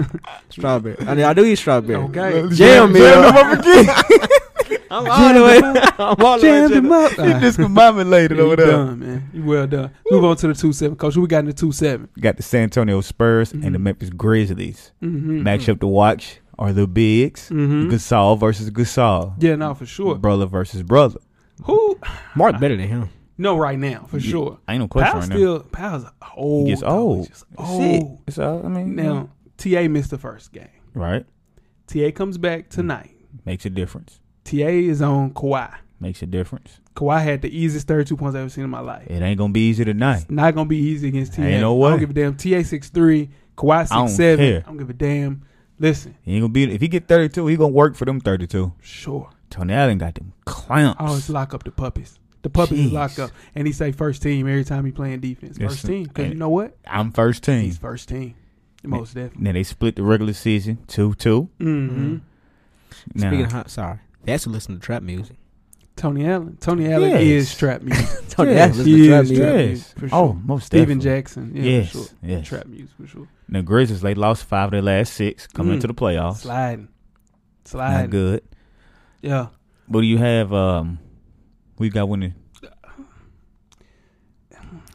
[SPEAKER 4] strawberry. I mean, I do eat strawberry.
[SPEAKER 2] Okay.
[SPEAKER 4] Jam me
[SPEAKER 6] Jam
[SPEAKER 4] up.
[SPEAKER 6] them up again.
[SPEAKER 4] I'm all the way. I'm all the way.
[SPEAKER 2] Jammed
[SPEAKER 4] jam.
[SPEAKER 2] him up.
[SPEAKER 6] He discombobulated
[SPEAKER 2] you
[SPEAKER 6] over there.
[SPEAKER 2] done, man. You well done. Move on to the two seven, coach. Who we got in the two seven?
[SPEAKER 3] Got the San Antonio Spurs and the
[SPEAKER 2] Mhm.
[SPEAKER 3] Memphis Grizzlies.
[SPEAKER 2] Mm-hmm.
[SPEAKER 3] Matchup to watch are the bigs.
[SPEAKER 2] Mm-hmm.
[SPEAKER 3] Gasol versus Gasol.
[SPEAKER 2] Yeah, no, for sure.
[SPEAKER 3] Brother versus brother.
[SPEAKER 2] Who?
[SPEAKER 4] Mark better than him.
[SPEAKER 2] No, right now, for sure.
[SPEAKER 3] Ain't no question
[SPEAKER 2] Powell
[SPEAKER 3] right now.
[SPEAKER 2] still Powell's old.
[SPEAKER 3] He gets
[SPEAKER 2] dog. He's
[SPEAKER 3] old.
[SPEAKER 2] just
[SPEAKER 3] Shit.
[SPEAKER 2] old.
[SPEAKER 3] So I mean,
[SPEAKER 2] Now, TA missed the first game.
[SPEAKER 3] right?
[SPEAKER 2] TA comes back tonight.
[SPEAKER 3] Makes a difference.
[SPEAKER 2] TA is on Kawhi.
[SPEAKER 3] Makes a difference.
[SPEAKER 2] Kawhi had the easiest 32 points I've ever seen in my life.
[SPEAKER 3] It ain't gonna be easy tonight.
[SPEAKER 2] It's not gonna be easy against TA.
[SPEAKER 3] Ain't no
[SPEAKER 2] I
[SPEAKER 3] way.
[SPEAKER 2] don't give a damn. TA six three, Kawhi
[SPEAKER 3] I don't
[SPEAKER 2] six seven.
[SPEAKER 3] care.
[SPEAKER 2] I don't give a damn. Listen,
[SPEAKER 3] He ain't gonna be. If he get thirty two, he gonna work for them thirty two.
[SPEAKER 2] sure.
[SPEAKER 3] Tony Allen got them clamps.
[SPEAKER 2] I always lock up the puppies. The puppies
[SPEAKER 3] Jeez.
[SPEAKER 2] is locked up, and he say first team every time he playing defense.
[SPEAKER 3] Yes,
[SPEAKER 2] First
[SPEAKER 3] sir.
[SPEAKER 2] team, because
[SPEAKER 3] And-
[SPEAKER 2] you know what?
[SPEAKER 3] I'm first team.
[SPEAKER 2] He's first team, most definitely.
[SPEAKER 3] Now they split the regular season two two.
[SPEAKER 2] hmm
[SPEAKER 3] Mm-hmm. Now
[SPEAKER 4] Speaking of hot, sorry. They actually listen to trap music.
[SPEAKER 2] Tony Allen. Tony Allen
[SPEAKER 3] Yes.
[SPEAKER 2] is trap music.
[SPEAKER 4] Tony
[SPEAKER 3] Yes,
[SPEAKER 4] actually
[SPEAKER 2] he
[SPEAKER 4] listen
[SPEAKER 2] is
[SPEAKER 4] to trap
[SPEAKER 2] trap
[SPEAKER 4] music.
[SPEAKER 2] music, for
[SPEAKER 3] oh,
[SPEAKER 2] sure.
[SPEAKER 3] most
[SPEAKER 2] Steven
[SPEAKER 3] definitely.
[SPEAKER 2] Jackson. Yeah,
[SPEAKER 3] yes,
[SPEAKER 2] for sure.
[SPEAKER 3] yes.
[SPEAKER 2] Trap music for sure.
[SPEAKER 3] The Grizzlies they lost five of their last six coming
[SPEAKER 2] Mm.
[SPEAKER 3] into the playoffs.
[SPEAKER 2] Sliding,
[SPEAKER 3] Not
[SPEAKER 2] sliding.
[SPEAKER 3] good.
[SPEAKER 2] Yeah.
[SPEAKER 3] But you have um, we got winning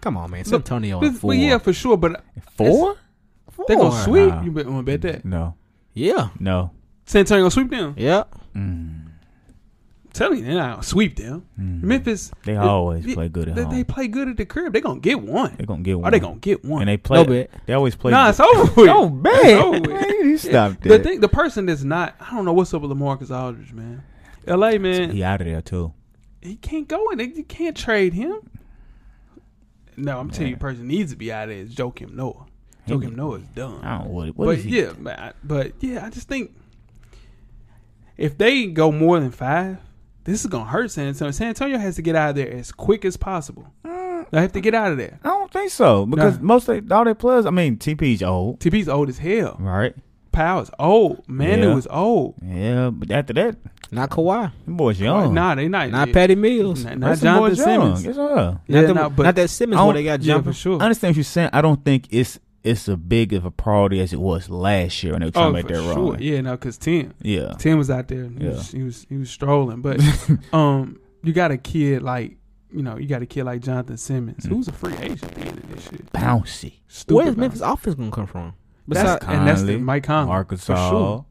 [SPEAKER 4] Come on, man.
[SPEAKER 2] Look,
[SPEAKER 4] Antonio
[SPEAKER 2] But,
[SPEAKER 4] in
[SPEAKER 2] but
[SPEAKER 4] four.
[SPEAKER 2] yeah, for sure. But
[SPEAKER 3] four.
[SPEAKER 4] They
[SPEAKER 2] they're
[SPEAKER 4] gonna
[SPEAKER 2] gonna sweep.
[SPEAKER 3] Nah.
[SPEAKER 2] You bet. want to bet that
[SPEAKER 3] No,
[SPEAKER 4] Yeah.
[SPEAKER 3] no.
[SPEAKER 2] San Antonio gonna sweep them.
[SPEAKER 4] Yeah.
[SPEAKER 3] Mm.
[SPEAKER 2] Telling you, they're not gonna sweep them.
[SPEAKER 3] Mm.
[SPEAKER 2] Memphis.
[SPEAKER 3] They always
[SPEAKER 2] they-
[SPEAKER 3] play good at
[SPEAKER 2] They,
[SPEAKER 3] home.
[SPEAKER 2] they play good at the crib. They gonna get one.
[SPEAKER 3] They gonna get one.
[SPEAKER 2] Are they gonna get one?
[SPEAKER 3] And they play.
[SPEAKER 4] No bet.
[SPEAKER 3] They always play.
[SPEAKER 2] nah, it's over. With.
[SPEAKER 3] oh
[SPEAKER 2] It's
[SPEAKER 3] man,
[SPEAKER 2] over with.
[SPEAKER 3] he stopped
[SPEAKER 2] The
[SPEAKER 3] that.
[SPEAKER 2] thing, the person that's not, I don't know what's up with Lamarcus Aldridge, man. L.A. man,
[SPEAKER 3] He out of there too.
[SPEAKER 2] he can't go in. You can't trade him. No, I'm telling you, the person needs to be out of there is Joakim Noah.
[SPEAKER 3] He-
[SPEAKER 2] Joakim Noah is done.
[SPEAKER 3] I don't know what.
[SPEAKER 2] but
[SPEAKER 3] What is he?
[SPEAKER 2] yeah, but I- but yeah, I just think if they go more than five, this is gonna hurt San Antonio. San Antonio has to get out of there as quick as possible. They have to get out of there.
[SPEAKER 3] I don't think so because most of all their players. I mean, TP's old,
[SPEAKER 2] TP's old as hell.
[SPEAKER 3] right?
[SPEAKER 2] Powell's old. Manu
[SPEAKER 3] Yeah.
[SPEAKER 2] is old.
[SPEAKER 3] Yeah, but after that,
[SPEAKER 4] Not Kawhi.
[SPEAKER 3] them boys young.
[SPEAKER 2] Nah, they not.
[SPEAKER 4] Not
[SPEAKER 2] yeah.
[SPEAKER 4] Patty Mills.
[SPEAKER 2] Not,
[SPEAKER 4] Not,
[SPEAKER 2] not
[SPEAKER 3] Them
[SPEAKER 2] Jonathan
[SPEAKER 3] boys young.
[SPEAKER 2] Simmons.
[SPEAKER 3] Yes, sir.
[SPEAKER 2] Yeah,
[SPEAKER 4] them-
[SPEAKER 2] no, but-
[SPEAKER 4] not that Simmons
[SPEAKER 3] I
[SPEAKER 4] where
[SPEAKER 3] don't-
[SPEAKER 4] they got
[SPEAKER 2] Yeah,
[SPEAKER 4] jumping.
[SPEAKER 2] for sure.
[SPEAKER 3] I understand what you're saying. I don't think it's it's a big of a priority as it was last year when they were trying
[SPEAKER 2] Oh,
[SPEAKER 3] to make
[SPEAKER 2] for
[SPEAKER 3] that
[SPEAKER 2] sure.
[SPEAKER 3] run.
[SPEAKER 2] Yeah, no, because Tim,
[SPEAKER 3] Yeah.
[SPEAKER 2] Tim was out there. And he,
[SPEAKER 3] Yeah.
[SPEAKER 2] was, he was he was strolling, but um, you got a kid like you know you got a kid like Jonathan Simmons,
[SPEAKER 3] Mm.
[SPEAKER 2] who's a free agent at the end of this shit.
[SPEAKER 3] Bouncy.
[SPEAKER 2] Stupid.
[SPEAKER 4] Where's
[SPEAKER 2] about
[SPEAKER 4] Memphis offense gonna come from?
[SPEAKER 2] That's,
[SPEAKER 4] Besides,
[SPEAKER 2] and that's the,
[SPEAKER 3] Conley,
[SPEAKER 2] Mike Conley.
[SPEAKER 3] Arkansas.
[SPEAKER 2] For sure.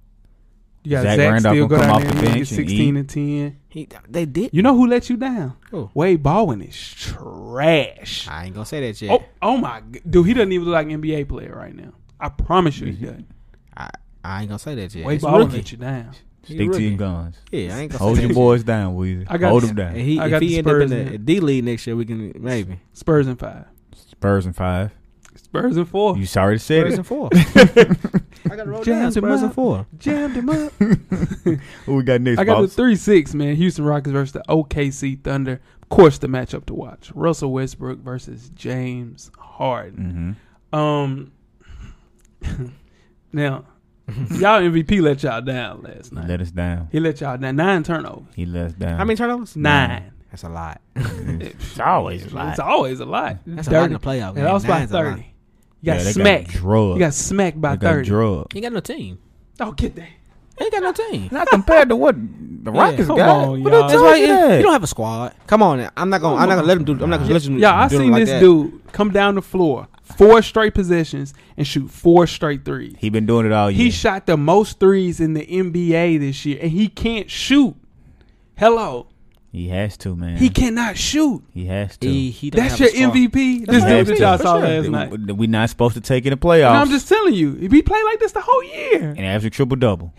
[SPEAKER 2] You got
[SPEAKER 3] Zach
[SPEAKER 2] Zach,
[SPEAKER 3] Randolph
[SPEAKER 2] still go
[SPEAKER 3] gonna
[SPEAKER 2] down
[SPEAKER 3] come
[SPEAKER 2] there
[SPEAKER 3] off the
[SPEAKER 2] and
[SPEAKER 3] bench
[SPEAKER 2] get
[SPEAKER 3] and
[SPEAKER 2] 16 and 10.
[SPEAKER 4] he, they did.
[SPEAKER 2] You know who let you down?
[SPEAKER 4] Who?
[SPEAKER 2] Wade Baldwin is trash.
[SPEAKER 4] I ain't gonna say that yet.
[SPEAKER 2] Oh, oh my g- dude, he doesn't even look like an NBA player right now. I promise you
[SPEAKER 3] Mm-hmm.
[SPEAKER 2] he doesn't.
[SPEAKER 4] I, I ain't gonna say that yet.
[SPEAKER 2] Wade
[SPEAKER 4] He's a
[SPEAKER 2] Baldwin
[SPEAKER 4] rookie.
[SPEAKER 2] let you down.
[SPEAKER 4] He's a
[SPEAKER 3] Stick to
[SPEAKER 4] rookie.
[SPEAKER 3] your guns.
[SPEAKER 4] Yeah, I ain't gonna
[SPEAKER 3] Hold
[SPEAKER 4] say
[SPEAKER 3] your
[SPEAKER 4] that
[SPEAKER 3] boys down, Weezy.
[SPEAKER 2] I got
[SPEAKER 3] Hold
[SPEAKER 2] the-
[SPEAKER 3] them
[SPEAKER 4] yet.
[SPEAKER 3] down.
[SPEAKER 4] And he,
[SPEAKER 2] I
[SPEAKER 4] if
[SPEAKER 2] got
[SPEAKER 4] he
[SPEAKER 2] the
[SPEAKER 4] end up in
[SPEAKER 2] Spurs
[SPEAKER 4] the D league next year, we can maybe.
[SPEAKER 2] Spurs in five.
[SPEAKER 3] Spurs and five.
[SPEAKER 2] Spurs in four.
[SPEAKER 3] You sorry to say
[SPEAKER 4] Spurs
[SPEAKER 3] it.
[SPEAKER 4] and four. I got rolled
[SPEAKER 2] Jazz
[SPEAKER 4] down.
[SPEAKER 2] him
[SPEAKER 4] Spurs and
[SPEAKER 2] up.
[SPEAKER 4] four.
[SPEAKER 2] Jammed him up.
[SPEAKER 3] Who we got next?
[SPEAKER 2] I got the
[SPEAKER 3] boss?
[SPEAKER 2] three six man. Houston Rockets versus the OKC Thunder. Of course, the matchup to watch. Russell Westbrook versus James Harden.
[SPEAKER 3] Mhm.
[SPEAKER 2] Um. now, y'all MVP let y'all down last night.
[SPEAKER 3] Let us down.
[SPEAKER 2] he let y'all down. Nine turnovers.
[SPEAKER 3] He let us down.
[SPEAKER 4] How many turnovers?
[SPEAKER 2] Nine.
[SPEAKER 4] That's a lot.
[SPEAKER 3] it's always a lot.
[SPEAKER 2] It's always a lot.
[SPEAKER 4] That's a lot in
[SPEAKER 2] Thirty.
[SPEAKER 4] the playoff.
[SPEAKER 2] They lost by
[SPEAKER 4] Nine's a lot.
[SPEAKER 2] thirty. You got
[SPEAKER 3] Yeah, they
[SPEAKER 2] smacked.
[SPEAKER 3] Got drug.
[SPEAKER 2] you got smacked by
[SPEAKER 3] they got
[SPEAKER 2] thirty.
[SPEAKER 3] drug.
[SPEAKER 4] He ain't got no team.
[SPEAKER 2] Oh, get that.
[SPEAKER 4] He ain't got no team.
[SPEAKER 3] Not compared to what the Rockets
[SPEAKER 2] come
[SPEAKER 3] got.
[SPEAKER 2] on,
[SPEAKER 3] What
[SPEAKER 2] y'all.
[SPEAKER 3] I
[SPEAKER 4] That's
[SPEAKER 3] told
[SPEAKER 4] why
[SPEAKER 3] you
[SPEAKER 4] you,
[SPEAKER 3] that.
[SPEAKER 4] you don't have a squad. Come on, I'm not gonna. I'm not gonna let him do. I'm not gonna let him.
[SPEAKER 2] Yeah, I
[SPEAKER 4] do him
[SPEAKER 2] seen
[SPEAKER 4] like
[SPEAKER 2] this
[SPEAKER 4] that.
[SPEAKER 2] dude come down the floor, four straight possessions, and shoot four straight threes.
[SPEAKER 3] He been doing it all year.
[SPEAKER 2] He shot the most threes in the NBA this year, and he can't shoot. Hello,
[SPEAKER 3] He has to, man.
[SPEAKER 2] he cannot shoot.
[SPEAKER 3] He has to.
[SPEAKER 4] He, he don't
[SPEAKER 2] That's your
[SPEAKER 4] have a spark.
[SPEAKER 2] MVP.
[SPEAKER 3] He
[SPEAKER 2] This dude
[SPEAKER 3] has
[SPEAKER 2] that
[SPEAKER 3] to.
[SPEAKER 2] y'all saw
[SPEAKER 3] For sure.
[SPEAKER 2] last night.
[SPEAKER 3] We- we not supposed to take in the
[SPEAKER 2] And
[SPEAKER 3] playoffs
[SPEAKER 2] I'm just telling you, if he played like this the whole year,
[SPEAKER 3] and average triple double.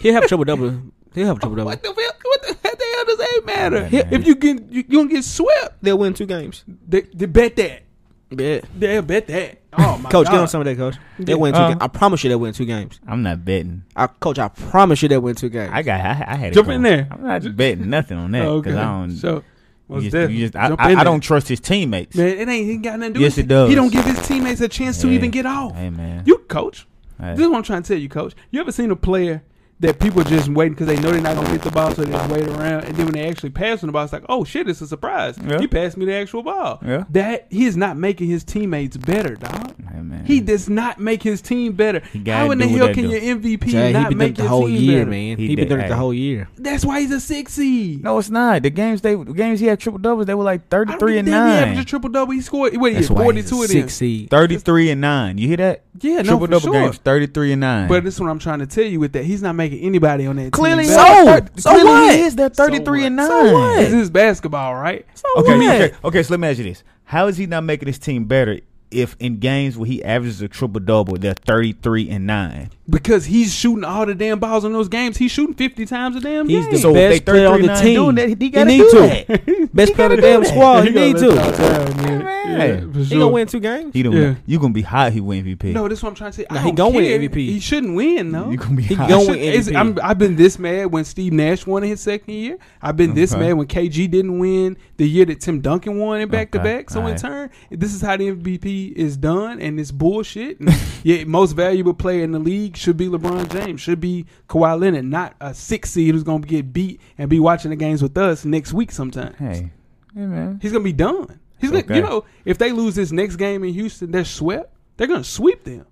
[SPEAKER 4] He'll have trouble double. He'll have trouble double.
[SPEAKER 2] what the hell, what the, hell the hell does that matter?
[SPEAKER 3] Yeah, man.
[SPEAKER 2] if you get you, you gonna get swept,
[SPEAKER 4] They'll win two games.
[SPEAKER 2] they, they bet that.
[SPEAKER 4] Yeah.
[SPEAKER 2] They'll bet that. Oh my
[SPEAKER 4] Coach,
[SPEAKER 2] god, Uh-huh.
[SPEAKER 4] get on some of that, coach. They win two.
[SPEAKER 3] Uh,
[SPEAKER 4] ga- I promise you, they win two games.
[SPEAKER 3] I'm not betting.
[SPEAKER 4] I, coach, I promise you, they win two games.
[SPEAKER 3] I got. I, I had it
[SPEAKER 2] Jump
[SPEAKER 3] going.
[SPEAKER 2] in there.
[SPEAKER 3] I'm not betting nothing on that because
[SPEAKER 2] okay,
[SPEAKER 3] I don't.
[SPEAKER 2] so
[SPEAKER 3] you
[SPEAKER 2] most
[SPEAKER 3] just,
[SPEAKER 2] definitely.
[SPEAKER 3] you just- I,
[SPEAKER 2] Jump
[SPEAKER 3] I-
[SPEAKER 2] in
[SPEAKER 3] I
[SPEAKER 2] there.
[SPEAKER 3] don't trust his teammates.
[SPEAKER 2] Man, it ain't he got nothing to do.
[SPEAKER 3] Yes,
[SPEAKER 2] with
[SPEAKER 3] it does.
[SPEAKER 2] He don't give his teammates a chance to
[SPEAKER 3] Hey.
[SPEAKER 2] even get off.
[SPEAKER 3] Hey man,
[SPEAKER 2] You coach,
[SPEAKER 3] Hey.
[SPEAKER 2] this is what I'm trying to tell you, coach. You ever seen a player that people just waiting because they know they're not gonna get the ball, so they just wait around, and then when they actually pass on the ball, it's like, oh shit, it's a surprise.
[SPEAKER 3] Yeah.
[SPEAKER 2] He passed me the actual ball.
[SPEAKER 3] Yeah.
[SPEAKER 2] That he is not making his teammates better, dog.
[SPEAKER 3] Hey, man.
[SPEAKER 2] He does not make his team better.
[SPEAKER 3] gotta
[SPEAKER 2] How in the
[SPEAKER 3] do what
[SPEAKER 2] hell
[SPEAKER 3] they
[SPEAKER 2] can
[SPEAKER 3] do.
[SPEAKER 2] your MVP
[SPEAKER 4] Jay,
[SPEAKER 2] not
[SPEAKER 4] he been doing
[SPEAKER 2] make
[SPEAKER 4] it the
[SPEAKER 2] your
[SPEAKER 4] whole
[SPEAKER 2] team
[SPEAKER 4] year,
[SPEAKER 2] better?
[SPEAKER 4] man.
[SPEAKER 3] He
[SPEAKER 4] He, been
[SPEAKER 3] did.
[SPEAKER 4] doing it the
[SPEAKER 3] Hey.
[SPEAKER 4] whole year.
[SPEAKER 2] That's why he's a six seed.
[SPEAKER 3] No, it's not. The games they the games he had triple doubles, they were like
[SPEAKER 2] I don't
[SPEAKER 3] 33
[SPEAKER 2] give
[SPEAKER 3] and
[SPEAKER 2] a damn He
[SPEAKER 3] 9.
[SPEAKER 2] averaged a triple double. He scored. What he hit
[SPEAKER 4] That's why he's
[SPEAKER 2] 42
[SPEAKER 4] a
[SPEAKER 2] of them.
[SPEAKER 4] six seed.
[SPEAKER 3] 33 and 9. You hear that?
[SPEAKER 2] Yeah, no,
[SPEAKER 3] triple
[SPEAKER 2] for
[SPEAKER 3] double
[SPEAKER 2] sure.
[SPEAKER 3] games 33 and 9.
[SPEAKER 2] But this is what I'm trying to tell you with that. He's not making anybody on that
[SPEAKER 3] clearly
[SPEAKER 2] team.
[SPEAKER 3] so.
[SPEAKER 2] better.
[SPEAKER 4] So
[SPEAKER 3] clearly
[SPEAKER 4] what?
[SPEAKER 3] he is. They're 33 and 9.
[SPEAKER 2] This
[SPEAKER 4] Oh,
[SPEAKER 2] is basketball, right?
[SPEAKER 3] Okay,
[SPEAKER 4] what?
[SPEAKER 3] okay, okay, so let me ask you this. How is he not making his team better if in games where he averages a triple double, they're 33 and 9?
[SPEAKER 2] Because he's shooting all the damn balls in those games. He's shooting 50 times a damn
[SPEAKER 4] He's
[SPEAKER 2] game.
[SPEAKER 4] the
[SPEAKER 3] So if
[SPEAKER 4] best
[SPEAKER 3] they
[SPEAKER 4] player on
[SPEAKER 3] 33
[SPEAKER 4] the
[SPEAKER 3] and
[SPEAKER 4] team.
[SPEAKER 3] doing that, he gotta
[SPEAKER 4] need
[SPEAKER 3] do
[SPEAKER 4] to.
[SPEAKER 3] that.
[SPEAKER 4] Best
[SPEAKER 3] He
[SPEAKER 4] player
[SPEAKER 3] gotta
[SPEAKER 4] on the
[SPEAKER 3] do
[SPEAKER 4] damn
[SPEAKER 3] that.
[SPEAKER 4] squad. He
[SPEAKER 2] He gonna
[SPEAKER 4] need
[SPEAKER 2] let
[SPEAKER 4] to.
[SPEAKER 2] y'all down, man.
[SPEAKER 3] Man.
[SPEAKER 2] Yeah, for
[SPEAKER 4] He gonna
[SPEAKER 2] sure.
[SPEAKER 4] win two games.
[SPEAKER 3] He don't
[SPEAKER 2] Yeah.
[SPEAKER 3] you gonna be hot he win MVP.
[SPEAKER 2] No, this is what I'm trying to say. I
[SPEAKER 4] Nah, he
[SPEAKER 2] don't
[SPEAKER 4] gonna win
[SPEAKER 2] care.
[SPEAKER 4] MVP.
[SPEAKER 2] He shouldn't win, though.
[SPEAKER 3] you gonna be
[SPEAKER 4] He
[SPEAKER 3] hot.
[SPEAKER 4] gonna
[SPEAKER 2] I
[SPEAKER 4] win
[SPEAKER 2] shouldn't- it's-
[SPEAKER 4] MVP.
[SPEAKER 2] I'm, I've been this mad when Steve Nash won in his second year. I've been this
[SPEAKER 3] Okay.
[SPEAKER 2] mad when KG didn't win the year that Tim Duncan won in back to back. So in
[SPEAKER 3] Alright.
[SPEAKER 2] turn, this is how the MVP is done, and it's bullshit. And yeah, most valuable player in the league should be LeBron James, should be Kawhi Leonard, not a six seed who's going to get beat and be watching the games with us next week sometime.
[SPEAKER 3] Hey. Hey man.
[SPEAKER 2] He's gonna be done. He's gonna,
[SPEAKER 3] Okay.
[SPEAKER 2] you know, if they lose this next game in Houston, they're swept. They're gonna sweep them,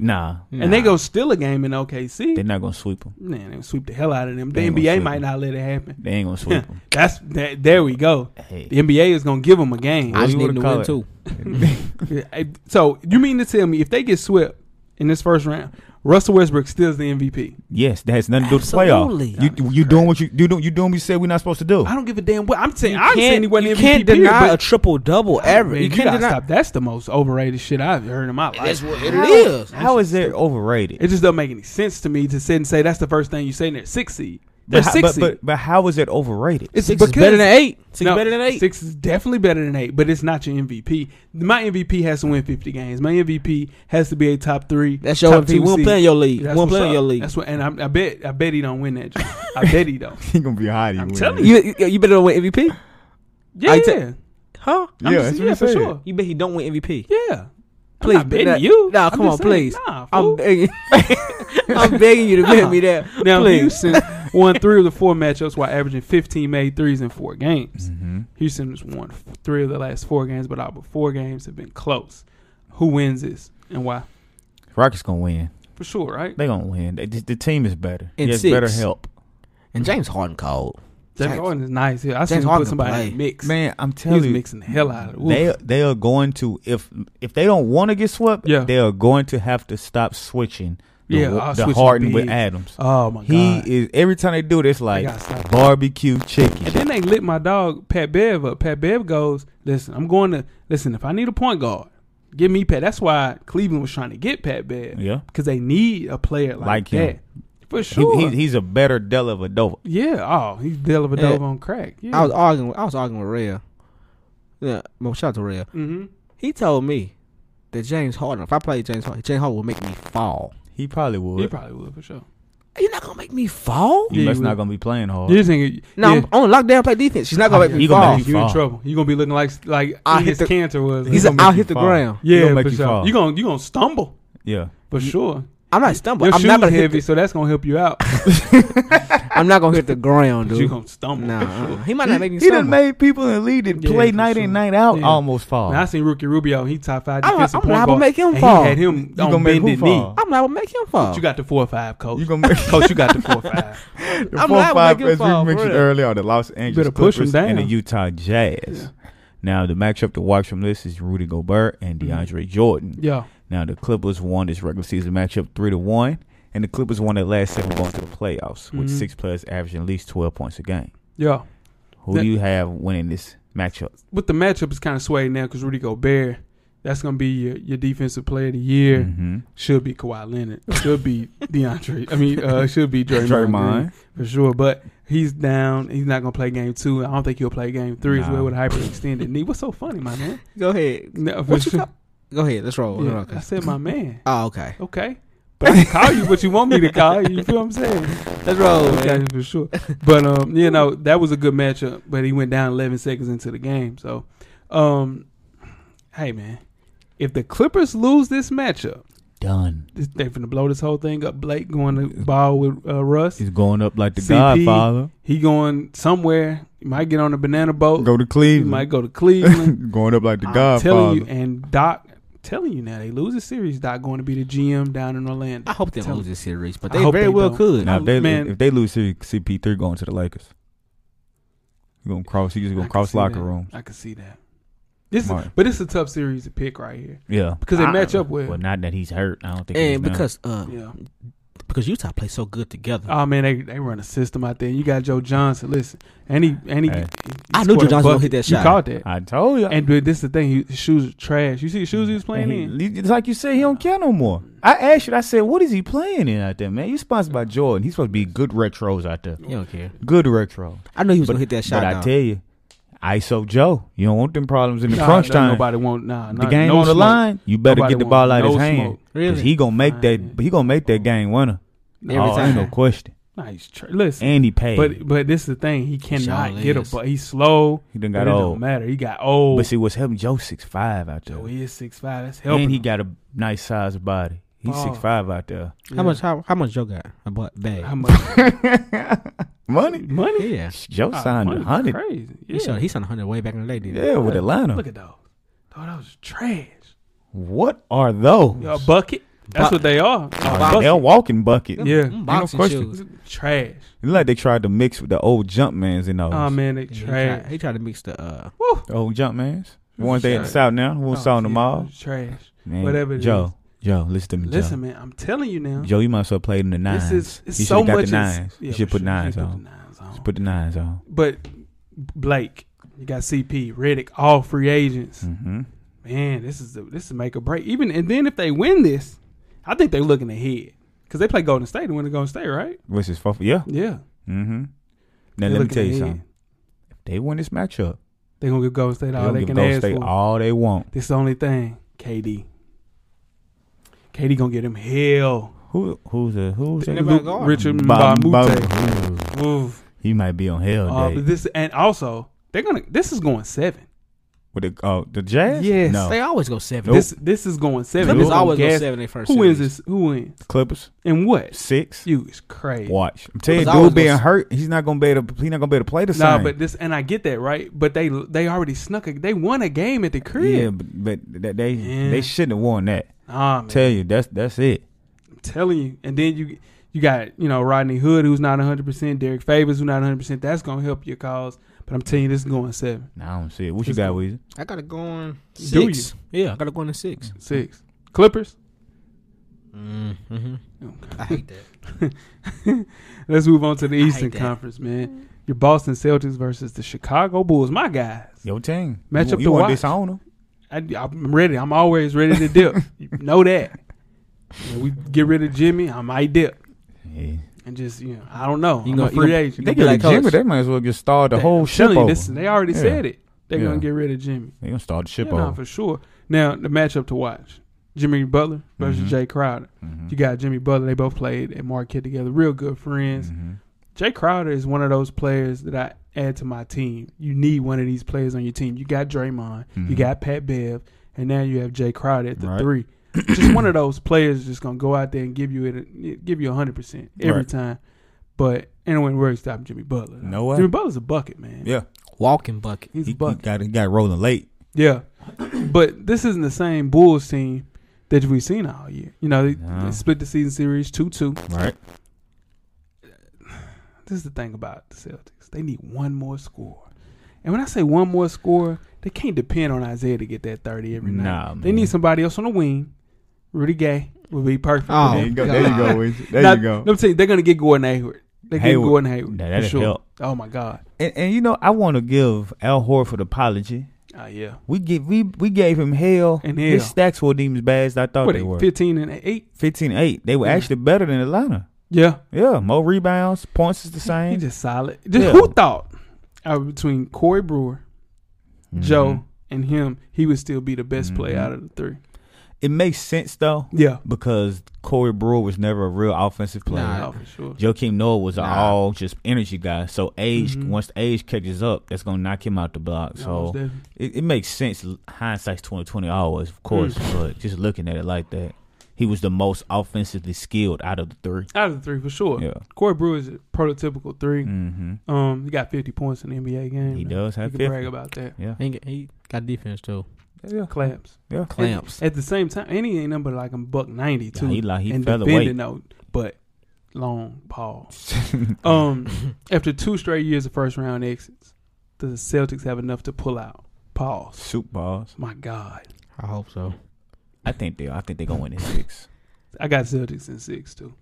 [SPEAKER 3] Nah.
[SPEAKER 2] and they go steal a game in OKC.
[SPEAKER 3] They're not gonna sweep him.
[SPEAKER 2] Man, they gonna sweep the hell out of them. The
[SPEAKER 3] They ain't gonna
[SPEAKER 2] NBA
[SPEAKER 3] sweep
[SPEAKER 2] might
[SPEAKER 3] them.
[SPEAKER 2] not let it happen.
[SPEAKER 3] They ain't gonna sweep him.
[SPEAKER 2] That's that, there we go.
[SPEAKER 3] Hey.
[SPEAKER 2] The NBA is gonna give them a game.
[SPEAKER 4] I
[SPEAKER 3] What
[SPEAKER 4] just
[SPEAKER 3] you
[SPEAKER 4] need
[SPEAKER 3] wanna
[SPEAKER 4] him to
[SPEAKER 3] call
[SPEAKER 4] win
[SPEAKER 3] it?
[SPEAKER 4] two.
[SPEAKER 2] I- so you mean to tell me if they get swept in this first round, Russell Westbrook steals the MVP?
[SPEAKER 3] Yes, that has nothing to do with the
[SPEAKER 4] Absolutely.
[SPEAKER 3] playoff. You you doing what you you doing you doing what you said we're not supposed to do.
[SPEAKER 2] I don't give a damn what I'm saying.
[SPEAKER 4] You
[SPEAKER 2] I'm saying
[SPEAKER 4] can't,
[SPEAKER 2] he wasn't
[SPEAKER 4] you
[SPEAKER 2] MVP.
[SPEAKER 4] can't
[SPEAKER 2] period,
[SPEAKER 4] deny a
[SPEAKER 2] but-
[SPEAKER 4] triple double ever.
[SPEAKER 2] Man,
[SPEAKER 4] you
[SPEAKER 2] you
[SPEAKER 4] can't
[SPEAKER 2] gotta
[SPEAKER 4] deny.
[SPEAKER 2] stop. That's the most overrated shit I've heard in my life.
[SPEAKER 4] That's what it
[SPEAKER 3] How-
[SPEAKER 4] is.
[SPEAKER 3] How is it overrated?
[SPEAKER 2] It just doesn't make any sense to me to sit and say that's the first thing you say in there. Six seed. They're
[SPEAKER 3] But, how-
[SPEAKER 2] six
[SPEAKER 3] but,
[SPEAKER 2] seed.
[SPEAKER 3] but but how is it overrated?
[SPEAKER 2] it's
[SPEAKER 4] Six is better than eight. Six
[SPEAKER 2] No,
[SPEAKER 4] is better than eight.
[SPEAKER 2] Six is definitely better than eight, but it's not your MVP. My MVP has to win 50 games. My MVP has to be a top three.
[SPEAKER 4] That's your
[SPEAKER 2] top
[SPEAKER 4] MVP.
[SPEAKER 2] two
[SPEAKER 4] Won't
[SPEAKER 2] seed.
[SPEAKER 4] play in your league.
[SPEAKER 2] That's
[SPEAKER 4] Won't
[SPEAKER 2] what's
[SPEAKER 4] play in
[SPEAKER 2] up.
[SPEAKER 4] your league.
[SPEAKER 2] That's what, and I, I bet, I bet he don't win that. Joe. I bet he don't.
[SPEAKER 3] He gonna be hot.
[SPEAKER 2] I'm telling
[SPEAKER 4] You you- you better win MVP,
[SPEAKER 2] Yeah,
[SPEAKER 4] I
[SPEAKER 2] yeah,
[SPEAKER 4] ta- huh?
[SPEAKER 2] I'm
[SPEAKER 3] Yeah,
[SPEAKER 2] just-
[SPEAKER 3] that's what he
[SPEAKER 2] for
[SPEAKER 3] said.
[SPEAKER 2] sure.
[SPEAKER 4] You bet he don't win MVP.
[SPEAKER 2] Yeah,
[SPEAKER 4] Please,
[SPEAKER 2] I'm not betting
[SPEAKER 4] nah,
[SPEAKER 2] you.
[SPEAKER 4] Nah,
[SPEAKER 2] I'm
[SPEAKER 4] come on,
[SPEAKER 2] just saying,
[SPEAKER 4] please.
[SPEAKER 2] Nah, fool.
[SPEAKER 4] I'm begging. I'm begging you to bet me that.
[SPEAKER 2] now
[SPEAKER 4] please.
[SPEAKER 2] Houston won three of the four matchups while averaging 15 made threes in four games.
[SPEAKER 3] Mm-hmm.
[SPEAKER 2] Houston has won f- three of the last four games, but all but four games have been close. Who wins this and why?
[SPEAKER 3] Rockets gonna win.
[SPEAKER 2] For sure, right?
[SPEAKER 3] They gonna win. They, the, the team is better.
[SPEAKER 4] And
[SPEAKER 3] He has
[SPEAKER 4] six.
[SPEAKER 3] better help.
[SPEAKER 4] And James Harden cold.
[SPEAKER 2] James
[SPEAKER 4] James-
[SPEAKER 2] Harden is nice. Yeah, I seen
[SPEAKER 4] James
[SPEAKER 2] him
[SPEAKER 4] Harden
[SPEAKER 2] put somebody
[SPEAKER 4] play.
[SPEAKER 2] in the mix.
[SPEAKER 3] Man, I'm
[SPEAKER 2] he was
[SPEAKER 3] telling you,
[SPEAKER 2] mixing the hell out of it.
[SPEAKER 3] they they are going to if if they don't want to get swept,
[SPEAKER 2] Yeah.
[SPEAKER 3] they are going to have to stop switching. The,
[SPEAKER 2] Yeah,
[SPEAKER 3] wa-
[SPEAKER 2] I'll
[SPEAKER 3] the
[SPEAKER 2] switch
[SPEAKER 3] Harden
[SPEAKER 2] the
[SPEAKER 3] with
[SPEAKER 2] bigs.
[SPEAKER 3] Adams.
[SPEAKER 2] oh my
[SPEAKER 3] he
[SPEAKER 2] god!
[SPEAKER 3] is every time they do this, like
[SPEAKER 2] gotta stop.
[SPEAKER 3] barbecue
[SPEAKER 2] and
[SPEAKER 3] chicken.
[SPEAKER 2] then they lit my dog Pat Bev up. Pat Bev goes, "Listen, I'm going to listen. If I need a point guard, give me Pat." That's why Cleveland was trying to get Pat Bev.
[SPEAKER 3] Yeah.
[SPEAKER 2] because they need a player like,
[SPEAKER 3] Like him.
[SPEAKER 2] that. For
[SPEAKER 3] He,
[SPEAKER 2] sure.
[SPEAKER 3] he- he's a better Della Vadova.
[SPEAKER 2] Yeah. Oh, he's Delavadova
[SPEAKER 4] Yeah.
[SPEAKER 2] on crack. Yeah.
[SPEAKER 4] I was arguing. I was arguing with Rhea. Yeah, well, shout out to Rhea.
[SPEAKER 2] hmm
[SPEAKER 4] He told me that James Harden, if I played James Harden, James Harden would make me fall.
[SPEAKER 3] He probably would.
[SPEAKER 2] He probably would for sure.
[SPEAKER 4] You're not gonna make me fall.
[SPEAKER 3] you
[SPEAKER 2] Yeah,
[SPEAKER 3] must
[SPEAKER 2] he
[SPEAKER 3] not
[SPEAKER 2] would.
[SPEAKER 3] gonna be playing hard.
[SPEAKER 2] You think?
[SPEAKER 4] No,
[SPEAKER 2] yeah.
[SPEAKER 4] I'm on lockdown. Play defense. She's not gonna
[SPEAKER 3] Oh,
[SPEAKER 4] make me
[SPEAKER 3] you gonna
[SPEAKER 4] fall.
[SPEAKER 3] make
[SPEAKER 2] you in
[SPEAKER 3] fall.
[SPEAKER 2] trouble. You gonna be looking like like
[SPEAKER 4] I hit
[SPEAKER 2] his
[SPEAKER 4] the-
[SPEAKER 2] cancer was.
[SPEAKER 4] He's
[SPEAKER 3] gonna
[SPEAKER 4] like,
[SPEAKER 3] make
[SPEAKER 4] I'll
[SPEAKER 3] you
[SPEAKER 4] hit the
[SPEAKER 3] fall.
[SPEAKER 4] ground.
[SPEAKER 2] yeah,
[SPEAKER 3] he gonna make
[SPEAKER 2] for
[SPEAKER 3] you
[SPEAKER 2] sure.
[SPEAKER 3] fall.
[SPEAKER 2] You gonna you gonna stumble
[SPEAKER 3] Yeah,
[SPEAKER 2] for sure.
[SPEAKER 4] I'm not stumbling.
[SPEAKER 2] Your
[SPEAKER 4] I'm
[SPEAKER 2] shoes
[SPEAKER 4] not gonna hit.
[SPEAKER 2] heavy,
[SPEAKER 4] The,
[SPEAKER 2] so that's gonna help you out.
[SPEAKER 4] I'm not gonna hit the ground,
[SPEAKER 2] but you
[SPEAKER 4] dude.
[SPEAKER 2] gonna stumble.
[SPEAKER 4] Nah,
[SPEAKER 2] for sure.
[SPEAKER 4] uh, he might not make me
[SPEAKER 3] he done
[SPEAKER 4] stumble.
[SPEAKER 3] made people in the league that
[SPEAKER 2] Yeah,
[SPEAKER 3] play
[SPEAKER 2] for
[SPEAKER 3] night
[SPEAKER 2] sure.
[SPEAKER 3] in night out
[SPEAKER 2] Yeah.
[SPEAKER 3] almost fall.
[SPEAKER 2] Man, I seen Rookie Rubio. He top five
[SPEAKER 4] I'm-
[SPEAKER 2] defensive
[SPEAKER 4] I'm
[SPEAKER 2] point
[SPEAKER 4] liable
[SPEAKER 2] guard.
[SPEAKER 4] to make him
[SPEAKER 2] and
[SPEAKER 4] fall.
[SPEAKER 2] He had him
[SPEAKER 3] You
[SPEAKER 2] on
[SPEAKER 3] gonna make who
[SPEAKER 2] bended knee.
[SPEAKER 3] fall?
[SPEAKER 4] I'm not gonna make him fall.
[SPEAKER 2] You got the four or five, coach.
[SPEAKER 3] You gonna make
[SPEAKER 2] coach, you got the four or five.
[SPEAKER 3] the
[SPEAKER 4] I'm
[SPEAKER 3] four
[SPEAKER 4] not
[SPEAKER 3] five
[SPEAKER 4] making
[SPEAKER 3] as we
[SPEAKER 4] fall, for
[SPEAKER 3] mentioned
[SPEAKER 4] real.
[SPEAKER 3] earlier are the Los
[SPEAKER 2] Better
[SPEAKER 3] Angeles
[SPEAKER 2] push 'em
[SPEAKER 3] Clippers and the
[SPEAKER 2] down.
[SPEAKER 3] Utah Jazz.
[SPEAKER 2] Yeah.
[SPEAKER 3] Now the matchup to watch from this is Rudy Gobert and DeAndre Jordan.
[SPEAKER 2] Yeah.
[SPEAKER 3] Now the Clippers won this regular season matchup three to one, and the Clippers won their last seven going to the playoffs with
[SPEAKER 2] Mhm.
[SPEAKER 3] six players averaging at least twelve points a game.
[SPEAKER 2] Yeah.
[SPEAKER 3] Who
[SPEAKER 2] That-
[SPEAKER 3] do you have winning this matchup?
[SPEAKER 2] But the matchup is kind of swayed now because Rudy Gobert, that's going to be your, your defensive player of the year.
[SPEAKER 3] Mm-hmm.
[SPEAKER 2] Should be Kawhi Leonard. Should be DeAndre. I mean, uh, should be Draymond, Green,
[SPEAKER 3] Draymond.
[SPEAKER 2] for sure. But he's down. He's not going to play game two. I don't think he'll play game three as
[SPEAKER 3] Nah.
[SPEAKER 2] well with a hyperextended knee. What's so funny, my man?
[SPEAKER 4] Go ahead.
[SPEAKER 2] No, for
[SPEAKER 4] What you
[SPEAKER 2] sure.
[SPEAKER 4] call- Go ahead. Let's
[SPEAKER 3] Oh,
[SPEAKER 4] roll.
[SPEAKER 2] Yeah,
[SPEAKER 4] Hold on.
[SPEAKER 2] I said my man.
[SPEAKER 4] Oh, okay.
[SPEAKER 2] Okay. But I can call you what you want me to call you. You feel what I'm saying?
[SPEAKER 4] Let's roll.
[SPEAKER 2] Oh, Okay, for sure. But um, you know that was a good matchup. But he went down 11 seconds into the game. So, um, hey man, if the Clippers lose this matchup,
[SPEAKER 3] Done.
[SPEAKER 2] this, they finna blow this whole thing up. Blake going to ball with uh, Russ.
[SPEAKER 3] He's going up like the
[SPEAKER 2] CP.
[SPEAKER 3] Godfather.
[SPEAKER 2] He going somewhere. He might get on a banana boat.
[SPEAKER 3] Go to
[SPEAKER 2] he
[SPEAKER 3] Cleveland.
[SPEAKER 2] might go to Cleveland.
[SPEAKER 3] going up like the
[SPEAKER 2] Oh, I'm telling you,
[SPEAKER 3] Godfather.
[SPEAKER 2] and Doc telling you now they lose the series. Doc going to be the GM down in Orlando.
[SPEAKER 4] I hope they
[SPEAKER 2] Tell
[SPEAKER 4] lose this series, but
[SPEAKER 2] I
[SPEAKER 4] they
[SPEAKER 2] hope
[SPEAKER 4] very
[SPEAKER 2] they
[SPEAKER 4] well
[SPEAKER 2] don't.
[SPEAKER 4] could.
[SPEAKER 3] Now, if they,
[SPEAKER 2] Oh, Man.
[SPEAKER 3] if they lose series, CP3 going to the Lakers. He's going to cross. He's just
[SPEAKER 2] I
[SPEAKER 3] going to
[SPEAKER 2] can
[SPEAKER 3] cross
[SPEAKER 2] see
[SPEAKER 3] locker
[SPEAKER 2] that.
[SPEAKER 3] rooms.
[SPEAKER 2] I can see that. This is,
[SPEAKER 3] Smart.
[SPEAKER 2] but it's a tough series to pick right here.
[SPEAKER 3] Yeah.
[SPEAKER 2] Because they
[SPEAKER 3] I-
[SPEAKER 2] match up well.
[SPEAKER 3] Well, not that he's hurt. I don't think he's
[SPEAKER 4] And
[SPEAKER 3] down.
[SPEAKER 4] because uh,
[SPEAKER 2] Yeah.
[SPEAKER 4] because Utah plays so good together.
[SPEAKER 2] Oh man, they they run a system out there. You got Joe Johnson. Listen, and he and he.
[SPEAKER 3] Hey.
[SPEAKER 2] he
[SPEAKER 4] I knew Joe
[SPEAKER 2] scored a
[SPEAKER 4] Johnson
[SPEAKER 2] bucket.
[SPEAKER 4] would hit that
[SPEAKER 2] You
[SPEAKER 4] shot.
[SPEAKER 2] caught that.
[SPEAKER 3] I told you.
[SPEAKER 2] And dude, this is the thing. he- His shoes are trash. You see the shoes he was playing in.
[SPEAKER 3] And he- it's like you said, he don't care no more. I asked you, I said, what is he playing in out there, man? You sponsored by Jordan. He's supposed to be good retros out there.
[SPEAKER 4] you don't care.
[SPEAKER 3] Good retro.
[SPEAKER 4] I know he was
[SPEAKER 3] But-
[SPEAKER 4] gonna hit that shot.
[SPEAKER 3] But I
[SPEAKER 4] down.
[SPEAKER 3] tell you, ISO Joe, you don't want them problems in the
[SPEAKER 2] Nah,
[SPEAKER 3] crunch
[SPEAKER 2] nah,
[SPEAKER 3] time.
[SPEAKER 2] Nobody want. Nah,
[SPEAKER 3] the
[SPEAKER 2] nah,
[SPEAKER 3] game
[SPEAKER 2] no
[SPEAKER 3] on the
[SPEAKER 2] smoke.
[SPEAKER 3] line, you better
[SPEAKER 2] Nobody
[SPEAKER 3] get the
[SPEAKER 2] want
[SPEAKER 3] ball out of
[SPEAKER 2] no
[SPEAKER 3] his hand.
[SPEAKER 2] smoke.
[SPEAKER 3] 'Cause he gonna make
[SPEAKER 2] Fine.
[SPEAKER 3] that. He gonna make that game winner.
[SPEAKER 4] Every
[SPEAKER 3] oh, ain't
[SPEAKER 4] time.
[SPEAKER 3] no question.
[SPEAKER 2] Nah, he's tra- listen.
[SPEAKER 3] And he paid.
[SPEAKER 2] but but this is the thing. He cannot
[SPEAKER 4] sure
[SPEAKER 2] get a
[SPEAKER 4] is.
[SPEAKER 2] ball. He's slow.
[SPEAKER 3] he done
[SPEAKER 2] But it
[SPEAKER 3] got
[SPEAKER 2] don't
[SPEAKER 3] old.
[SPEAKER 2] matter. He got old.
[SPEAKER 3] But see what's helping Joe six five out there,
[SPEAKER 2] Joe is six five. That's Oh, helping.
[SPEAKER 3] and he
[SPEAKER 2] him.
[SPEAKER 3] got a nice size body. He's
[SPEAKER 2] Ball.
[SPEAKER 3] six five out there.
[SPEAKER 2] Yeah.
[SPEAKER 4] How much? How, how much Joe got? A bu- bag.
[SPEAKER 2] How much
[SPEAKER 3] Money.
[SPEAKER 2] money?
[SPEAKER 4] yeah.
[SPEAKER 3] Joe
[SPEAKER 2] Ah,
[SPEAKER 3] signed
[SPEAKER 2] money's
[SPEAKER 3] a hundred.
[SPEAKER 2] Crazy.
[SPEAKER 4] He
[SPEAKER 2] Yeah.
[SPEAKER 4] signed, he signed 100 way back in the day, didn't he?
[SPEAKER 3] Yeah, with Atlanta.
[SPEAKER 2] Look at those. Oh, that was trash.
[SPEAKER 3] what are those?
[SPEAKER 2] A bucket. That's what they are. A
[SPEAKER 3] Oh,
[SPEAKER 2] bucket.
[SPEAKER 3] they're walking bucket.
[SPEAKER 2] Yeah. Ain't
[SPEAKER 4] Mm,
[SPEAKER 2] no
[SPEAKER 4] Boxing
[SPEAKER 3] question.
[SPEAKER 4] shoes.
[SPEAKER 2] Trash.
[SPEAKER 3] It's like they tried to mix with the old jump mans and those.
[SPEAKER 2] Oh man, they
[SPEAKER 4] Yeah, He
[SPEAKER 2] trash.
[SPEAKER 4] tried, he tried to mix the. Uh,
[SPEAKER 2] Woo.
[SPEAKER 3] The old jump mans. The ones they in the
[SPEAKER 2] Sure.
[SPEAKER 3] south now. The ones saw in the
[SPEAKER 2] Oh, yeah,
[SPEAKER 3] mall.
[SPEAKER 2] Trash.
[SPEAKER 3] Man,
[SPEAKER 2] Whatever it
[SPEAKER 3] Joe, Joe, listen to me,
[SPEAKER 2] Listen, man, I'm telling you
[SPEAKER 3] Joe.
[SPEAKER 2] now.
[SPEAKER 3] Joe, you might as well play in the nines.
[SPEAKER 2] This is it's
[SPEAKER 3] you
[SPEAKER 2] so
[SPEAKER 3] should've got
[SPEAKER 2] much.
[SPEAKER 3] the
[SPEAKER 2] it's-
[SPEAKER 3] nines.
[SPEAKER 2] yeah,
[SPEAKER 3] you
[SPEAKER 2] for
[SPEAKER 3] should put
[SPEAKER 2] sure.
[SPEAKER 3] nines
[SPEAKER 2] You should
[SPEAKER 3] on.
[SPEAKER 2] put the nines
[SPEAKER 3] Just
[SPEAKER 2] on.
[SPEAKER 3] put the nines on.
[SPEAKER 2] But Blake, you got CP, Riddick, all free agents.
[SPEAKER 3] hmm
[SPEAKER 2] Man, this is a, this is make or break. Even and then if they win this, I think they're looking ahead because they play Golden State and win the Golden State, right?
[SPEAKER 3] What's his fault? Yeah.
[SPEAKER 2] Yeah.
[SPEAKER 3] Mm-hmm. Now
[SPEAKER 2] They're
[SPEAKER 3] let me
[SPEAKER 2] looking
[SPEAKER 3] tell you
[SPEAKER 2] ahead.
[SPEAKER 3] something. If they win this matchup,
[SPEAKER 2] They gonna give Golden State all
[SPEAKER 3] they'll
[SPEAKER 2] they
[SPEAKER 3] give
[SPEAKER 2] can
[SPEAKER 3] Golden
[SPEAKER 2] ask
[SPEAKER 3] State
[SPEAKER 2] for.
[SPEAKER 3] all they want.
[SPEAKER 2] This the only thing, KD. KD gonna get him hell.
[SPEAKER 3] Who who's the who's
[SPEAKER 4] Think
[SPEAKER 3] that?
[SPEAKER 4] about
[SPEAKER 2] Luke-
[SPEAKER 4] guard.
[SPEAKER 2] Richard
[SPEAKER 3] Bob-
[SPEAKER 2] Mbamute.
[SPEAKER 3] Bob-
[SPEAKER 2] Oof.
[SPEAKER 3] He might be on hell
[SPEAKER 2] Uh,
[SPEAKER 3] day.
[SPEAKER 2] but this and also they're gonna. This is going seven.
[SPEAKER 3] With the oh the Jazz?
[SPEAKER 2] Yes.
[SPEAKER 3] No.
[SPEAKER 4] They always go seven.
[SPEAKER 2] This this is going seven.
[SPEAKER 4] Clippers
[SPEAKER 2] They're gonna
[SPEAKER 4] always go
[SPEAKER 2] gas-
[SPEAKER 4] seven. They first.
[SPEAKER 2] Who wins
[SPEAKER 4] series.
[SPEAKER 2] this? Who wins?
[SPEAKER 3] Clippers
[SPEAKER 2] And what?
[SPEAKER 3] six.
[SPEAKER 2] You is crazy.
[SPEAKER 3] Watch. I'm telling you,
[SPEAKER 4] Clippers always
[SPEAKER 3] dude being
[SPEAKER 4] gonna-
[SPEAKER 3] hurt, he's not gonna be able to he's not gonna be able to play the
[SPEAKER 2] Nah,
[SPEAKER 3] same.
[SPEAKER 2] but this and I get that right. But they they already snuck. A, they won a game at the
[SPEAKER 3] yeah,
[SPEAKER 2] crib.
[SPEAKER 3] but, but th- they
[SPEAKER 2] Yeah.
[SPEAKER 3] they shouldn't have won that.
[SPEAKER 2] Nah, man,
[SPEAKER 3] Tell you that's that's it.
[SPEAKER 2] I'm telling you. And then you you got you know Rodney Hood who's not 100, percent Derek Favors who's not 100. percent That's gonna help your cause. But I'm telling you, this is going seven,
[SPEAKER 3] Nah, I don't see it. What you
[SPEAKER 2] It's
[SPEAKER 3] got,
[SPEAKER 2] gonna-
[SPEAKER 3] Weezy?
[SPEAKER 4] I gotta go on
[SPEAKER 2] Do
[SPEAKER 4] six. Yeah, I gotta go on to six.
[SPEAKER 2] six. Clippers.
[SPEAKER 4] Mm-hmm.
[SPEAKER 2] Okay.
[SPEAKER 4] I hate that.
[SPEAKER 2] Let's move on to the
[SPEAKER 4] I hate
[SPEAKER 2] Eastern
[SPEAKER 4] that. Mm-hmm.
[SPEAKER 2] Conference, man. Your Boston Celtics versus the Chicago Bulls. My guys.
[SPEAKER 3] Your team.
[SPEAKER 2] Matchup
[SPEAKER 3] you,
[SPEAKER 2] to
[SPEAKER 3] you want
[SPEAKER 2] watch.
[SPEAKER 3] this on him?
[SPEAKER 2] I, am ready. I'm always ready to dip. you know that. When we get rid of Jimmy, I might dip.
[SPEAKER 3] Yeah.
[SPEAKER 2] And just, you know, I don't know.
[SPEAKER 4] You
[SPEAKER 2] I'm
[SPEAKER 4] gonna-
[SPEAKER 2] a
[SPEAKER 4] you
[SPEAKER 2] free
[SPEAKER 4] gonna-
[SPEAKER 2] agent.
[SPEAKER 3] They
[SPEAKER 4] be
[SPEAKER 3] get
[SPEAKER 4] like
[SPEAKER 3] like Jimmy,
[SPEAKER 4] us.
[SPEAKER 3] they might as well just start the whole
[SPEAKER 2] I'm
[SPEAKER 3] ship
[SPEAKER 2] telling you,
[SPEAKER 3] over.
[SPEAKER 2] this- they already
[SPEAKER 3] Yeah.
[SPEAKER 2] said it. They're
[SPEAKER 3] Yeah.
[SPEAKER 2] going to get rid of Jimmy.
[SPEAKER 3] They gonna start the ship
[SPEAKER 2] Yeah, no,
[SPEAKER 3] over.
[SPEAKER 2] for sure. Now, the matchup to watch. Jimmy Butler versus
[SPEAKER 3] Mhm.
[SPEAKER 2] Jay Crowder.
[SPEAKER 3] Mhm.
[SPEAKER 2] You got Jimmy Butler. They both played at Marquette together. Real good friends.
[SPEAKER 3] Mhm.
[SPEAKER 2] Jay Crowder is one of those players that I add to my team. You need one of these players on your team. You got Draymond, you
[SPEAKER 3] Mhm.
[SPEAKER 2] got Pat Bev, and now you have Jay Crowder at the
[SPEAKER 3] Right.
[SPEAKER 2] three. just one of those players that's gonna go out there and give you it, give you hundred percent every
[SPEAKER 3] Right.
[SPEAKER 2] time. But anyway, we're stopping Jimmy Butler.
[SPEAKER 3] No way.
[SPEAKER 2] Jimmy Butler's a bucket, man.
[SPEAKER 3] Yeah.
[SPEAKER 4] Walking bucket.
[SPEAKER 2] he's
[SPEAKER 3] He, he
[SPEAKER 2] a bucket.
[SPEAKER 3] got he got rolling late.
[SPEAKER 2] Yeah, but this isn't the same Bulls team that we've seen all year. You know, they,
[SPEAKER 3] No.
[SPEAKER 2] they split the season series two two.
[SPEAKER 3] Right.
[SPEAKER 2] this is the thing about the Celtics. They need one more score. And when I say one more score, they can't depend on Isaiah to get that 30 every night.
[SPEAKER 3] Nah,
[SPEAKER 2] They
[SPEAKER 3] man.
[SPEAKER 2] need somebody else on the wing. Rudy Gay would be perfect. for
[SPEAKER 4] Oh,
[SPEAKER 2] them.
[SPEAKER 4] There you go, there you go,
[SPEAKER 2] Now, I'm telling you, they're going to get Gordon Hayward. They gave
[SPEAKER 3] Hayward.
[SPEAKER 2] Gordon Hayward.
[SPEAKER 3] Now,
[SPEAKER 2] for
[SPEAKER 3] that'd
[SPEAKER 2] sure.
[SPEAKER 3] help.
[SPEAKER 2] Oh my God.
[SPEAKER 3] And, and you know, I want to give Al Horford apology.
[SPEAKER 2] Ah yeah.
[SPEAKER 3] We give we we gave him hell.
[SPEAKER 2] And
[SPEAKER 3] His
[SPEAKER 2] hell.
[SPEAKER 3] stacks were even as bad as I thought
[SPEAKER 2] What
[SPEAKER 3] they
[SPEAKER 2] they
[SPEAKER 3] were.
[SPEAKER 2] fifteen and eight?
[SPEAKER 3] 15 8. They were
[SPEAKER 2] Yeah.
[SPEAKER 3] actually better than Atlanta.
[SPEAKER 2] Yeah.
[SPEAKER 3] Yeah, more rebounds, points is the
[SPEAKER 2] He
[SPEAKER 3] same.
[SPEAKER 2] just solid. Just
[SPEAKER 3] Yeah.
[SPEAKER 2] who thought uh, between Corey Brewer,
[SPEAKER 3] Mm-hmm.
[SPEAKER 2] Joe, and him, he would still be the best player
[SPEAKER 3] Mhm.
[SPEAKER 2] out of the three.
[SPEAKER 3] It makes sense though
[SPEAKER 2] Yeah.
[SPEAKER 3] because Corey Brewer was never a real offensive player.
[SPEAKER 4] Nah.
[SPEAKER 2] Oh, for sure.
[SPEAKER 3] Joakim Noah was an
[SPEAKER 4] Nah.
[SPEAKER 3] all just energy guy. So age,
[SPEAKER 2] Mhm.
[SPEAKER 3] once age catches up, that's gonna knock him out the block.
[SPEAKER 2] Yeah,
[SPEAKER 3] So
[SPEAKER 2] most definitely.
[SPEAKER 3] it, it makes sense. Hindsight's twenty twenty always, of course.
[SPEAKER 2] Mm.
[SPEAKER 3] But just looking at it like that, he was the most offensively skilled out of the three.
[SPEAKER 2] out of the three for sure.
[SPEAKER 3] Yeah.
[SPEAKER 2] Corey Brewer is a prototypical 3
[SPEAKER 3] Mm-hmm.
[SPEAKER 2] Um, he got fifty points in the NBA game.
[SPEAKER 3] He
[SPEAKER 2] man.
[SPEAKER 3] does
[SPEAKER 2] You
[SPEAKER 3] have
[SPEAKER 2] can
[SPEAKER 3] 50.
[SPEAKER 2] brag about that.
[SPEAKER 3] Yeah.
[SPEAKER 4] He, he got defense too.
[SPEAKER 3] Yeah.
[SPEAKER 2] Claps.
[SPEAKER 3] Yeah.
[SPEAKER 4] Clamps.
[SPEAKER 2] At the same time, and he ain't nothing but like a buck ninety
[SPEAKER 3] Yeah,
[SPEAKER 2] too.
[SPEAKER 3] he like- he
[SPEAKER 2] and
[SPEAKER 3] fell
[SPEAKER 2] defending though, but long Paul. um, after two straight years of first round exits, the Celtics have enough to pull out. Pause.
[SPEAKER 3] Soup balls.
[SPEAKER 2] My God,
[SPEAKER 4] I hope so.
[SPEAKER 3] I think they. I think they're gonna win in six.
[SPEAKER 2] I got Celtics in six too.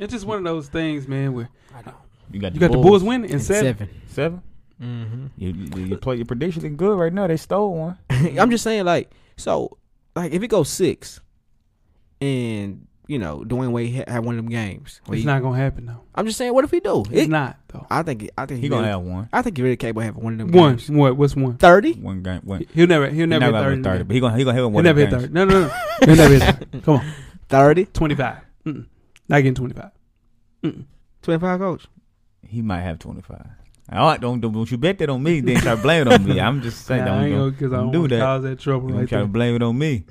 [SPEAKER 2] It's just one of those things, man. Where
[SPEAKER 4] I don't.
[SPEAKER 3] You got,
[SPEAKER 2] you got the Bulls winning in
[SPEAKER 4] And
[SPEAKER 2] seven.
[SPEAKER 4] seven.
[SPEAKER 3] seven.
[SPEAKER 4] Mm-hmm.
[SPEAKER 3] You, you, you play your prediction looking good right now. They stole one.
[SPEAKER 4] I'm just saying, like, so, like, if it goes six, and you know, Dwayne Wade ha- had one of them games. where
[SPEAKER 2] It's
[SPEAKER 4] he-
[SPEAKER 2] not gonna happen though.
[SPEAKER 4] I'm just saying, what if he do?
[SPEAKER 2] It's
[SPEAKER 4] It-
[SPEAKER 2] not though.
[SPEAKER 4] I think. I think
[SPEAKER 3] He gonna
[SPEAKER 4] really-
[SPEAKER 3] have one.
[SPEAKER 4] I think he really capable of having one of them.
[SPEAKER 2] One.
[SPEAKER 4] games.
[SPEAKER 2] What? What's one?
[SPEAKER 4] thirty.
[SPEAKER 3] One game. One.
[SPEAKER 2] He'll never. He'll
[SPEAKER 3] He
[SPEAKER 2] never
[SPEAKER 3] not
[SPEAKER 2] hit
[SPEAKER 3] gonna
[SPEAKER 2] thirty.
[SPEAKER 3] have thirty, but he gonna he gonna hit
[SPEAKER 2] He'll
[SPEAKER 3] one. of
[SPEAKER 2] never
[SPEAKER 3] them
[SPEAKER 2] hit
[SPEAKER 3] games.
[SPEAKER 2] thirty. No, no, no. He'll never hit thirty. Come on.
[SPEAKER 4] Thirty.
[SPEAKER 2] 25. Mm-mm. Not getting 25. Mm-mm.
[SPEAKER 4] Twenty-five. Coach.
[SPEAKER 3] He might have twenty five. All right, don't, don't don't you bet that on me. Then try to blame it on me. I'm just
[SPEAKER 2] Nah,
[SPEAKER 3] saying.
[SPEAKER 2] I
[SPEAKER 3] don't,
[SPEAKER 2] ain't
[SPEAKER 3] don't,
[SPEAKER 2] gonna, cause I
[SPEAKER 3] don't
[SPEAKER 2] don't
[SPEAKER 3] do
[SPEAKER 2] wanna
[SPEAKER 3] that.
[SPEAKER 2] cause that trouble
[SPEAKER 3] don't
[SPEAKER 2] right
[SPEAKER 3] try to
[SPEAKER 2] there.
[SPEAKER 3] blame it on me.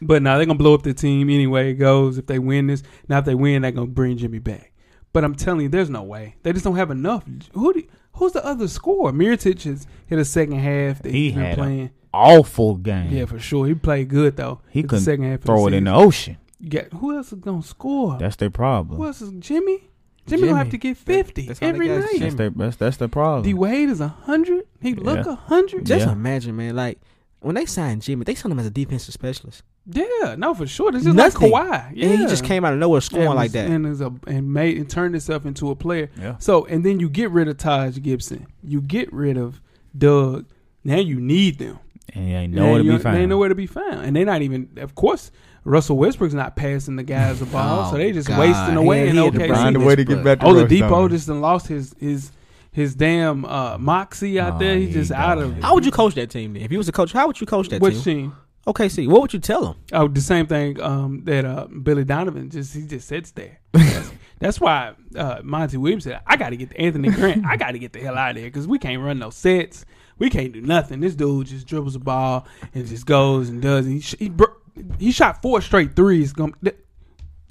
[SPEAKER 2] But now they're gonna blow up the team anyway. It goes if they win this. Now if they win, they're gonna bring Jimmy back. But I'm telling you, there's no way. They just don't have enough. Who do, who's the other scorer? Miritich has hit a second half that
[SPEAKER 3] He
[SPEAKER 2] he's been
[SPEAKER 3] had a-
[SPEAKER 2] playing.
[SPEAKER 3] Awful game.
[SPEAKER 2] Yeah, for sure. He played good though.
[SPEAKER 3] he
[SPEAKER 2] It's the
[SPEAKER 3] couldn't
[SPEAKER 2] second half. of
[SPEAKER 3] throw it
[SPEAKER 2] the
[SPEAKER 3] in the
[SPEAKER 2] season.
[SPEAKER 3] ocean.
[SPEAKER 2] Yeah, who else is gonna score?
[SPEAKER 3] That's their
[SPEAKER 2] who
[SPEAKER 3] problem.
[SPEAKER 2] else is Jimmy? Jimmy gonna have to
[SPEAKER 4] Jimmy.
[SPEAKER 2] get 50
[SPEAKER 4] That's how they
[SPEAKER 2] every
[SPEAKER 4] got
[SPEAKER 2] night.
[SPEAKER 4] Jimmy.
[SPEAKER 3] That's their that's that's their problem.
[SPEAKER 2] D Wade is hundred. He look
[SPEAKER 3] Yeah.
[SPEAKER 2] hundred.
[SPEAKER 4] Just
[SPEAKER 3] Yeah.
[SPEAKER 4] imagine, man. Like when they signed Jimmy, they signed him as a defensive specialist.
[SPEAKER 2] Yeah, no, for sure. This is
[SPEAKER 4] Nothing.
[SPEAKER 2] like Kawhi. Yeah,
[SPEAKER 4] And he just came out of nowhere
[SPEAKER 2] And
[SPEAKER 4] scoring
[SPEAKER 2] was-
[SPEAKER 4] like that.
[SPEAKER 2] and is a and made and turned himself into a player.
[SPEAKER 3] yeah.
[SPEAKER 2] So and then you get rid of Taj Gibson, you get rid of Doug. Now you need them.
[SPEAKER 3] And they ain't nowhere to
[SPEAKER 2] you-
[SPEAKER 3] be found.
[SPEAKER 2] They ain't nowhere to be found, and they're not even. Of course, Russell Westbrook's not passing the guys the ball,
[SPEAKER 4] Oh,
[SPEAKER 2] so they just
[SPEAKER 4] God.
[SPEAKER 2] wasting away.
[SPEAKER 4] He-
[SPEAKER 2] And
[SPEAKER 4] he had to
[SPEAKER 2] okay,
[SPEAKER 6] Find a
[SPEAKER 4] see
[SPEAKER 6] way to
[SPEAKER 4] this,
[SPEAKER 6] get
[SPEAKER 4] but-
[SPEAKER 6] back to
[SPEAKER 2] oh, the
[SPEAKER 6] Russ
[SPEAKER 2] depot
[SPEAKER 6] Donovan.
[SPEAKER 2] just done lost his his his damn uh, moxie out
[SPEAKER 3] Oh,
[SPEAKER 2] there. He's
[SPEAKER 3] he
[SPEAKER 2] just
[SPEAKER 3] gone.
[SPEAKER 2] out of
[SPEAKER 4] How would you coach that team then? If you was a coach, how would you coach that
[SPEAKER 2] which
[SPEAKER 4] team?
[SPEAKER 2] team?
[SPEAKER 4] Okay, see, what would you tell them?
[SPEAKER 2] Oh, the same thing um, that uh, Billy Donovan just he just sits there. That's, that's why uh, Monty Williams said, "I got to get Anthony Grant. I got to get the hell out of here because we can't run no sets. We can't do nothing. This dude just dribbles the ball and just goes and does. He sh- he, br- he shot four straight threes. Gum- th-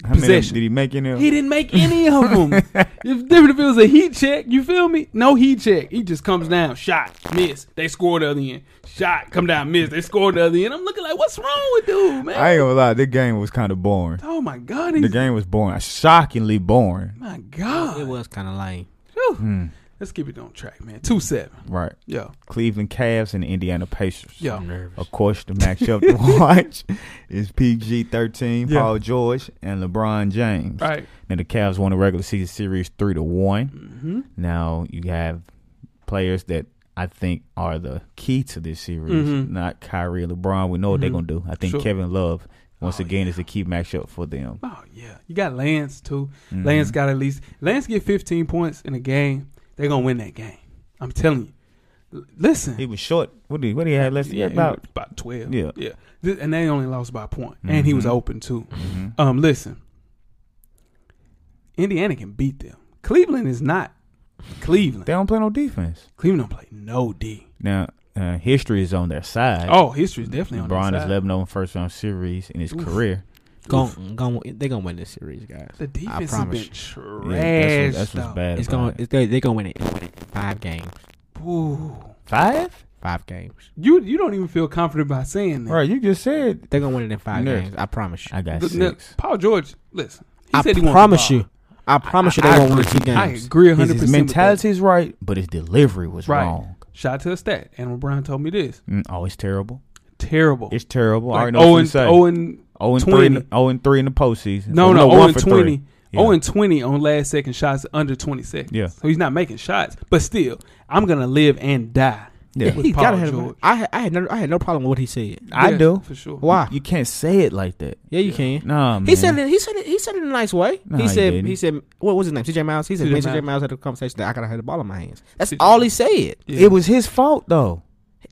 [SPEAKER 3] How many
[SPEAKER 2] possession.
[SPEAKER 3] did he make in there?
[SPEAKER 2] He didn't make any of them. it's different if it was a heat check. You feel me? No heat check. He just comes down, shot, miss. They score the other end. Shot, come down, miss. They score the other end. I'm looking like, what's wrong with dude, man?
[SPEAKER 3] I ain't gonna lie. This game was kind of boring.
[SPEAKER 2] Oh my God,
[SPEAKER 3] The
[SPEAKER 2] he's
[SPEAKER 3] game was boring. Shockingly boring.
[SPEAKER 2] my
[SPEAKER 4] It
[SPEAKER 2] God.
[SPEAKER 4] was kind of lame.
[SPEAKER 2] Whew.
[SPEAKER 3] Hmm.
[SPEAKER 2] Let's keep it on track, man. Two seven.
[SPEAKER 3] Right.
[SPEAKER 2] Yo,
[SPEAKER 3] Cleveland Cavs and the Indiana Pacers.
[SPEAKER 2] yo.
[SPEAKER 4] I'm nervous.
[SPEAKER 3] Of course, the matchup to watch is PG 13,
[SPEAKER 2] Yeah.
[SPEAKER 3] Paul George, and LeBron James.
[SPEAKER 2] Right.
[SPEAKER 3] Now, the Cavs won the regular season series 3 to 1.
[SPEAKER 2] Mm-hmm.
[SPEAKER 3] Now, you have players that I think are the key to this series,
[SPEAKER 2] Mhm.
[SPEAKER 3] not Kyrie and LeBron. We know what they're
[SPEAKER 2] Mhm.
[SPEAKER 3] going to do. I think
[SPEAKER 2] Sure.
[SPEAKER 3] Kevin Love, once
[SPEAKER 2] Oh,
[SPEAKER 3] again, is the key matchup for them.
[SPEAKER 2] Oh yeah. You got Lance too.
[SPEAKER 3] Mhm.
[SPEAKER 2] Lance got at least Lance get 15 points in a game. They're gonna win that game. I'm telling you. L- Listen.
[SPEAKER 3] He was short. What did he, what did he have last year?
[SPEAKER 2] it
[SPEAKER 3] About.
[SPEAKER 2] was about 12.
[SPEAKER 3] Yeah.
[SPEAKER 2] Yeah. Th- And they only lost by a point. And he was
[SPEAKER 3] Mhm.
[SPEAKER 2] open too.
[SPEAKER 3] Mhm.
[SPEAKER 2] Um, listen. Indiana can beat them. Cleveland is not Cleveland.
[SPEAKER 3] They don't play no defense.
[SPEAKER 2] Cleveland don't play no D.
[SPEAKER 3] Now, uh, history is on their side.
[SPEAKER 2] Oh, history's definitely on
[SPEAKER 3] LeBron
[SPEAKER 2] their
[SPEAKER 3] is
[SPEAKER 2] side.
[SPEAKER 3] 11 on first round series in his
[SPEAKER 2] Oof.
[SPEAKER 3] career.
[SPEAKER 4] Gon- gon- they gonna win this series, guys.
[SPEAKER 2] The defense has
[SPEAKER 4] promise
[SPEAKER 2] been
[SPEAKER 4] you.
[SPEAKER 2] trash.
[SPEAKER 3] Yeah, that's, what, that's what's
[SPEAKER 2] though.
[SPEAKER 3] bad.
[SPEAKER 4] It's
[SPEAKER 3] about
[SPEAKER 4] gonna.
[SPEAKER 3] it.
[SPEAKER 4] It's, they they gonna win it. Win it. Five games.
[SPEAKER 2] Ooh.
[SPEAKER 3] five.
[SPEAKER 4] Five games.
[SPEAKER 2] You you don't even feel confident by saying that.
[SPEAKER 3] Right, you just said
[SPEAKER 4] They're gonna win it in five
[SPEAKER 3] Nerves.
[SPEAKER 4] games. I promise you.
[SPEAKER 3] I got
[SPEAKER 2] Look, now,
[SPEAKER 3] six.
[SPEAKER 2] Paul George, listen. He
[SPEAKER 4] I
[SPEAKER 2] said he wants
[SPEAKER 4] promise
[SPEAKER 2] the ball.
[SPEAKER 4] you. I promise you
[SPEAKER 2] I-
[SPEAKER 4] they
[SPEAKER 2] I
[SPEAKER 4] won't win
[SPEAKER 2] agree.
[SPEAKER 4] two games.
[SPEAKER 2] I agree 100%
[SPEAKER 3] His, his
[SPEAKER 2] with that.
[SPEAKER 3] mentality is right, but his delivery was
[SPEAKER 2] Right.
[SPEAKER 3] wrong.
[SPEAKER 2] Shout out to a stat. Animal Brown told me this.
[SPEAKER 3] Mm, oh, it's terrible.
[SPEAKER 2] Terrible.
[SPEAKER 3] It's terrible. I already
[SPEAKER 2] like
[SPEAKER 3] know what
[SPEAKER 2] Owen,
[SPEAKER 3] you say.
[SPEAKER 2] Owen
[SPEAKER 3] Oh and three. In,
[SPEAKER 2] 20.
[SPEAKER 3] oh and three in the postseason.
[SPEAKER 2] No,
[SPEAKER 3] Well,
[SPEAKER 2] no,
[SPEAKER 3] one
[SPEAKER 2] Owen
[SPEAKER 3] for
[SPEAKER 2] twenty.
[SPEAKER 3] three. Yeah.
[SPEAKER 2] 0 and 20 on last second shots under 20 seconds.
[SPEAKER 3] Yeah.
[SPEAKER 2] So he's not making shots. But still, I'm going to live and die.
[SPEAKER 3] Yeah.
[SPEAKER 2] With
[SPEAKER 4] he
[SPEAKER 2] Paul
[SPEAKER 4] gotta have.
[SPEAKER 2] George.
[SPEAKER 4] I had- I had no, I had no problem with what he said.
[SPEAKER 3] I
[SPEAKER 2] Yeah,
[SPEAKER 3] do.
[SPEAKER 2] For sure.
[SPEAKER 4] Why?
[SPEAKER 3] You can't say it like that.
[SPEAKER 4] yeah, you can.
[SPEAKER 3] Nah, man.
[SPEAKER 4] He said it. He said it. He said it in a nice way.
[SPEAKER 3] No,
[SPEAKER 4] he
[SPEAKER 3] he
[SPEAKER 4] said.
[SPEAKER 3] didn't.
[SPEAKER 4] He said. What was his name? CJ Miles. He said.
[SPEAKER 2] T.J.
[SPEAKER 4] "Man, CJ
[SPEAKER 2] Miles.
[SPEAKER 4] Miles had a conversation that I gotta have the ball in my hands. That's
[SPEAKER 2] T.J.
[SPEAKER 4] all he said.
[SPEAKER 2] Yeah.
[SPEAKER 3] It was his fault though.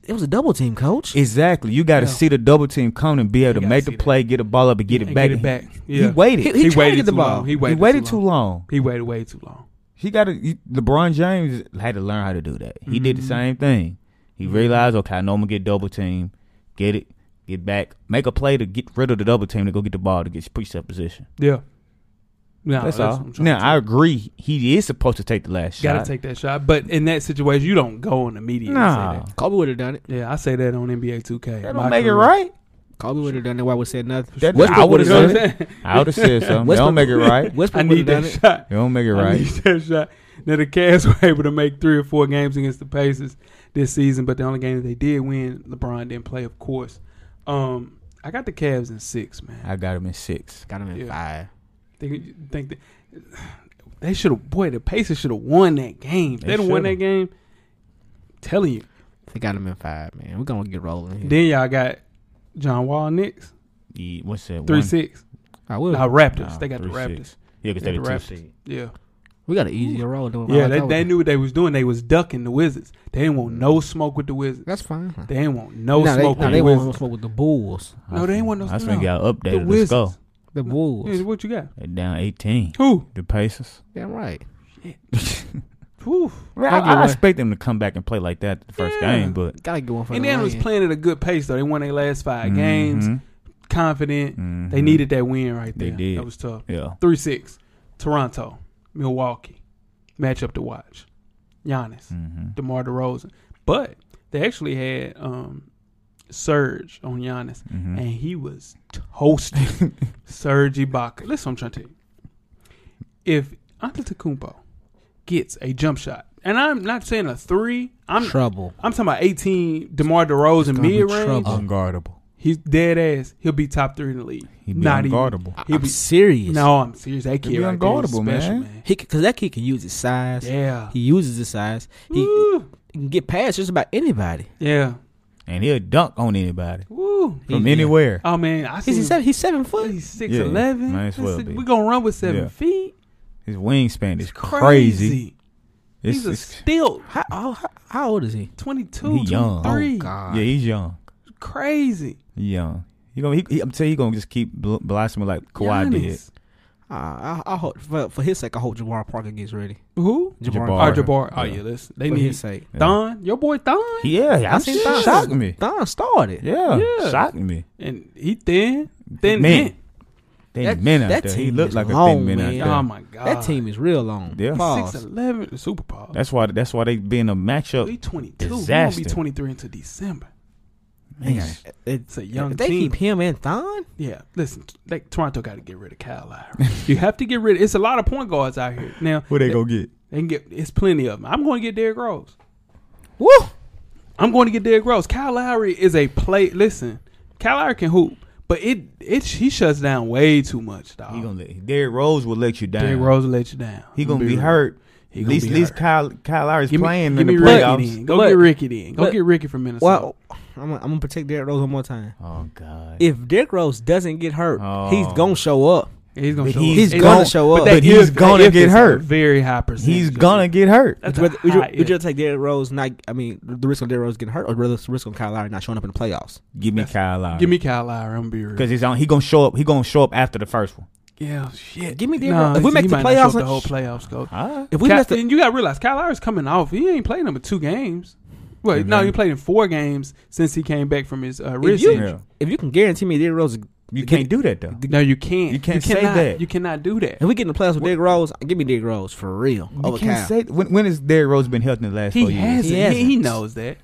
[SPEAKER 4] It was a double team, coach.
[SPEAKER 3] Exactly. You got to
[SPEAKER 2] Yeah.
[SPEAKER 3] see the double team come and be able to
[SPEAKER 2] gotta
[SPEAKER 3] make
[SPEAKER 2] see
[SPEAKER 3] the
[SPEAKER 2] that.
[SPEAKER 3] play, get the ball up, and get it
[SPEAKER 2] And
[SPEAKER 3] back.
[SPEAKER 2] get it back.
[SPEAKER 3] He
[SPEAKER 2] Yeah.
[SPEAKER 3] waited.
[SPEAKER 4] He- he tried to
[SPEAKER 2] waited
[SPEAKER 4] get the
[SPEAKER 2] too
[SPEAKER 4] ball.
[SPEAKER 2] long. He
[SPEAKER 3] He
[SPEAKER 2] waited,
[SPEAKER 3] waited
[SPEAKER 2] too,
[SPEAKER 3] too
[SPEAKER 2] long.
[SPEAKER 3] long.
[SPEAKER 2] He waited way too long.
[SPEAKER 3] He got to. LeBron James had to learn how to do that. He
[SPEAKER 2] Mm-hmm.
[SPEAKER 3] did the same thing. He realized, okay, I know I'm gonna get double team, get it, get back, make a play to get rid of the double team to go get the ball to get put yourself in position.
[SPEAKER 2] Yeah. No,
[SPEAKER 3] that's, all.
[SPEAKER 2] what I'm trying
[SPEAKER 3] Now
[SPEAKER 2] to
[SPEAKER 3] I
[SPEAKER 2] tell you.
[SPEAKER 3] agree. He is supposed to take the last
[SPEAKER 2] gotta
[SPEAKER 3] shot.
[SPEAKER 2] take that shot. But in that situation, you don't go on the media. and say
[SPEAKER 3] Nah.
[SPEAKER 2] that.
[SPEAKER 4] Kobe would have done it.
[SPEAKER 2] Yeah, I say that on NBA 2K.
[SPEAKER 3] That
[SPEAKER 2] My
[SPEAKER 3] don't make it
[SPEAKER 2] career.
[SPEAKER 3] right.
[SPEAKER 4] Kobe would have done it. Why would said nothing?
[SPEAKER 3] That-
[SPEAKER 4] Westbrook
[SPEAKER 3] I would've
[SPEAKER 2] You know what
[SPEAKER 4] would've
[SPEAKER 2] I'm
[SPEAKER 3] done
[SPEAKER 4] done it.
[SPEAKER 2] saying?
[SPEAKER 3] I would have said something. They don't
[SPEAKER 4] Westbrook-
[SPEAKER 3] make it right.
[SPEAKER 2] I
[SPEAKER 4] Westbrook
[SPEAKER 2] need
[SPEAKER 4] would have
[SPEAKER 2] that
[SPEAKER 4] done it.
[SPEAKER 2] shot.
[SPEAKER 3] They don't make it
[SPEAKER 2] I
[SPEAKER 3] right.
[SPEAKER 2] need that shot. Now the Cavs were able to make three or four games against the Pacers this season, but the only game that they did win, LeBron didn't play, of course. Um, I got the Cavs in six, man.
[SPEAKER 3] I got him in six.
[SPEAKER 4] Got him in
[SPEAKER 2] Yeah.
[SPEAKER 4] five.
[SPEAKER 2] Think think that they should have. Boy, the Pacers should have won that game. If
[SPEAKER 3] They
[SPEAKER 2] They'd have won that
[SPEAKER 3] should've.
[SPEAKER 2] game. telling you.
[SPEAKER 4] They got him in five, man. We're gonna get rolling. Here.
[SPEAKER 2] Then y'all got John Wall Knicks
[SPEAKER 3] He, what's that?
[SPEAKER 2] three
[SPEAKER 3] One-
[SPEAKER 2] six.
[SPEAKER 4] I will.
[SPEAKER 2] Nah, Raptors.
[SPEAKER 3] Nah,
[SPEAKER 2] they got the
[SPEAKER 3] three,
[SPEAKER 2] Raptors.
[SPEAKER 3] six. Yeah, because
[SPEAKER 2] They
[SPEAKER 3] they
[SPEAKER 2] got
[SPEAKER 3] the
[SPEAKER 2] the
[SPEAKER 3] two seed.
[SPEAKER 2] Yeah,
[SPEAKER 4] we got an easier roll doing.
[SPEAKER 3] Oh,
[SPEAKER 2] yeah.
[SPEAKER 4] all
[SPEAKER 2] They,
[SPEAKER 4] that
[SPEAKER 2] they
[SPEAKER 4] was-
[SPEAKER 2] knew what they was doing. They was ducking the Wizards. They didn't want no
[SPEAKER 3] Mm.
[SPEAKER 2] smoke with the Wizards.
[SPEAKER 4] That's fine.
[SPEAKER 2] They didn't want no smoke
[SPEAKER 4] Nah, They, nah,
[SPEAKER 2] with
[SPEAKER 4] they
[SPEAKER 2] the
[SPEAKER 4] want
[SPEAKER 2] Wizards.
[SPEAKER 4] to smoke with the Bulls.
[SPEAKER 2] No, they ain't want no-
[SPEAKER 3] That's
[SPEAKER 2] no.
[SPEAKER 3] when got
[SPEAKER 2] The
[SPEAKER 3] updated. Let's
[SPEAKER 2] Wizards.
[SPEAKER 3] go.
[SPEAKER 4] The Bulls.
[SPEAKER 2] Yeah, what you got?
[SPEAKER 3] They're down 18.
[SPEAKER 2] Who?
[SPEAKER 3] The Pacers.
[SPEAKER 4] Damn right.
[SPEAKER 2] Who?
[SPEAKER 3] I,
[SPEAKER 4] Fuck you,
[SPEAKER 3] I
[SPEAKER 4] man.
[SPEAKER 3] expect them to come back and play like that the first
[SPEAKER 2] Yeah.
[SPEAKER 3] game, but
[SPEAKER 4] Gotta get one for the
[SPEAKER 2] Indiana was
[SPEAKER 4] win.
[SPEAKER 2] playing at a good pace though. They won their last 5 games,
[SPEAKER 3] Mhm.
[SPEAKER 2] confident.
[SPEAKER 3] Mhm.
[SPEAKER 2] They needed that win right
[SPEAKER 3] They
[SPEAKER 2] there.
[SPEAKER 3] did.
[SPEAKER 2] That was tough.
[SPEAKER 3] Yeah.
[SPEAKER 2] Three six. Toronto, Milwaukee, matchup to watch. Giannis,
[SPEAKER 3] hmm
[SPEAKER 2] DeMar DeRozan, but they actually had um, Serge on Giannis,
[SPEAKER 3] Mhm.
[SPEAKER 2] and he was toasting Serge Ibaka. Listen, I'm trying to tell you. If Antetokounmpo gets a jump shot, and I'm not saying a three, I'm
[SPEAKER 4] trouble.
[SPEAKER 2] I'm talking about 18 DeMar DeRozan
[SPEAKER 4] It's gonna be
[SPEAKER 2] mid range.
[SPEAKER 4] trouble.
[SPEAKER 3] Unguardable.
[SPEAKER 2] He's dead ass. He'll be top three in the league.
[SPEAKER 3] He'd be
[SPEAKER 2] Not even.
[SPEAKER 3] unguardable.
[SPEAKER 4] I,
[SPEAKER 2] He'll
[SPEAKER 4] am
[SPEAKER 2] be-
[SPEAKER 4] serious.
[SPEAKER 2] No, I'm serious. That
[SPEAKER 3] He'll
[SPEAKER 2] kid
[SPEAKER 3] be
[SPEAKER 2] right there is
[SPEAKER 3] unguardable,
[SPEAKER 2] special,
[SPEAKER 3] man.
[SPEAKER 2] man.
[SPEAKER 4] He because that kid can use his size.
[SPEAKER 2] Yeah.
[SPEAKER 4] He uses his size. He
[SPEAKER 2] Woo.
[SPEAKER 4] can get past just about anybody.
[SPEAKER 2] Yeah.
[SPEAKER 3] And he'll dunk on anybody
[SPEAKER 2] Woo.
[SPEAKER 3] from
[SPEAKER 4] He-
[SPEAKER 3] anywhere.
[SPEAKER 2] Oh man, I see.
[SPEAKER 4] He's, he's seven. He's seven foot.
[SPEAKER 2] He's six
[SPEAKER 3] Yeah,
[SPEAKER 2] eleven.
[SPEAKER 3] might as well be.
[SPEAKER 2] We're gonna run with seven
[SPEAKER 3] Yeah.
[SPEAKER 2] feet.
[SPEAKER 3] His wingspan is
[SPEAKER 2] It's
[SPEAKER 3] crazy.
[SPEAKER 2] crazy.
[SPEAKER 3] It's,
[SPEAKER 2] he's a
[SPEAKER 3] it's-
[SPEAKER 2] still
[SPEAKER 4] How, how, how- how old is he?
[SPEAKER 2] 22,
[SPEAKER 3] He young. Oh,
[SPEAKER 2] 23.
[SPEAKER 4] God.
[SPEAKER 3] yeah, he's young.
[SPEAKER 2] Crazy.
[SPEAKER 3] He young. He gonna, he, he- I'm telling you, he's going to just keep bl- blossoming like Kawhi did.
[SPEAKER 2] Giannis.
[SPEAKER 4] Ah, I, I hope for, for his sake. I hope Jabbar Parker gets ready.
[SPEAKER 2] Who?
[SPEAKER 4] Jabbar.
[SPEAKER 3] Jabbar.
[SPEAKER 2] Oh,
[SPEAKER 4] Parker.
[SPEAKER 2] Jabbar. Oh
[SPEAKER 3] Yeah.
[SPEAKER 2] yeah, listen. They
[SPEAKER 4] for
[SPEAKER 2] need
[SPEAKER 4] his sake.
[SPEAKER 3] Yeah.
[SPEAKER 2] Don. Your boy Don.
[SPEAKER 3] Yeah, I seen
[SPEAKER 4] seen Thon.
[SPEAKER 3] shocked me.
[SPEAKER 4] Don started.
[SPEAKER 3] Yeah,
[SPEAKER 2] Yeah.
[SPEAKER 3] shocked me.
[SPEAKER 2] And he thin. Thin
[SPEAKER 3] Man.
[SPEAKER 2] man.
[SPEAKER 3] Thin
[SPEAKER 4] That-
[SPEAKER 3] men out
[SPEAKER 4] that
[SPEAKER 3] there. He
[SPEAKER 4] team
[SPEAKER 3] looked
[SPEAKER 4] is
[SPEAKER 3] like a thin
[SPEAKER 4] long,
[SPEAKER 3] man, out
[SPEAKER 4] man.
[SPEAKER 3] there.
[SPEAKER 2] Oh my god.
[SPEAKER 4] That team is real long.
[SPEAKER 3] Yeah.
[SPEAKER 4] Pause.
[SPEAKER 2] Six eleven, the Super Bowl.
[SPEAKER 3] That's why. That's why they being a matchup.
[SPEAKER 2] we twenty two. We won't be
[SPEAKER 3] disaster.
[SPEAKER 2] twenty three until December.
[SPEAKER 3] Man,
[SPEAKER 2] It's a young
[SPEAKER 4] they
[SPEAKER 2] team.
[SPEAKER 4] keep him and Thon.
[SPEAKER 2] yeah, listen, they, Toronto got to get rid of Kyle Lowry. you have to get rid. It's a lot of point guards out here now.
[SPEAKER 3] who they gonna get?
[SPEAKER 2] They can get. It's plenty of them. I'm going to get Derrick Rose.
[SPEAKER 4] Woo!
[SPEAKER 2] I'm going to get Derrick Rose. Kyle Lowry is a play. Listen, Kyle Lowry can hoop, but it it he shuts down way too much. Dog.
[SPEAKER 3] He gonna let Derrick Rose will let you down.
[SPEAKER 2] Derrick Rose will let you down.
[SPEAKER 3] He gonna
[SPEAKER 2] Be
[SPEAKER 3] be
[SPEAKER 2] real.
[SPEAKER 3] hurt.
[SPEAKER 2] He
[SPEAKER 3] At
[SPEAKER 2] gonna
[SPEAKER 3] least,
[SPEAKER 2] be
[SPEAKER 3] at least
[SPEAKER 2] hurt.
[SPEAKER 3] Kyle Kyle Lowry's
[SPEAKER 2] Give me,
[SPEAKER 3] playing
[SPEAKER 2] give
[SPEAKER 3] in the
[SPEAKER 2] me Ricky
[SPEAKER 3] playoffs.
[SPEAKER 2] then. Go
[SPEAKER 4] But-
[SPEAKER 2] get Ricky then. Go
[SPEAKER 4] but-
[SPEAKER 2] get Ricky from Minnesota.
[SPEAKER 4] Well, I'm, I'm gonna protect Derrick Rose one more time.
[SPEAKER 3] Oh God.
[SPEAKER 4] If Derrick Rose doesn't get hurt,
[SPEAKER 3] Oh.
[SPEAKER 4] he's gonna show up.
[SPEAKER 2] He's gonna
[SPEAKER 3] But
[SPEAKER 2] show
[SPEAKER 3] he's
[SPEAKER 2] up.
[SPEAKER 4] He's
[SPEAKER 2] It's-
[SPEAKER 4] gonna
[SPEAKER 3] gonna-
[SPEAKER 4] show up.
[SPEAKER 3] but He's
[SPEAKER 2] if-
[SPEAKER 3] gonna
[SPEAKER 2] if
[SPEAKER 3] get
[SPEAKER 2] it's a
[SPEAKER 3] hurt.
[SPEAKER 2] Very high percentage.
[SPEAKER 3] He's gonna get hurt.
[SPEAKER 2] That's
[SPEAKER 4] would you,
[SPEAKER 2] a
[SPEAKER 4] would you,
[SPEAKER 2] high
[SPEAKER 4] would you
[SPEAKER 2] if.
[SPEAKER 4] take Derrick Rose not? I mean, the risk of Derrick Rose getting hurt, or the risk of Kyle Lowry not showing up in the playoffs?
[SPEAKER 3] Give me
[SPEAKER 2] That's-
[SPEAKER 3] Kyle Lowry.
[SPEAKER 2] Give me Kyle Lowry. I'm gonna be real.
[SPEAKER 3] because he's on. He gonna show up. He gonna show up after the first one.
[SPEAKER 2] Yeah, shit.
[SPEAKER 4] Give me Derrick
[SPEAKER 2] Nah,
[SPEAKER 4] Rose. If we
[SPEAKER 2] he
[SPEAKER 4] make the
[SPEAKER 2] might not show up
[SPEAKER 4] playoffs,
[SPEAKER 2] the whole playoffs go.
[SPEAKER 3] Ah.
[SPEAKER 4] if we
[SPEAKER 2] Ky-
[SPEAKER 4] miss the,
[SPEAKER 2] and you got to realize Kyle Lowry's coming off. He ain't played number two games. Well, no,
[SPEAKER 3] Mhm.
[SPEAKER 2] he played in four games since he came back from his uh,
[SPEAKER 4] if
[SPEAKER 2] wrist
[SPEAKER 4] you,
[SPEAKER 2] injury.
[SPEAKER 3] Yeah.
[SPEAKER 4] if you can guarantee me Derrick Rose,
[SPEAKER 3] You can't do that though.
[SPEAKER 2] No, you can't.
[SPEAKER 3] You can't say
[SPEAKER 2] cannot,
[SPEAKER 3] that.
[SPEAKER 2] You cannot do that.
[SPEAKER 4] if we get in the playoffs with Derrick Rose, give me Derrick Rose for real
[SPEAKER 3] You
[SPEAKER 4] over Kyle.
[SPEAKER 3] can't say when. When has Derrick Rose been healthy in the last
[SPEAKER 2] He
[SPEAKER 3] four years?
[SPEAKER 2] has
[SPEAKER 4] He
[SPEAKER 2] it. He, he
[SPEAKER 4] hasn't.
[SPEAKER 2] knows that.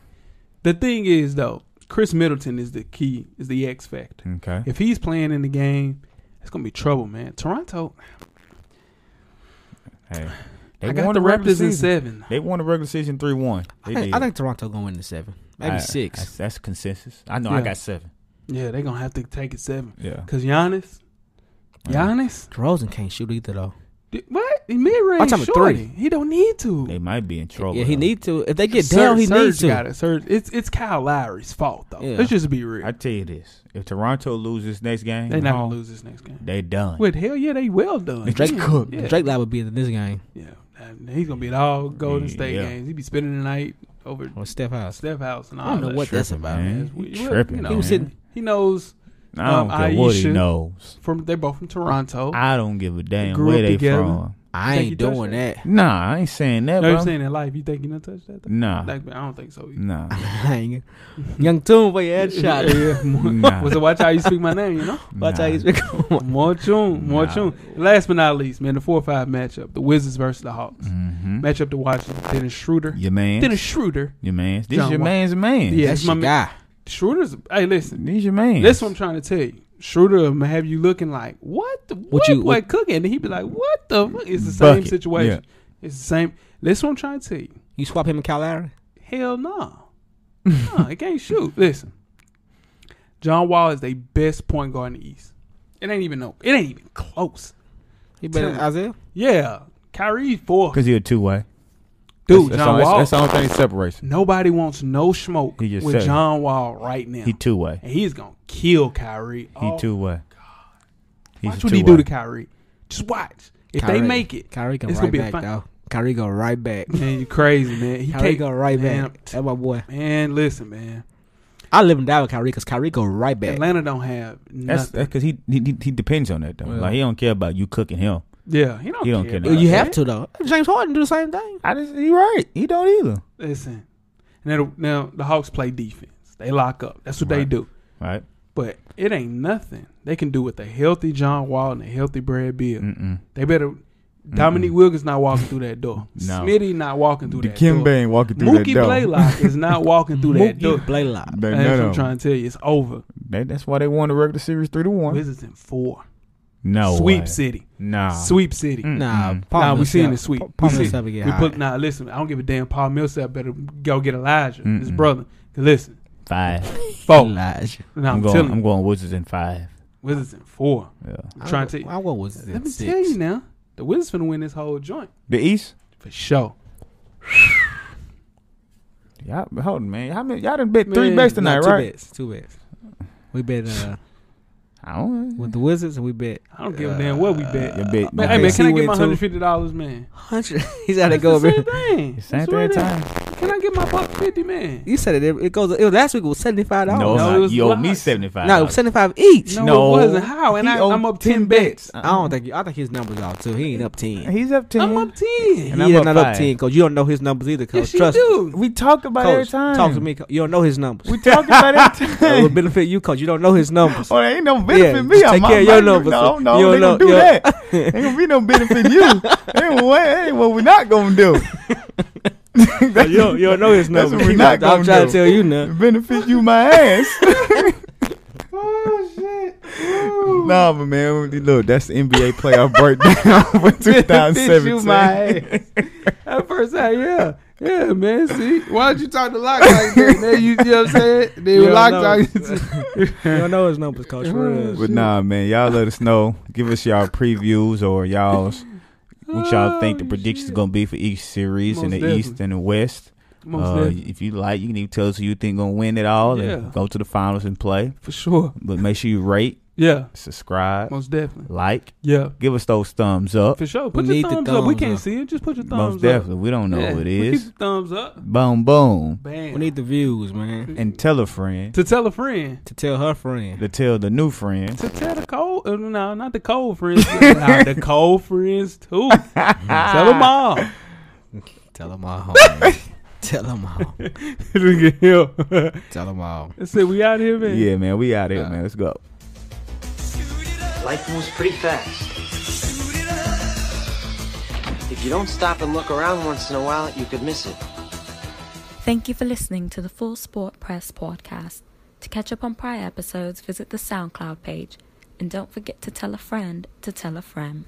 [SPEAKER 2] The thing is, though, Chris Middleton is the key. Is the X factor.
[SPEAKER 3] Okay.
[SPEAKER 2] If he's playing in the game, it's gonna be trouble, man. Toronto.
[SPEAKER 3] Hey.
[SPEAKER 2] I got the
[SPEAKER 3] regular
[SPEAKER 2] Raptors in
[SPEAKER 3] season.
[SPEAKER 2] seven.
[SPEAKER 3] They won the regular season three one.
[SPEAKER 4] I think, I think Toronto gonna win the seven, maybe six.
[SPEAKER 3] That's, that's consensus. I know I
[SPEAKER 2] Yeah.
[SPEAKER 3] got seven.
[SPEAKER 2] Yeah, they're gonna have to take it seven.
[SPEAKER 3] Yeah.
[SPEAKER 2] Cause Giannis, Giannis,
[SPEAKER 4] DeRozan can't shoot either though.
[SPEAKER 2] D- What? Mid range
[SPEAKER 4] talking about
[SPEAKER 2] shorty.
[SPEAKER 4] three.
[SPEAKER 2] He don't need to.
[SPEAKER 3] They might be in trouble.
[SPEAKER 4] Yeah, he
[SPEAKER 3] though.
[SPEAKER 4] need to. If they get
[SPEAKER 2] Serge-
[SPEAKER 4] down, he
[SPEAKER 2] Serge
[SPEAKER 4] needs to.
[SPEAKER 2] Got it. Serge, it's it's Kyle Lowry's fault though.
[SPEAKER 4] Yeah.
[SPEAKER 2] Let's just be real.
[SPEAKER 3] I tell you this: if Toronto loses next game,
[SPEAKER 2] They're not
[SPEAKER 3] home,
[SPEAKER 2] gonna lose this next game.
[SPEAKER 3] They done.
[SPEAKER 2] Wait, hell yeah, they well done.
[SPEAKER 3] Drake
[SPEAKER 2] yeah.
[SPEAKER 3] cooked.
[SPEAKER 2] Yeah.
[SPEAKER 4] Drake Lab would be in this game
[SPEAKER 2] yeah. And he's gonna be at all Golden
[SPEAKER 3] Yeah.
[SPEAKER 2] State games. He'd be spending the night over
[SPEAKER 4] on Steph House.
[SPEAKER 2] Steph House and all
[SPEAKER 4] I don't know
[SPEAKER 2] that
[SPEAKER 4] what
[SPEAKER 2] shit.
[SPEAKER 4] that's about.
[SPEAKER 3] man.
[SPEAKER 2] That's weird.
[SPEAKER 3] He
[SPEAKER 2] Well,
[SPEAKER 3] tripping.
[SPEAKER 2] you know,
[SPEAKER 3] man.
[SPEAKER 4] he was sitting-
[SPEAKER 2] He knows
[SPEAKER 3] I don't
[SPEAKER 2] um,
[SPEAKER 3] care what he
[SPEAKER 2] Aisha.
[SPEAKER 3] knows.
[SPEAKER 2] from they're both from Toronto.
[SPEAKER 3] I don't give a damn
[SPEAKER 2] grew
[SPEAKER 3] where
[SPEAKER 2] up
[SPEAKER 3] they
[SPEAKER 2] together.
[SPEAKER 3] from.
[SPEAKER 4] I
[SPEAKER 2] Think he
[SPEAKER 4] ain't
[SPEAKER 2] touched
[SPEAKER 4] doing that.
[SPEAKER 3] Nah, I ain't saying that.
[SPEAKER 2] no,
[SPEAKER 3] bro.
[SPEAKER 2] you're saying in life, you think you done touch that? Thing?
[SPEAKER 3] nah,
[SPEAKER 2] Like, I don't think so.
[SPEAKER 3] nah.
[SPEAKER 4] Hang. Young Toon for your headshot.
[SPEAKER 3] Nah.
[SPEAKER 2] So watch how you speak my name. You know.
[SPEAKER 4] Watch how
[SPEAKER 3] Nah.
[SPEAKER 4] he's speak.
[SPEAKER 2] More tune, more
[SPEAKER 3] Nah.
[SPEAKER 2] tune. Last but not least, man, the four or five matchup: the Wizards versus the Hawks.
[SPEAKER 3] Mhm.
[SPEAKER 2] Matchup to watch: Dennis Schroeder.
[SPEAKER 3] Your man.
[SPEAKER 2] Dennis Schroeder.
[SPEAKER 3] Your man's. This
[SPEAKER 2] John
[SPEAKER 3] your
[SPEAKER 2] Wall.
[SPEAKER 3] man's man.
[SPEAKER 2] Yeah.
[SPEAKER 4] That's
[SPEAKER 2] my
[SPEAKER 4] my guy.
[SPEAKER 2] Schroeder's. Hey, listen,
[SPEAKER 3] This your man.
[SPEAKER 2] that's what I'm trying to tell you. Schroeder may have you looking like what? The, what,
[SPEAKER 4] you-
[SPEAKER 2] boy
[SPEAKER 4] what-
[SPEAKER 2] cooking? And he be like, what the? Fuck? It's the
[SPEAKER 3] Bucket.
[SPEAKER 2] same situation. It's the same. That's what I'm trying to tell you.
[SPEAKER 4] You swap him and Kyle Lowry.
[SPEAKER 2] Hell no, no, he can't shoot. Listen, John Wall is the best point guard in the East. It ain't even no. It ain't even close.
[SPEAKER 4] He better than
[SPEAKER 2] Tell
[SPEAKER 4] Isaiah.
[SPEAKER 2] Yeah, Kyrie four.
[SPEAKER 3] Because he a two way.
[SPEAKER 2] Dude,
[SPEAKER 3] that's,
[SPEAKER 2] John
[SPEAKER 3] that's all,
[SPEAKER 2] Wall.
[SPEAKER 3] That's the only thing that separates him.
[SPEAKER 2] Nobody wants no smoke
[SPEAKER 3] He just
[SPEAKER 2] with
[SPEAKER 3] said it.
[SPEAKER 2] John Wall right now.
[SPEAKER 3] He two way.
[SPEAKER 2] and he's gonna kill Kyrie.
[SPEAKER 3] He
[SPEAKER 2] Oh,
[SPEAKER 3] two way. He's
[SPEAKER 2] Watch
[SPEAKER 3] a
[SPEAKER 2] what he
[SPEAKER 3] two-way.
[SPEAKER 2] do to Kyrie. Just watch. If
[SPEAKER 4] Kyrie-
[SPEAKER 2] they make it,
[SPEAKER 4] Kyrie go
[SPEAKER 2] it's
[SPEAKER 4] right
[SPEAKER 2] gonna be a
[SPEAKER 4] back
[SPEAKER 2] fun-
[SPEAKER 4] though. Kyrie go right back.
[SPEAKER 2] man, you crazy man. He
[SPEAKER 4] Kyrie
[SPEAKER 2] can't
[SPEAKER 4] go right
[SPEAKER 2] man,
[SPEAKER 4] back. That's my boy.
[SPEAKER 2] Man, listen, man.
[SPEAKER 4] I live and die with Kyrie because Kyrie go right back.
[SPEAKER 2] Atlanta don't have nothing.
[SPEAKER 3] That's that's because he, he he he depends on that though.
[SPEAKER 2] Well-
[SPEAKER 3] like he don't care about you cooking him.
[SPEAKER 2] yeah, he don't.
[SPEAKER 3] He don't
[SPEAKER 2] care.
[SPEAKER 3] care
[SPEAKER 2] about
[SPEAKER 4] Oh, you
[SPEAKER 2] that.
[SPEAKER 4] have to though. James Harden do the same thing.
[SPEAKER 3] I just you right. He don't either.
[SPEAKER 2] Listen, now the, now the Hawks play defense. They lock up. That's what they
[SPEAKER 3] Right.
[SPEAKER 2] do.
[SPEAKER 3] Right.
[SPEAKER 2] But it ain't nothing they can do with a healthy John Wall and a healthy Brad Bill.
[SPEAKER 3] Mm-mm.
[SPEAKER 2] They better. Dominique Wilkins not walking through that door.
[SPEAKER 3] No.
[SPEAKER 2] Smitty not walking through that door.
[SPEAKER 6] Dikembe ain't walking through
[SPEAKER 2] Mookie
[SPEAKER 6] that door.
[SPEAKER 2] Blaylock is not walking through that door.
[SPEAKER 4] Mookie Blaylock.
[SPEAKER 6] They-
[SPEAKER 2] That's what
[SPEAKER 6] none
[SPEAKER 2] I'm
[SPEAKER 6] of them.
[SPEAKER 2] trying to tell you. It's over.
[SPEAKER 3] That, that's why they won the regular series three to one.
[SPEAKER 2] Wizards in four.
[SPEAKER 3] No
[SPEAKER 2] sweep
[SPEAKER 3] way.
[SPEAKER 2] City.
[SPEAKER 3] Nah.
[SPEAKER 2] Sweep City.
[SPEAKER 3] Mm.
[SPEAKER 4] Nah,
[SPEAKER 3] Mm-mm.
[SPEAKER 4] Paul
[SPEAKER 2] nah, we
[SPEAKER 4] Millsap.
[SPEAKER 2] seen the sweep.
[SPEAKER 4] Pa- Paul
[SPEAKER 2] we
[SPEAKER 4] Millsap
[SPEAKER 2] seen,
[SPEAKER 4] will
[SPEAKER 2] we
[SPEAKER 4] get
[SPEAKER 2] put,
[SPEAKER 4] high.
[SPEAKER 2] nah, listen, I don't give a damn. Paul Millsap better go get Elijah, his
[SPEAKER 3] Mm-mm.
[SPEAKER 2] brother. 'Cause listen,
[SPEAKER 3] Five.
[SPEAKER 2] four. Nah,
[SPEAKER 4] Elijah.
[SPEAKER 2] I'm, telling
[SPEAKER 3] I'm going. I'm
[SPEAKER 2] you,
[SPEAKER 3] going Wizards in five.
[SPEAKER 2] Wizards in four.
[SPEAKER 3] Yeah.
[SPEAKER 2] I'm trying to tell you.
[SPEAKER 4] I what was it?
[SPEAKER 2] Let me
[SPEAKER 4] six?
[SPEAKER 2] tell you now. The Wizards finna win this whole joint.
[SPEAKER 3] The East.
[SPEAKER 2] For sure.
[SPEAKER 3] Y'all, hold on, man. How many? Y'all done bet three bets
[SPEAKER 4] No,
[SPEAKER 3] tonight,
[SPEAKER 4] two
[SPEAKER 3] right?
[SPEAKER 4] Bets, two bets. We bet uh,
[SPEAKER 3] I don't. know.
[SPEAKER 4] with the Wizards, and we bet
[SPEAKER 2] I don't give a damn what we bet.
[SPEAKER 3] You bet.
[SPEAKER 2] man,
[SPEAKER 4] okay.
[SPEAKER 2] hey, man, can I get
[SPEAKER 4] See,
[SPEAKER 2] my
[SPEAKER 4] win two.
[SPEAKER 2] $150, man?
[SPEAKER 4] hundred. He's out to
[SPEAKER 2] That's
[SPEAKER 4] go.
[SPEAKER 2] the same
[SPEAKER 4] man.
[SPEAKER 2] thing.
[SPEAKER 3] It's
[SPEAKER 2] That's
[SPEAKER 3] not
[SPEAKER 2] what
[SPEAKER 3] that
[SPEAKER 2] it is.
[SPEAKER 3] time.
[SPEAKER 2] Can I get my buck fifty, man?
[SPEAKER 4] You said it. It it goes. It was, last week it was seventy five
[SPEAKER 3] No,
[SPEAKER 4] dollars.
[SPEAKER 2] no,
[SPEAKER 3] no,
[SPEAKER 2] it was
[SPEAKER 3] you owe me
[SPEAKER 2] lost.
[SPEAKER 3] seventy five.
[SPEAKER 4] No, seventy five each.
[SPEAKER 2] No,
[SPEAKER 3] No.
[SPEAKER 2] it wasn't. How? And
[SPEAKER 3] He
[SPEAKER 2] I,
[SPEAKER 3] owed
[SPEAKER 2] I'm up
[SPEAKER 3] 10
[SPEAKER 2] ten bets.
[SPEAKER 4] I don't think. I think his numbers off too. He ain't up ten.
[SPEAKER 3] He's up to
[SPEAKER 2] I'm up ten.
[SPEAKER 3] And
[SPEAKER 4] he
[SPEAKER 3] I'm
[SPEAKER 4] is
[SPEAKER 3] up
[SPEAKER 4] not
[SPEAKER 3] five.
[SPEAKER 4] up ten because you don't know his numbers either. Coach.
[SPEAKER 2] Yes, you
[SPEAKER 4] Trust me.
[SPEAKER 2] do.
[SPEAKER 3] We talk about it every
[SPEAKER 4] Coach,
[SPEAKER 3] time.
[SPEAKER 4] talk to me. Coach. You don't know his numbers.
[SPEAKER 3] We talk about it every
[SPEAKER 4] It would
[SPEAKER 3] time.
[SPEAKER 4] benefit you, coach. You don't know his numbers.
[SPEAKER 3] Oh, there ain't no benefit
[SPEAKER 4] Yeah,
[SPEAKER 3] me.
[SPEAKER 4] just
[SPEAKER 3] I'm
[SPEAKER 4] take care of your
[SPEAKER 3] I'm-
[SPEAKER 4] numbers.
[SPEAKER 3] No, no,
[SPEAKER 4] You
[SPEAKER 3] they
[SPEAKER 4] don't
[SPEAKER 3] gonna do
[SPEAKER 4] know-
[SPEAKER 3] that. ain't gonna be no benefit you. ain't what, ain't what we not gonna do.
[SPEAKER 4] you, don't, you don't know his
[SPEAKER 3] That's
[SPEAKER 4] numbers.
[SPEAKER 3] what we
[SPEAKER 4] I'm
[SPEAKER 3] not
[SPEAKER 4] trying
[SPEAKER 3] gonna
[SPEAKER 4] to
[SPEAKER 3] do.
[SPEAKER 4] tell you now.
[SPEAKER 3] benefit you my ass.
[SPEAKER 2] Oh shit!
[SPEAKER 3] nah, but man, look, that's the NBA playoff breakdown for 2017.
[SPEAKER 2] At first sight, yeah, yeah, man. See, why don't you talk to Lock like that? Man, you, you know what I'm saying? They
[SPEAKER 4] Yeah,
[SPEAKER 2] were
[SPEAKER 4] I know.
[SPEAKER 2] Lock talking.
[SPEAKER 4] You don't know his numbers, coach. for real.
[SPEAKER 3] But nah, man, y'all let us know. Give us y'all previews or y'all's what y'all think the
[SPEAKER 2] Oh,
[SPEAKER 3] predictions
[SPEAKER 2] shit.
[SPEAKER 3] gonna be for each series in
[SPEAKER 2] Most
[SPEAKER 3] the East
[SPEAKER 2] definitely.
[SPEAKER 3] and the West.
[SPEAKER 2] Most
[SPEAKER 3] Uh,
[SPEAKER 2] definitely,
[SPEAKER 3] if you like, you can even tell us who you think gonna win it all
[SPEAKER 2] Yeah.
[SPEAKER 3] and go to the finals and play.
[SPEAKER 2] for sure.
[SPEAKER 3] But make sure you rate,
[SPEAKER 2] Yeah,
[SPEAKER 3] subscribe,
[SPEAKER 2] most definitely.
[SPEAKER 3] like,
[SPEAKER 2] Yeah,
[SPEAKER 3] give us those thumbs up.
[SPEAKER 2] for sure. Put
[SPEAKER 4] need
[SPEAKER 2] your
[SPEAKER 4] the
[SPEAKER 2] thumbs, up. We
[SPEAKER 4] thumbs
[SPEAKER 2] can't
[SPEAKER 4] up.
[SPEAKER 2] see it. Just put your thumbs
[SPEAKER 3] Most
[SPEAKER 2] up.
[SPEAKER 3] definitely, we don't know
[SPEAKER 2] Yeah,
[SPEAKER 3] who it
[SPEAKER 2] we
[SPEAKER 3] is.
[SPEAKER 2] keep the thumbs up.
[SPEAKER 3] Boom, boom,
[SPEAKER 2] Bam.
[SPEAKER 4] We need the views, man,
[SPEAKER 3] and tell a friend
[SPEAKER 2] to tell a friend.
[SPEAKER 4] to tell her friend.
[SPEAKER 3] to tell the new friend.
[SPEAKER 2] To tell the cold, uh, no, not the cold friends, no, the cold friends too. Tell them all.
[SPEAKER 4] Tell them all. man. Tell them all.
[SPEAKER 2] Look at him.
[SPEAKER 4] Tell them all.
[SPEAKER 2] That's it. We out here, man.
[SPEAKER 3] Yeah, man, we out here, man. Let's go.
[SPEAKER 7] Life moves pretty fast. If you don't stop and look around once in a while, you could miss it.
[SPEAKER 1] Thank you for listening to the Full Sport Press podcast. To catch up on prior episodes, visit the SoundCloud page. And don't forget to tell a friend to tell a friend.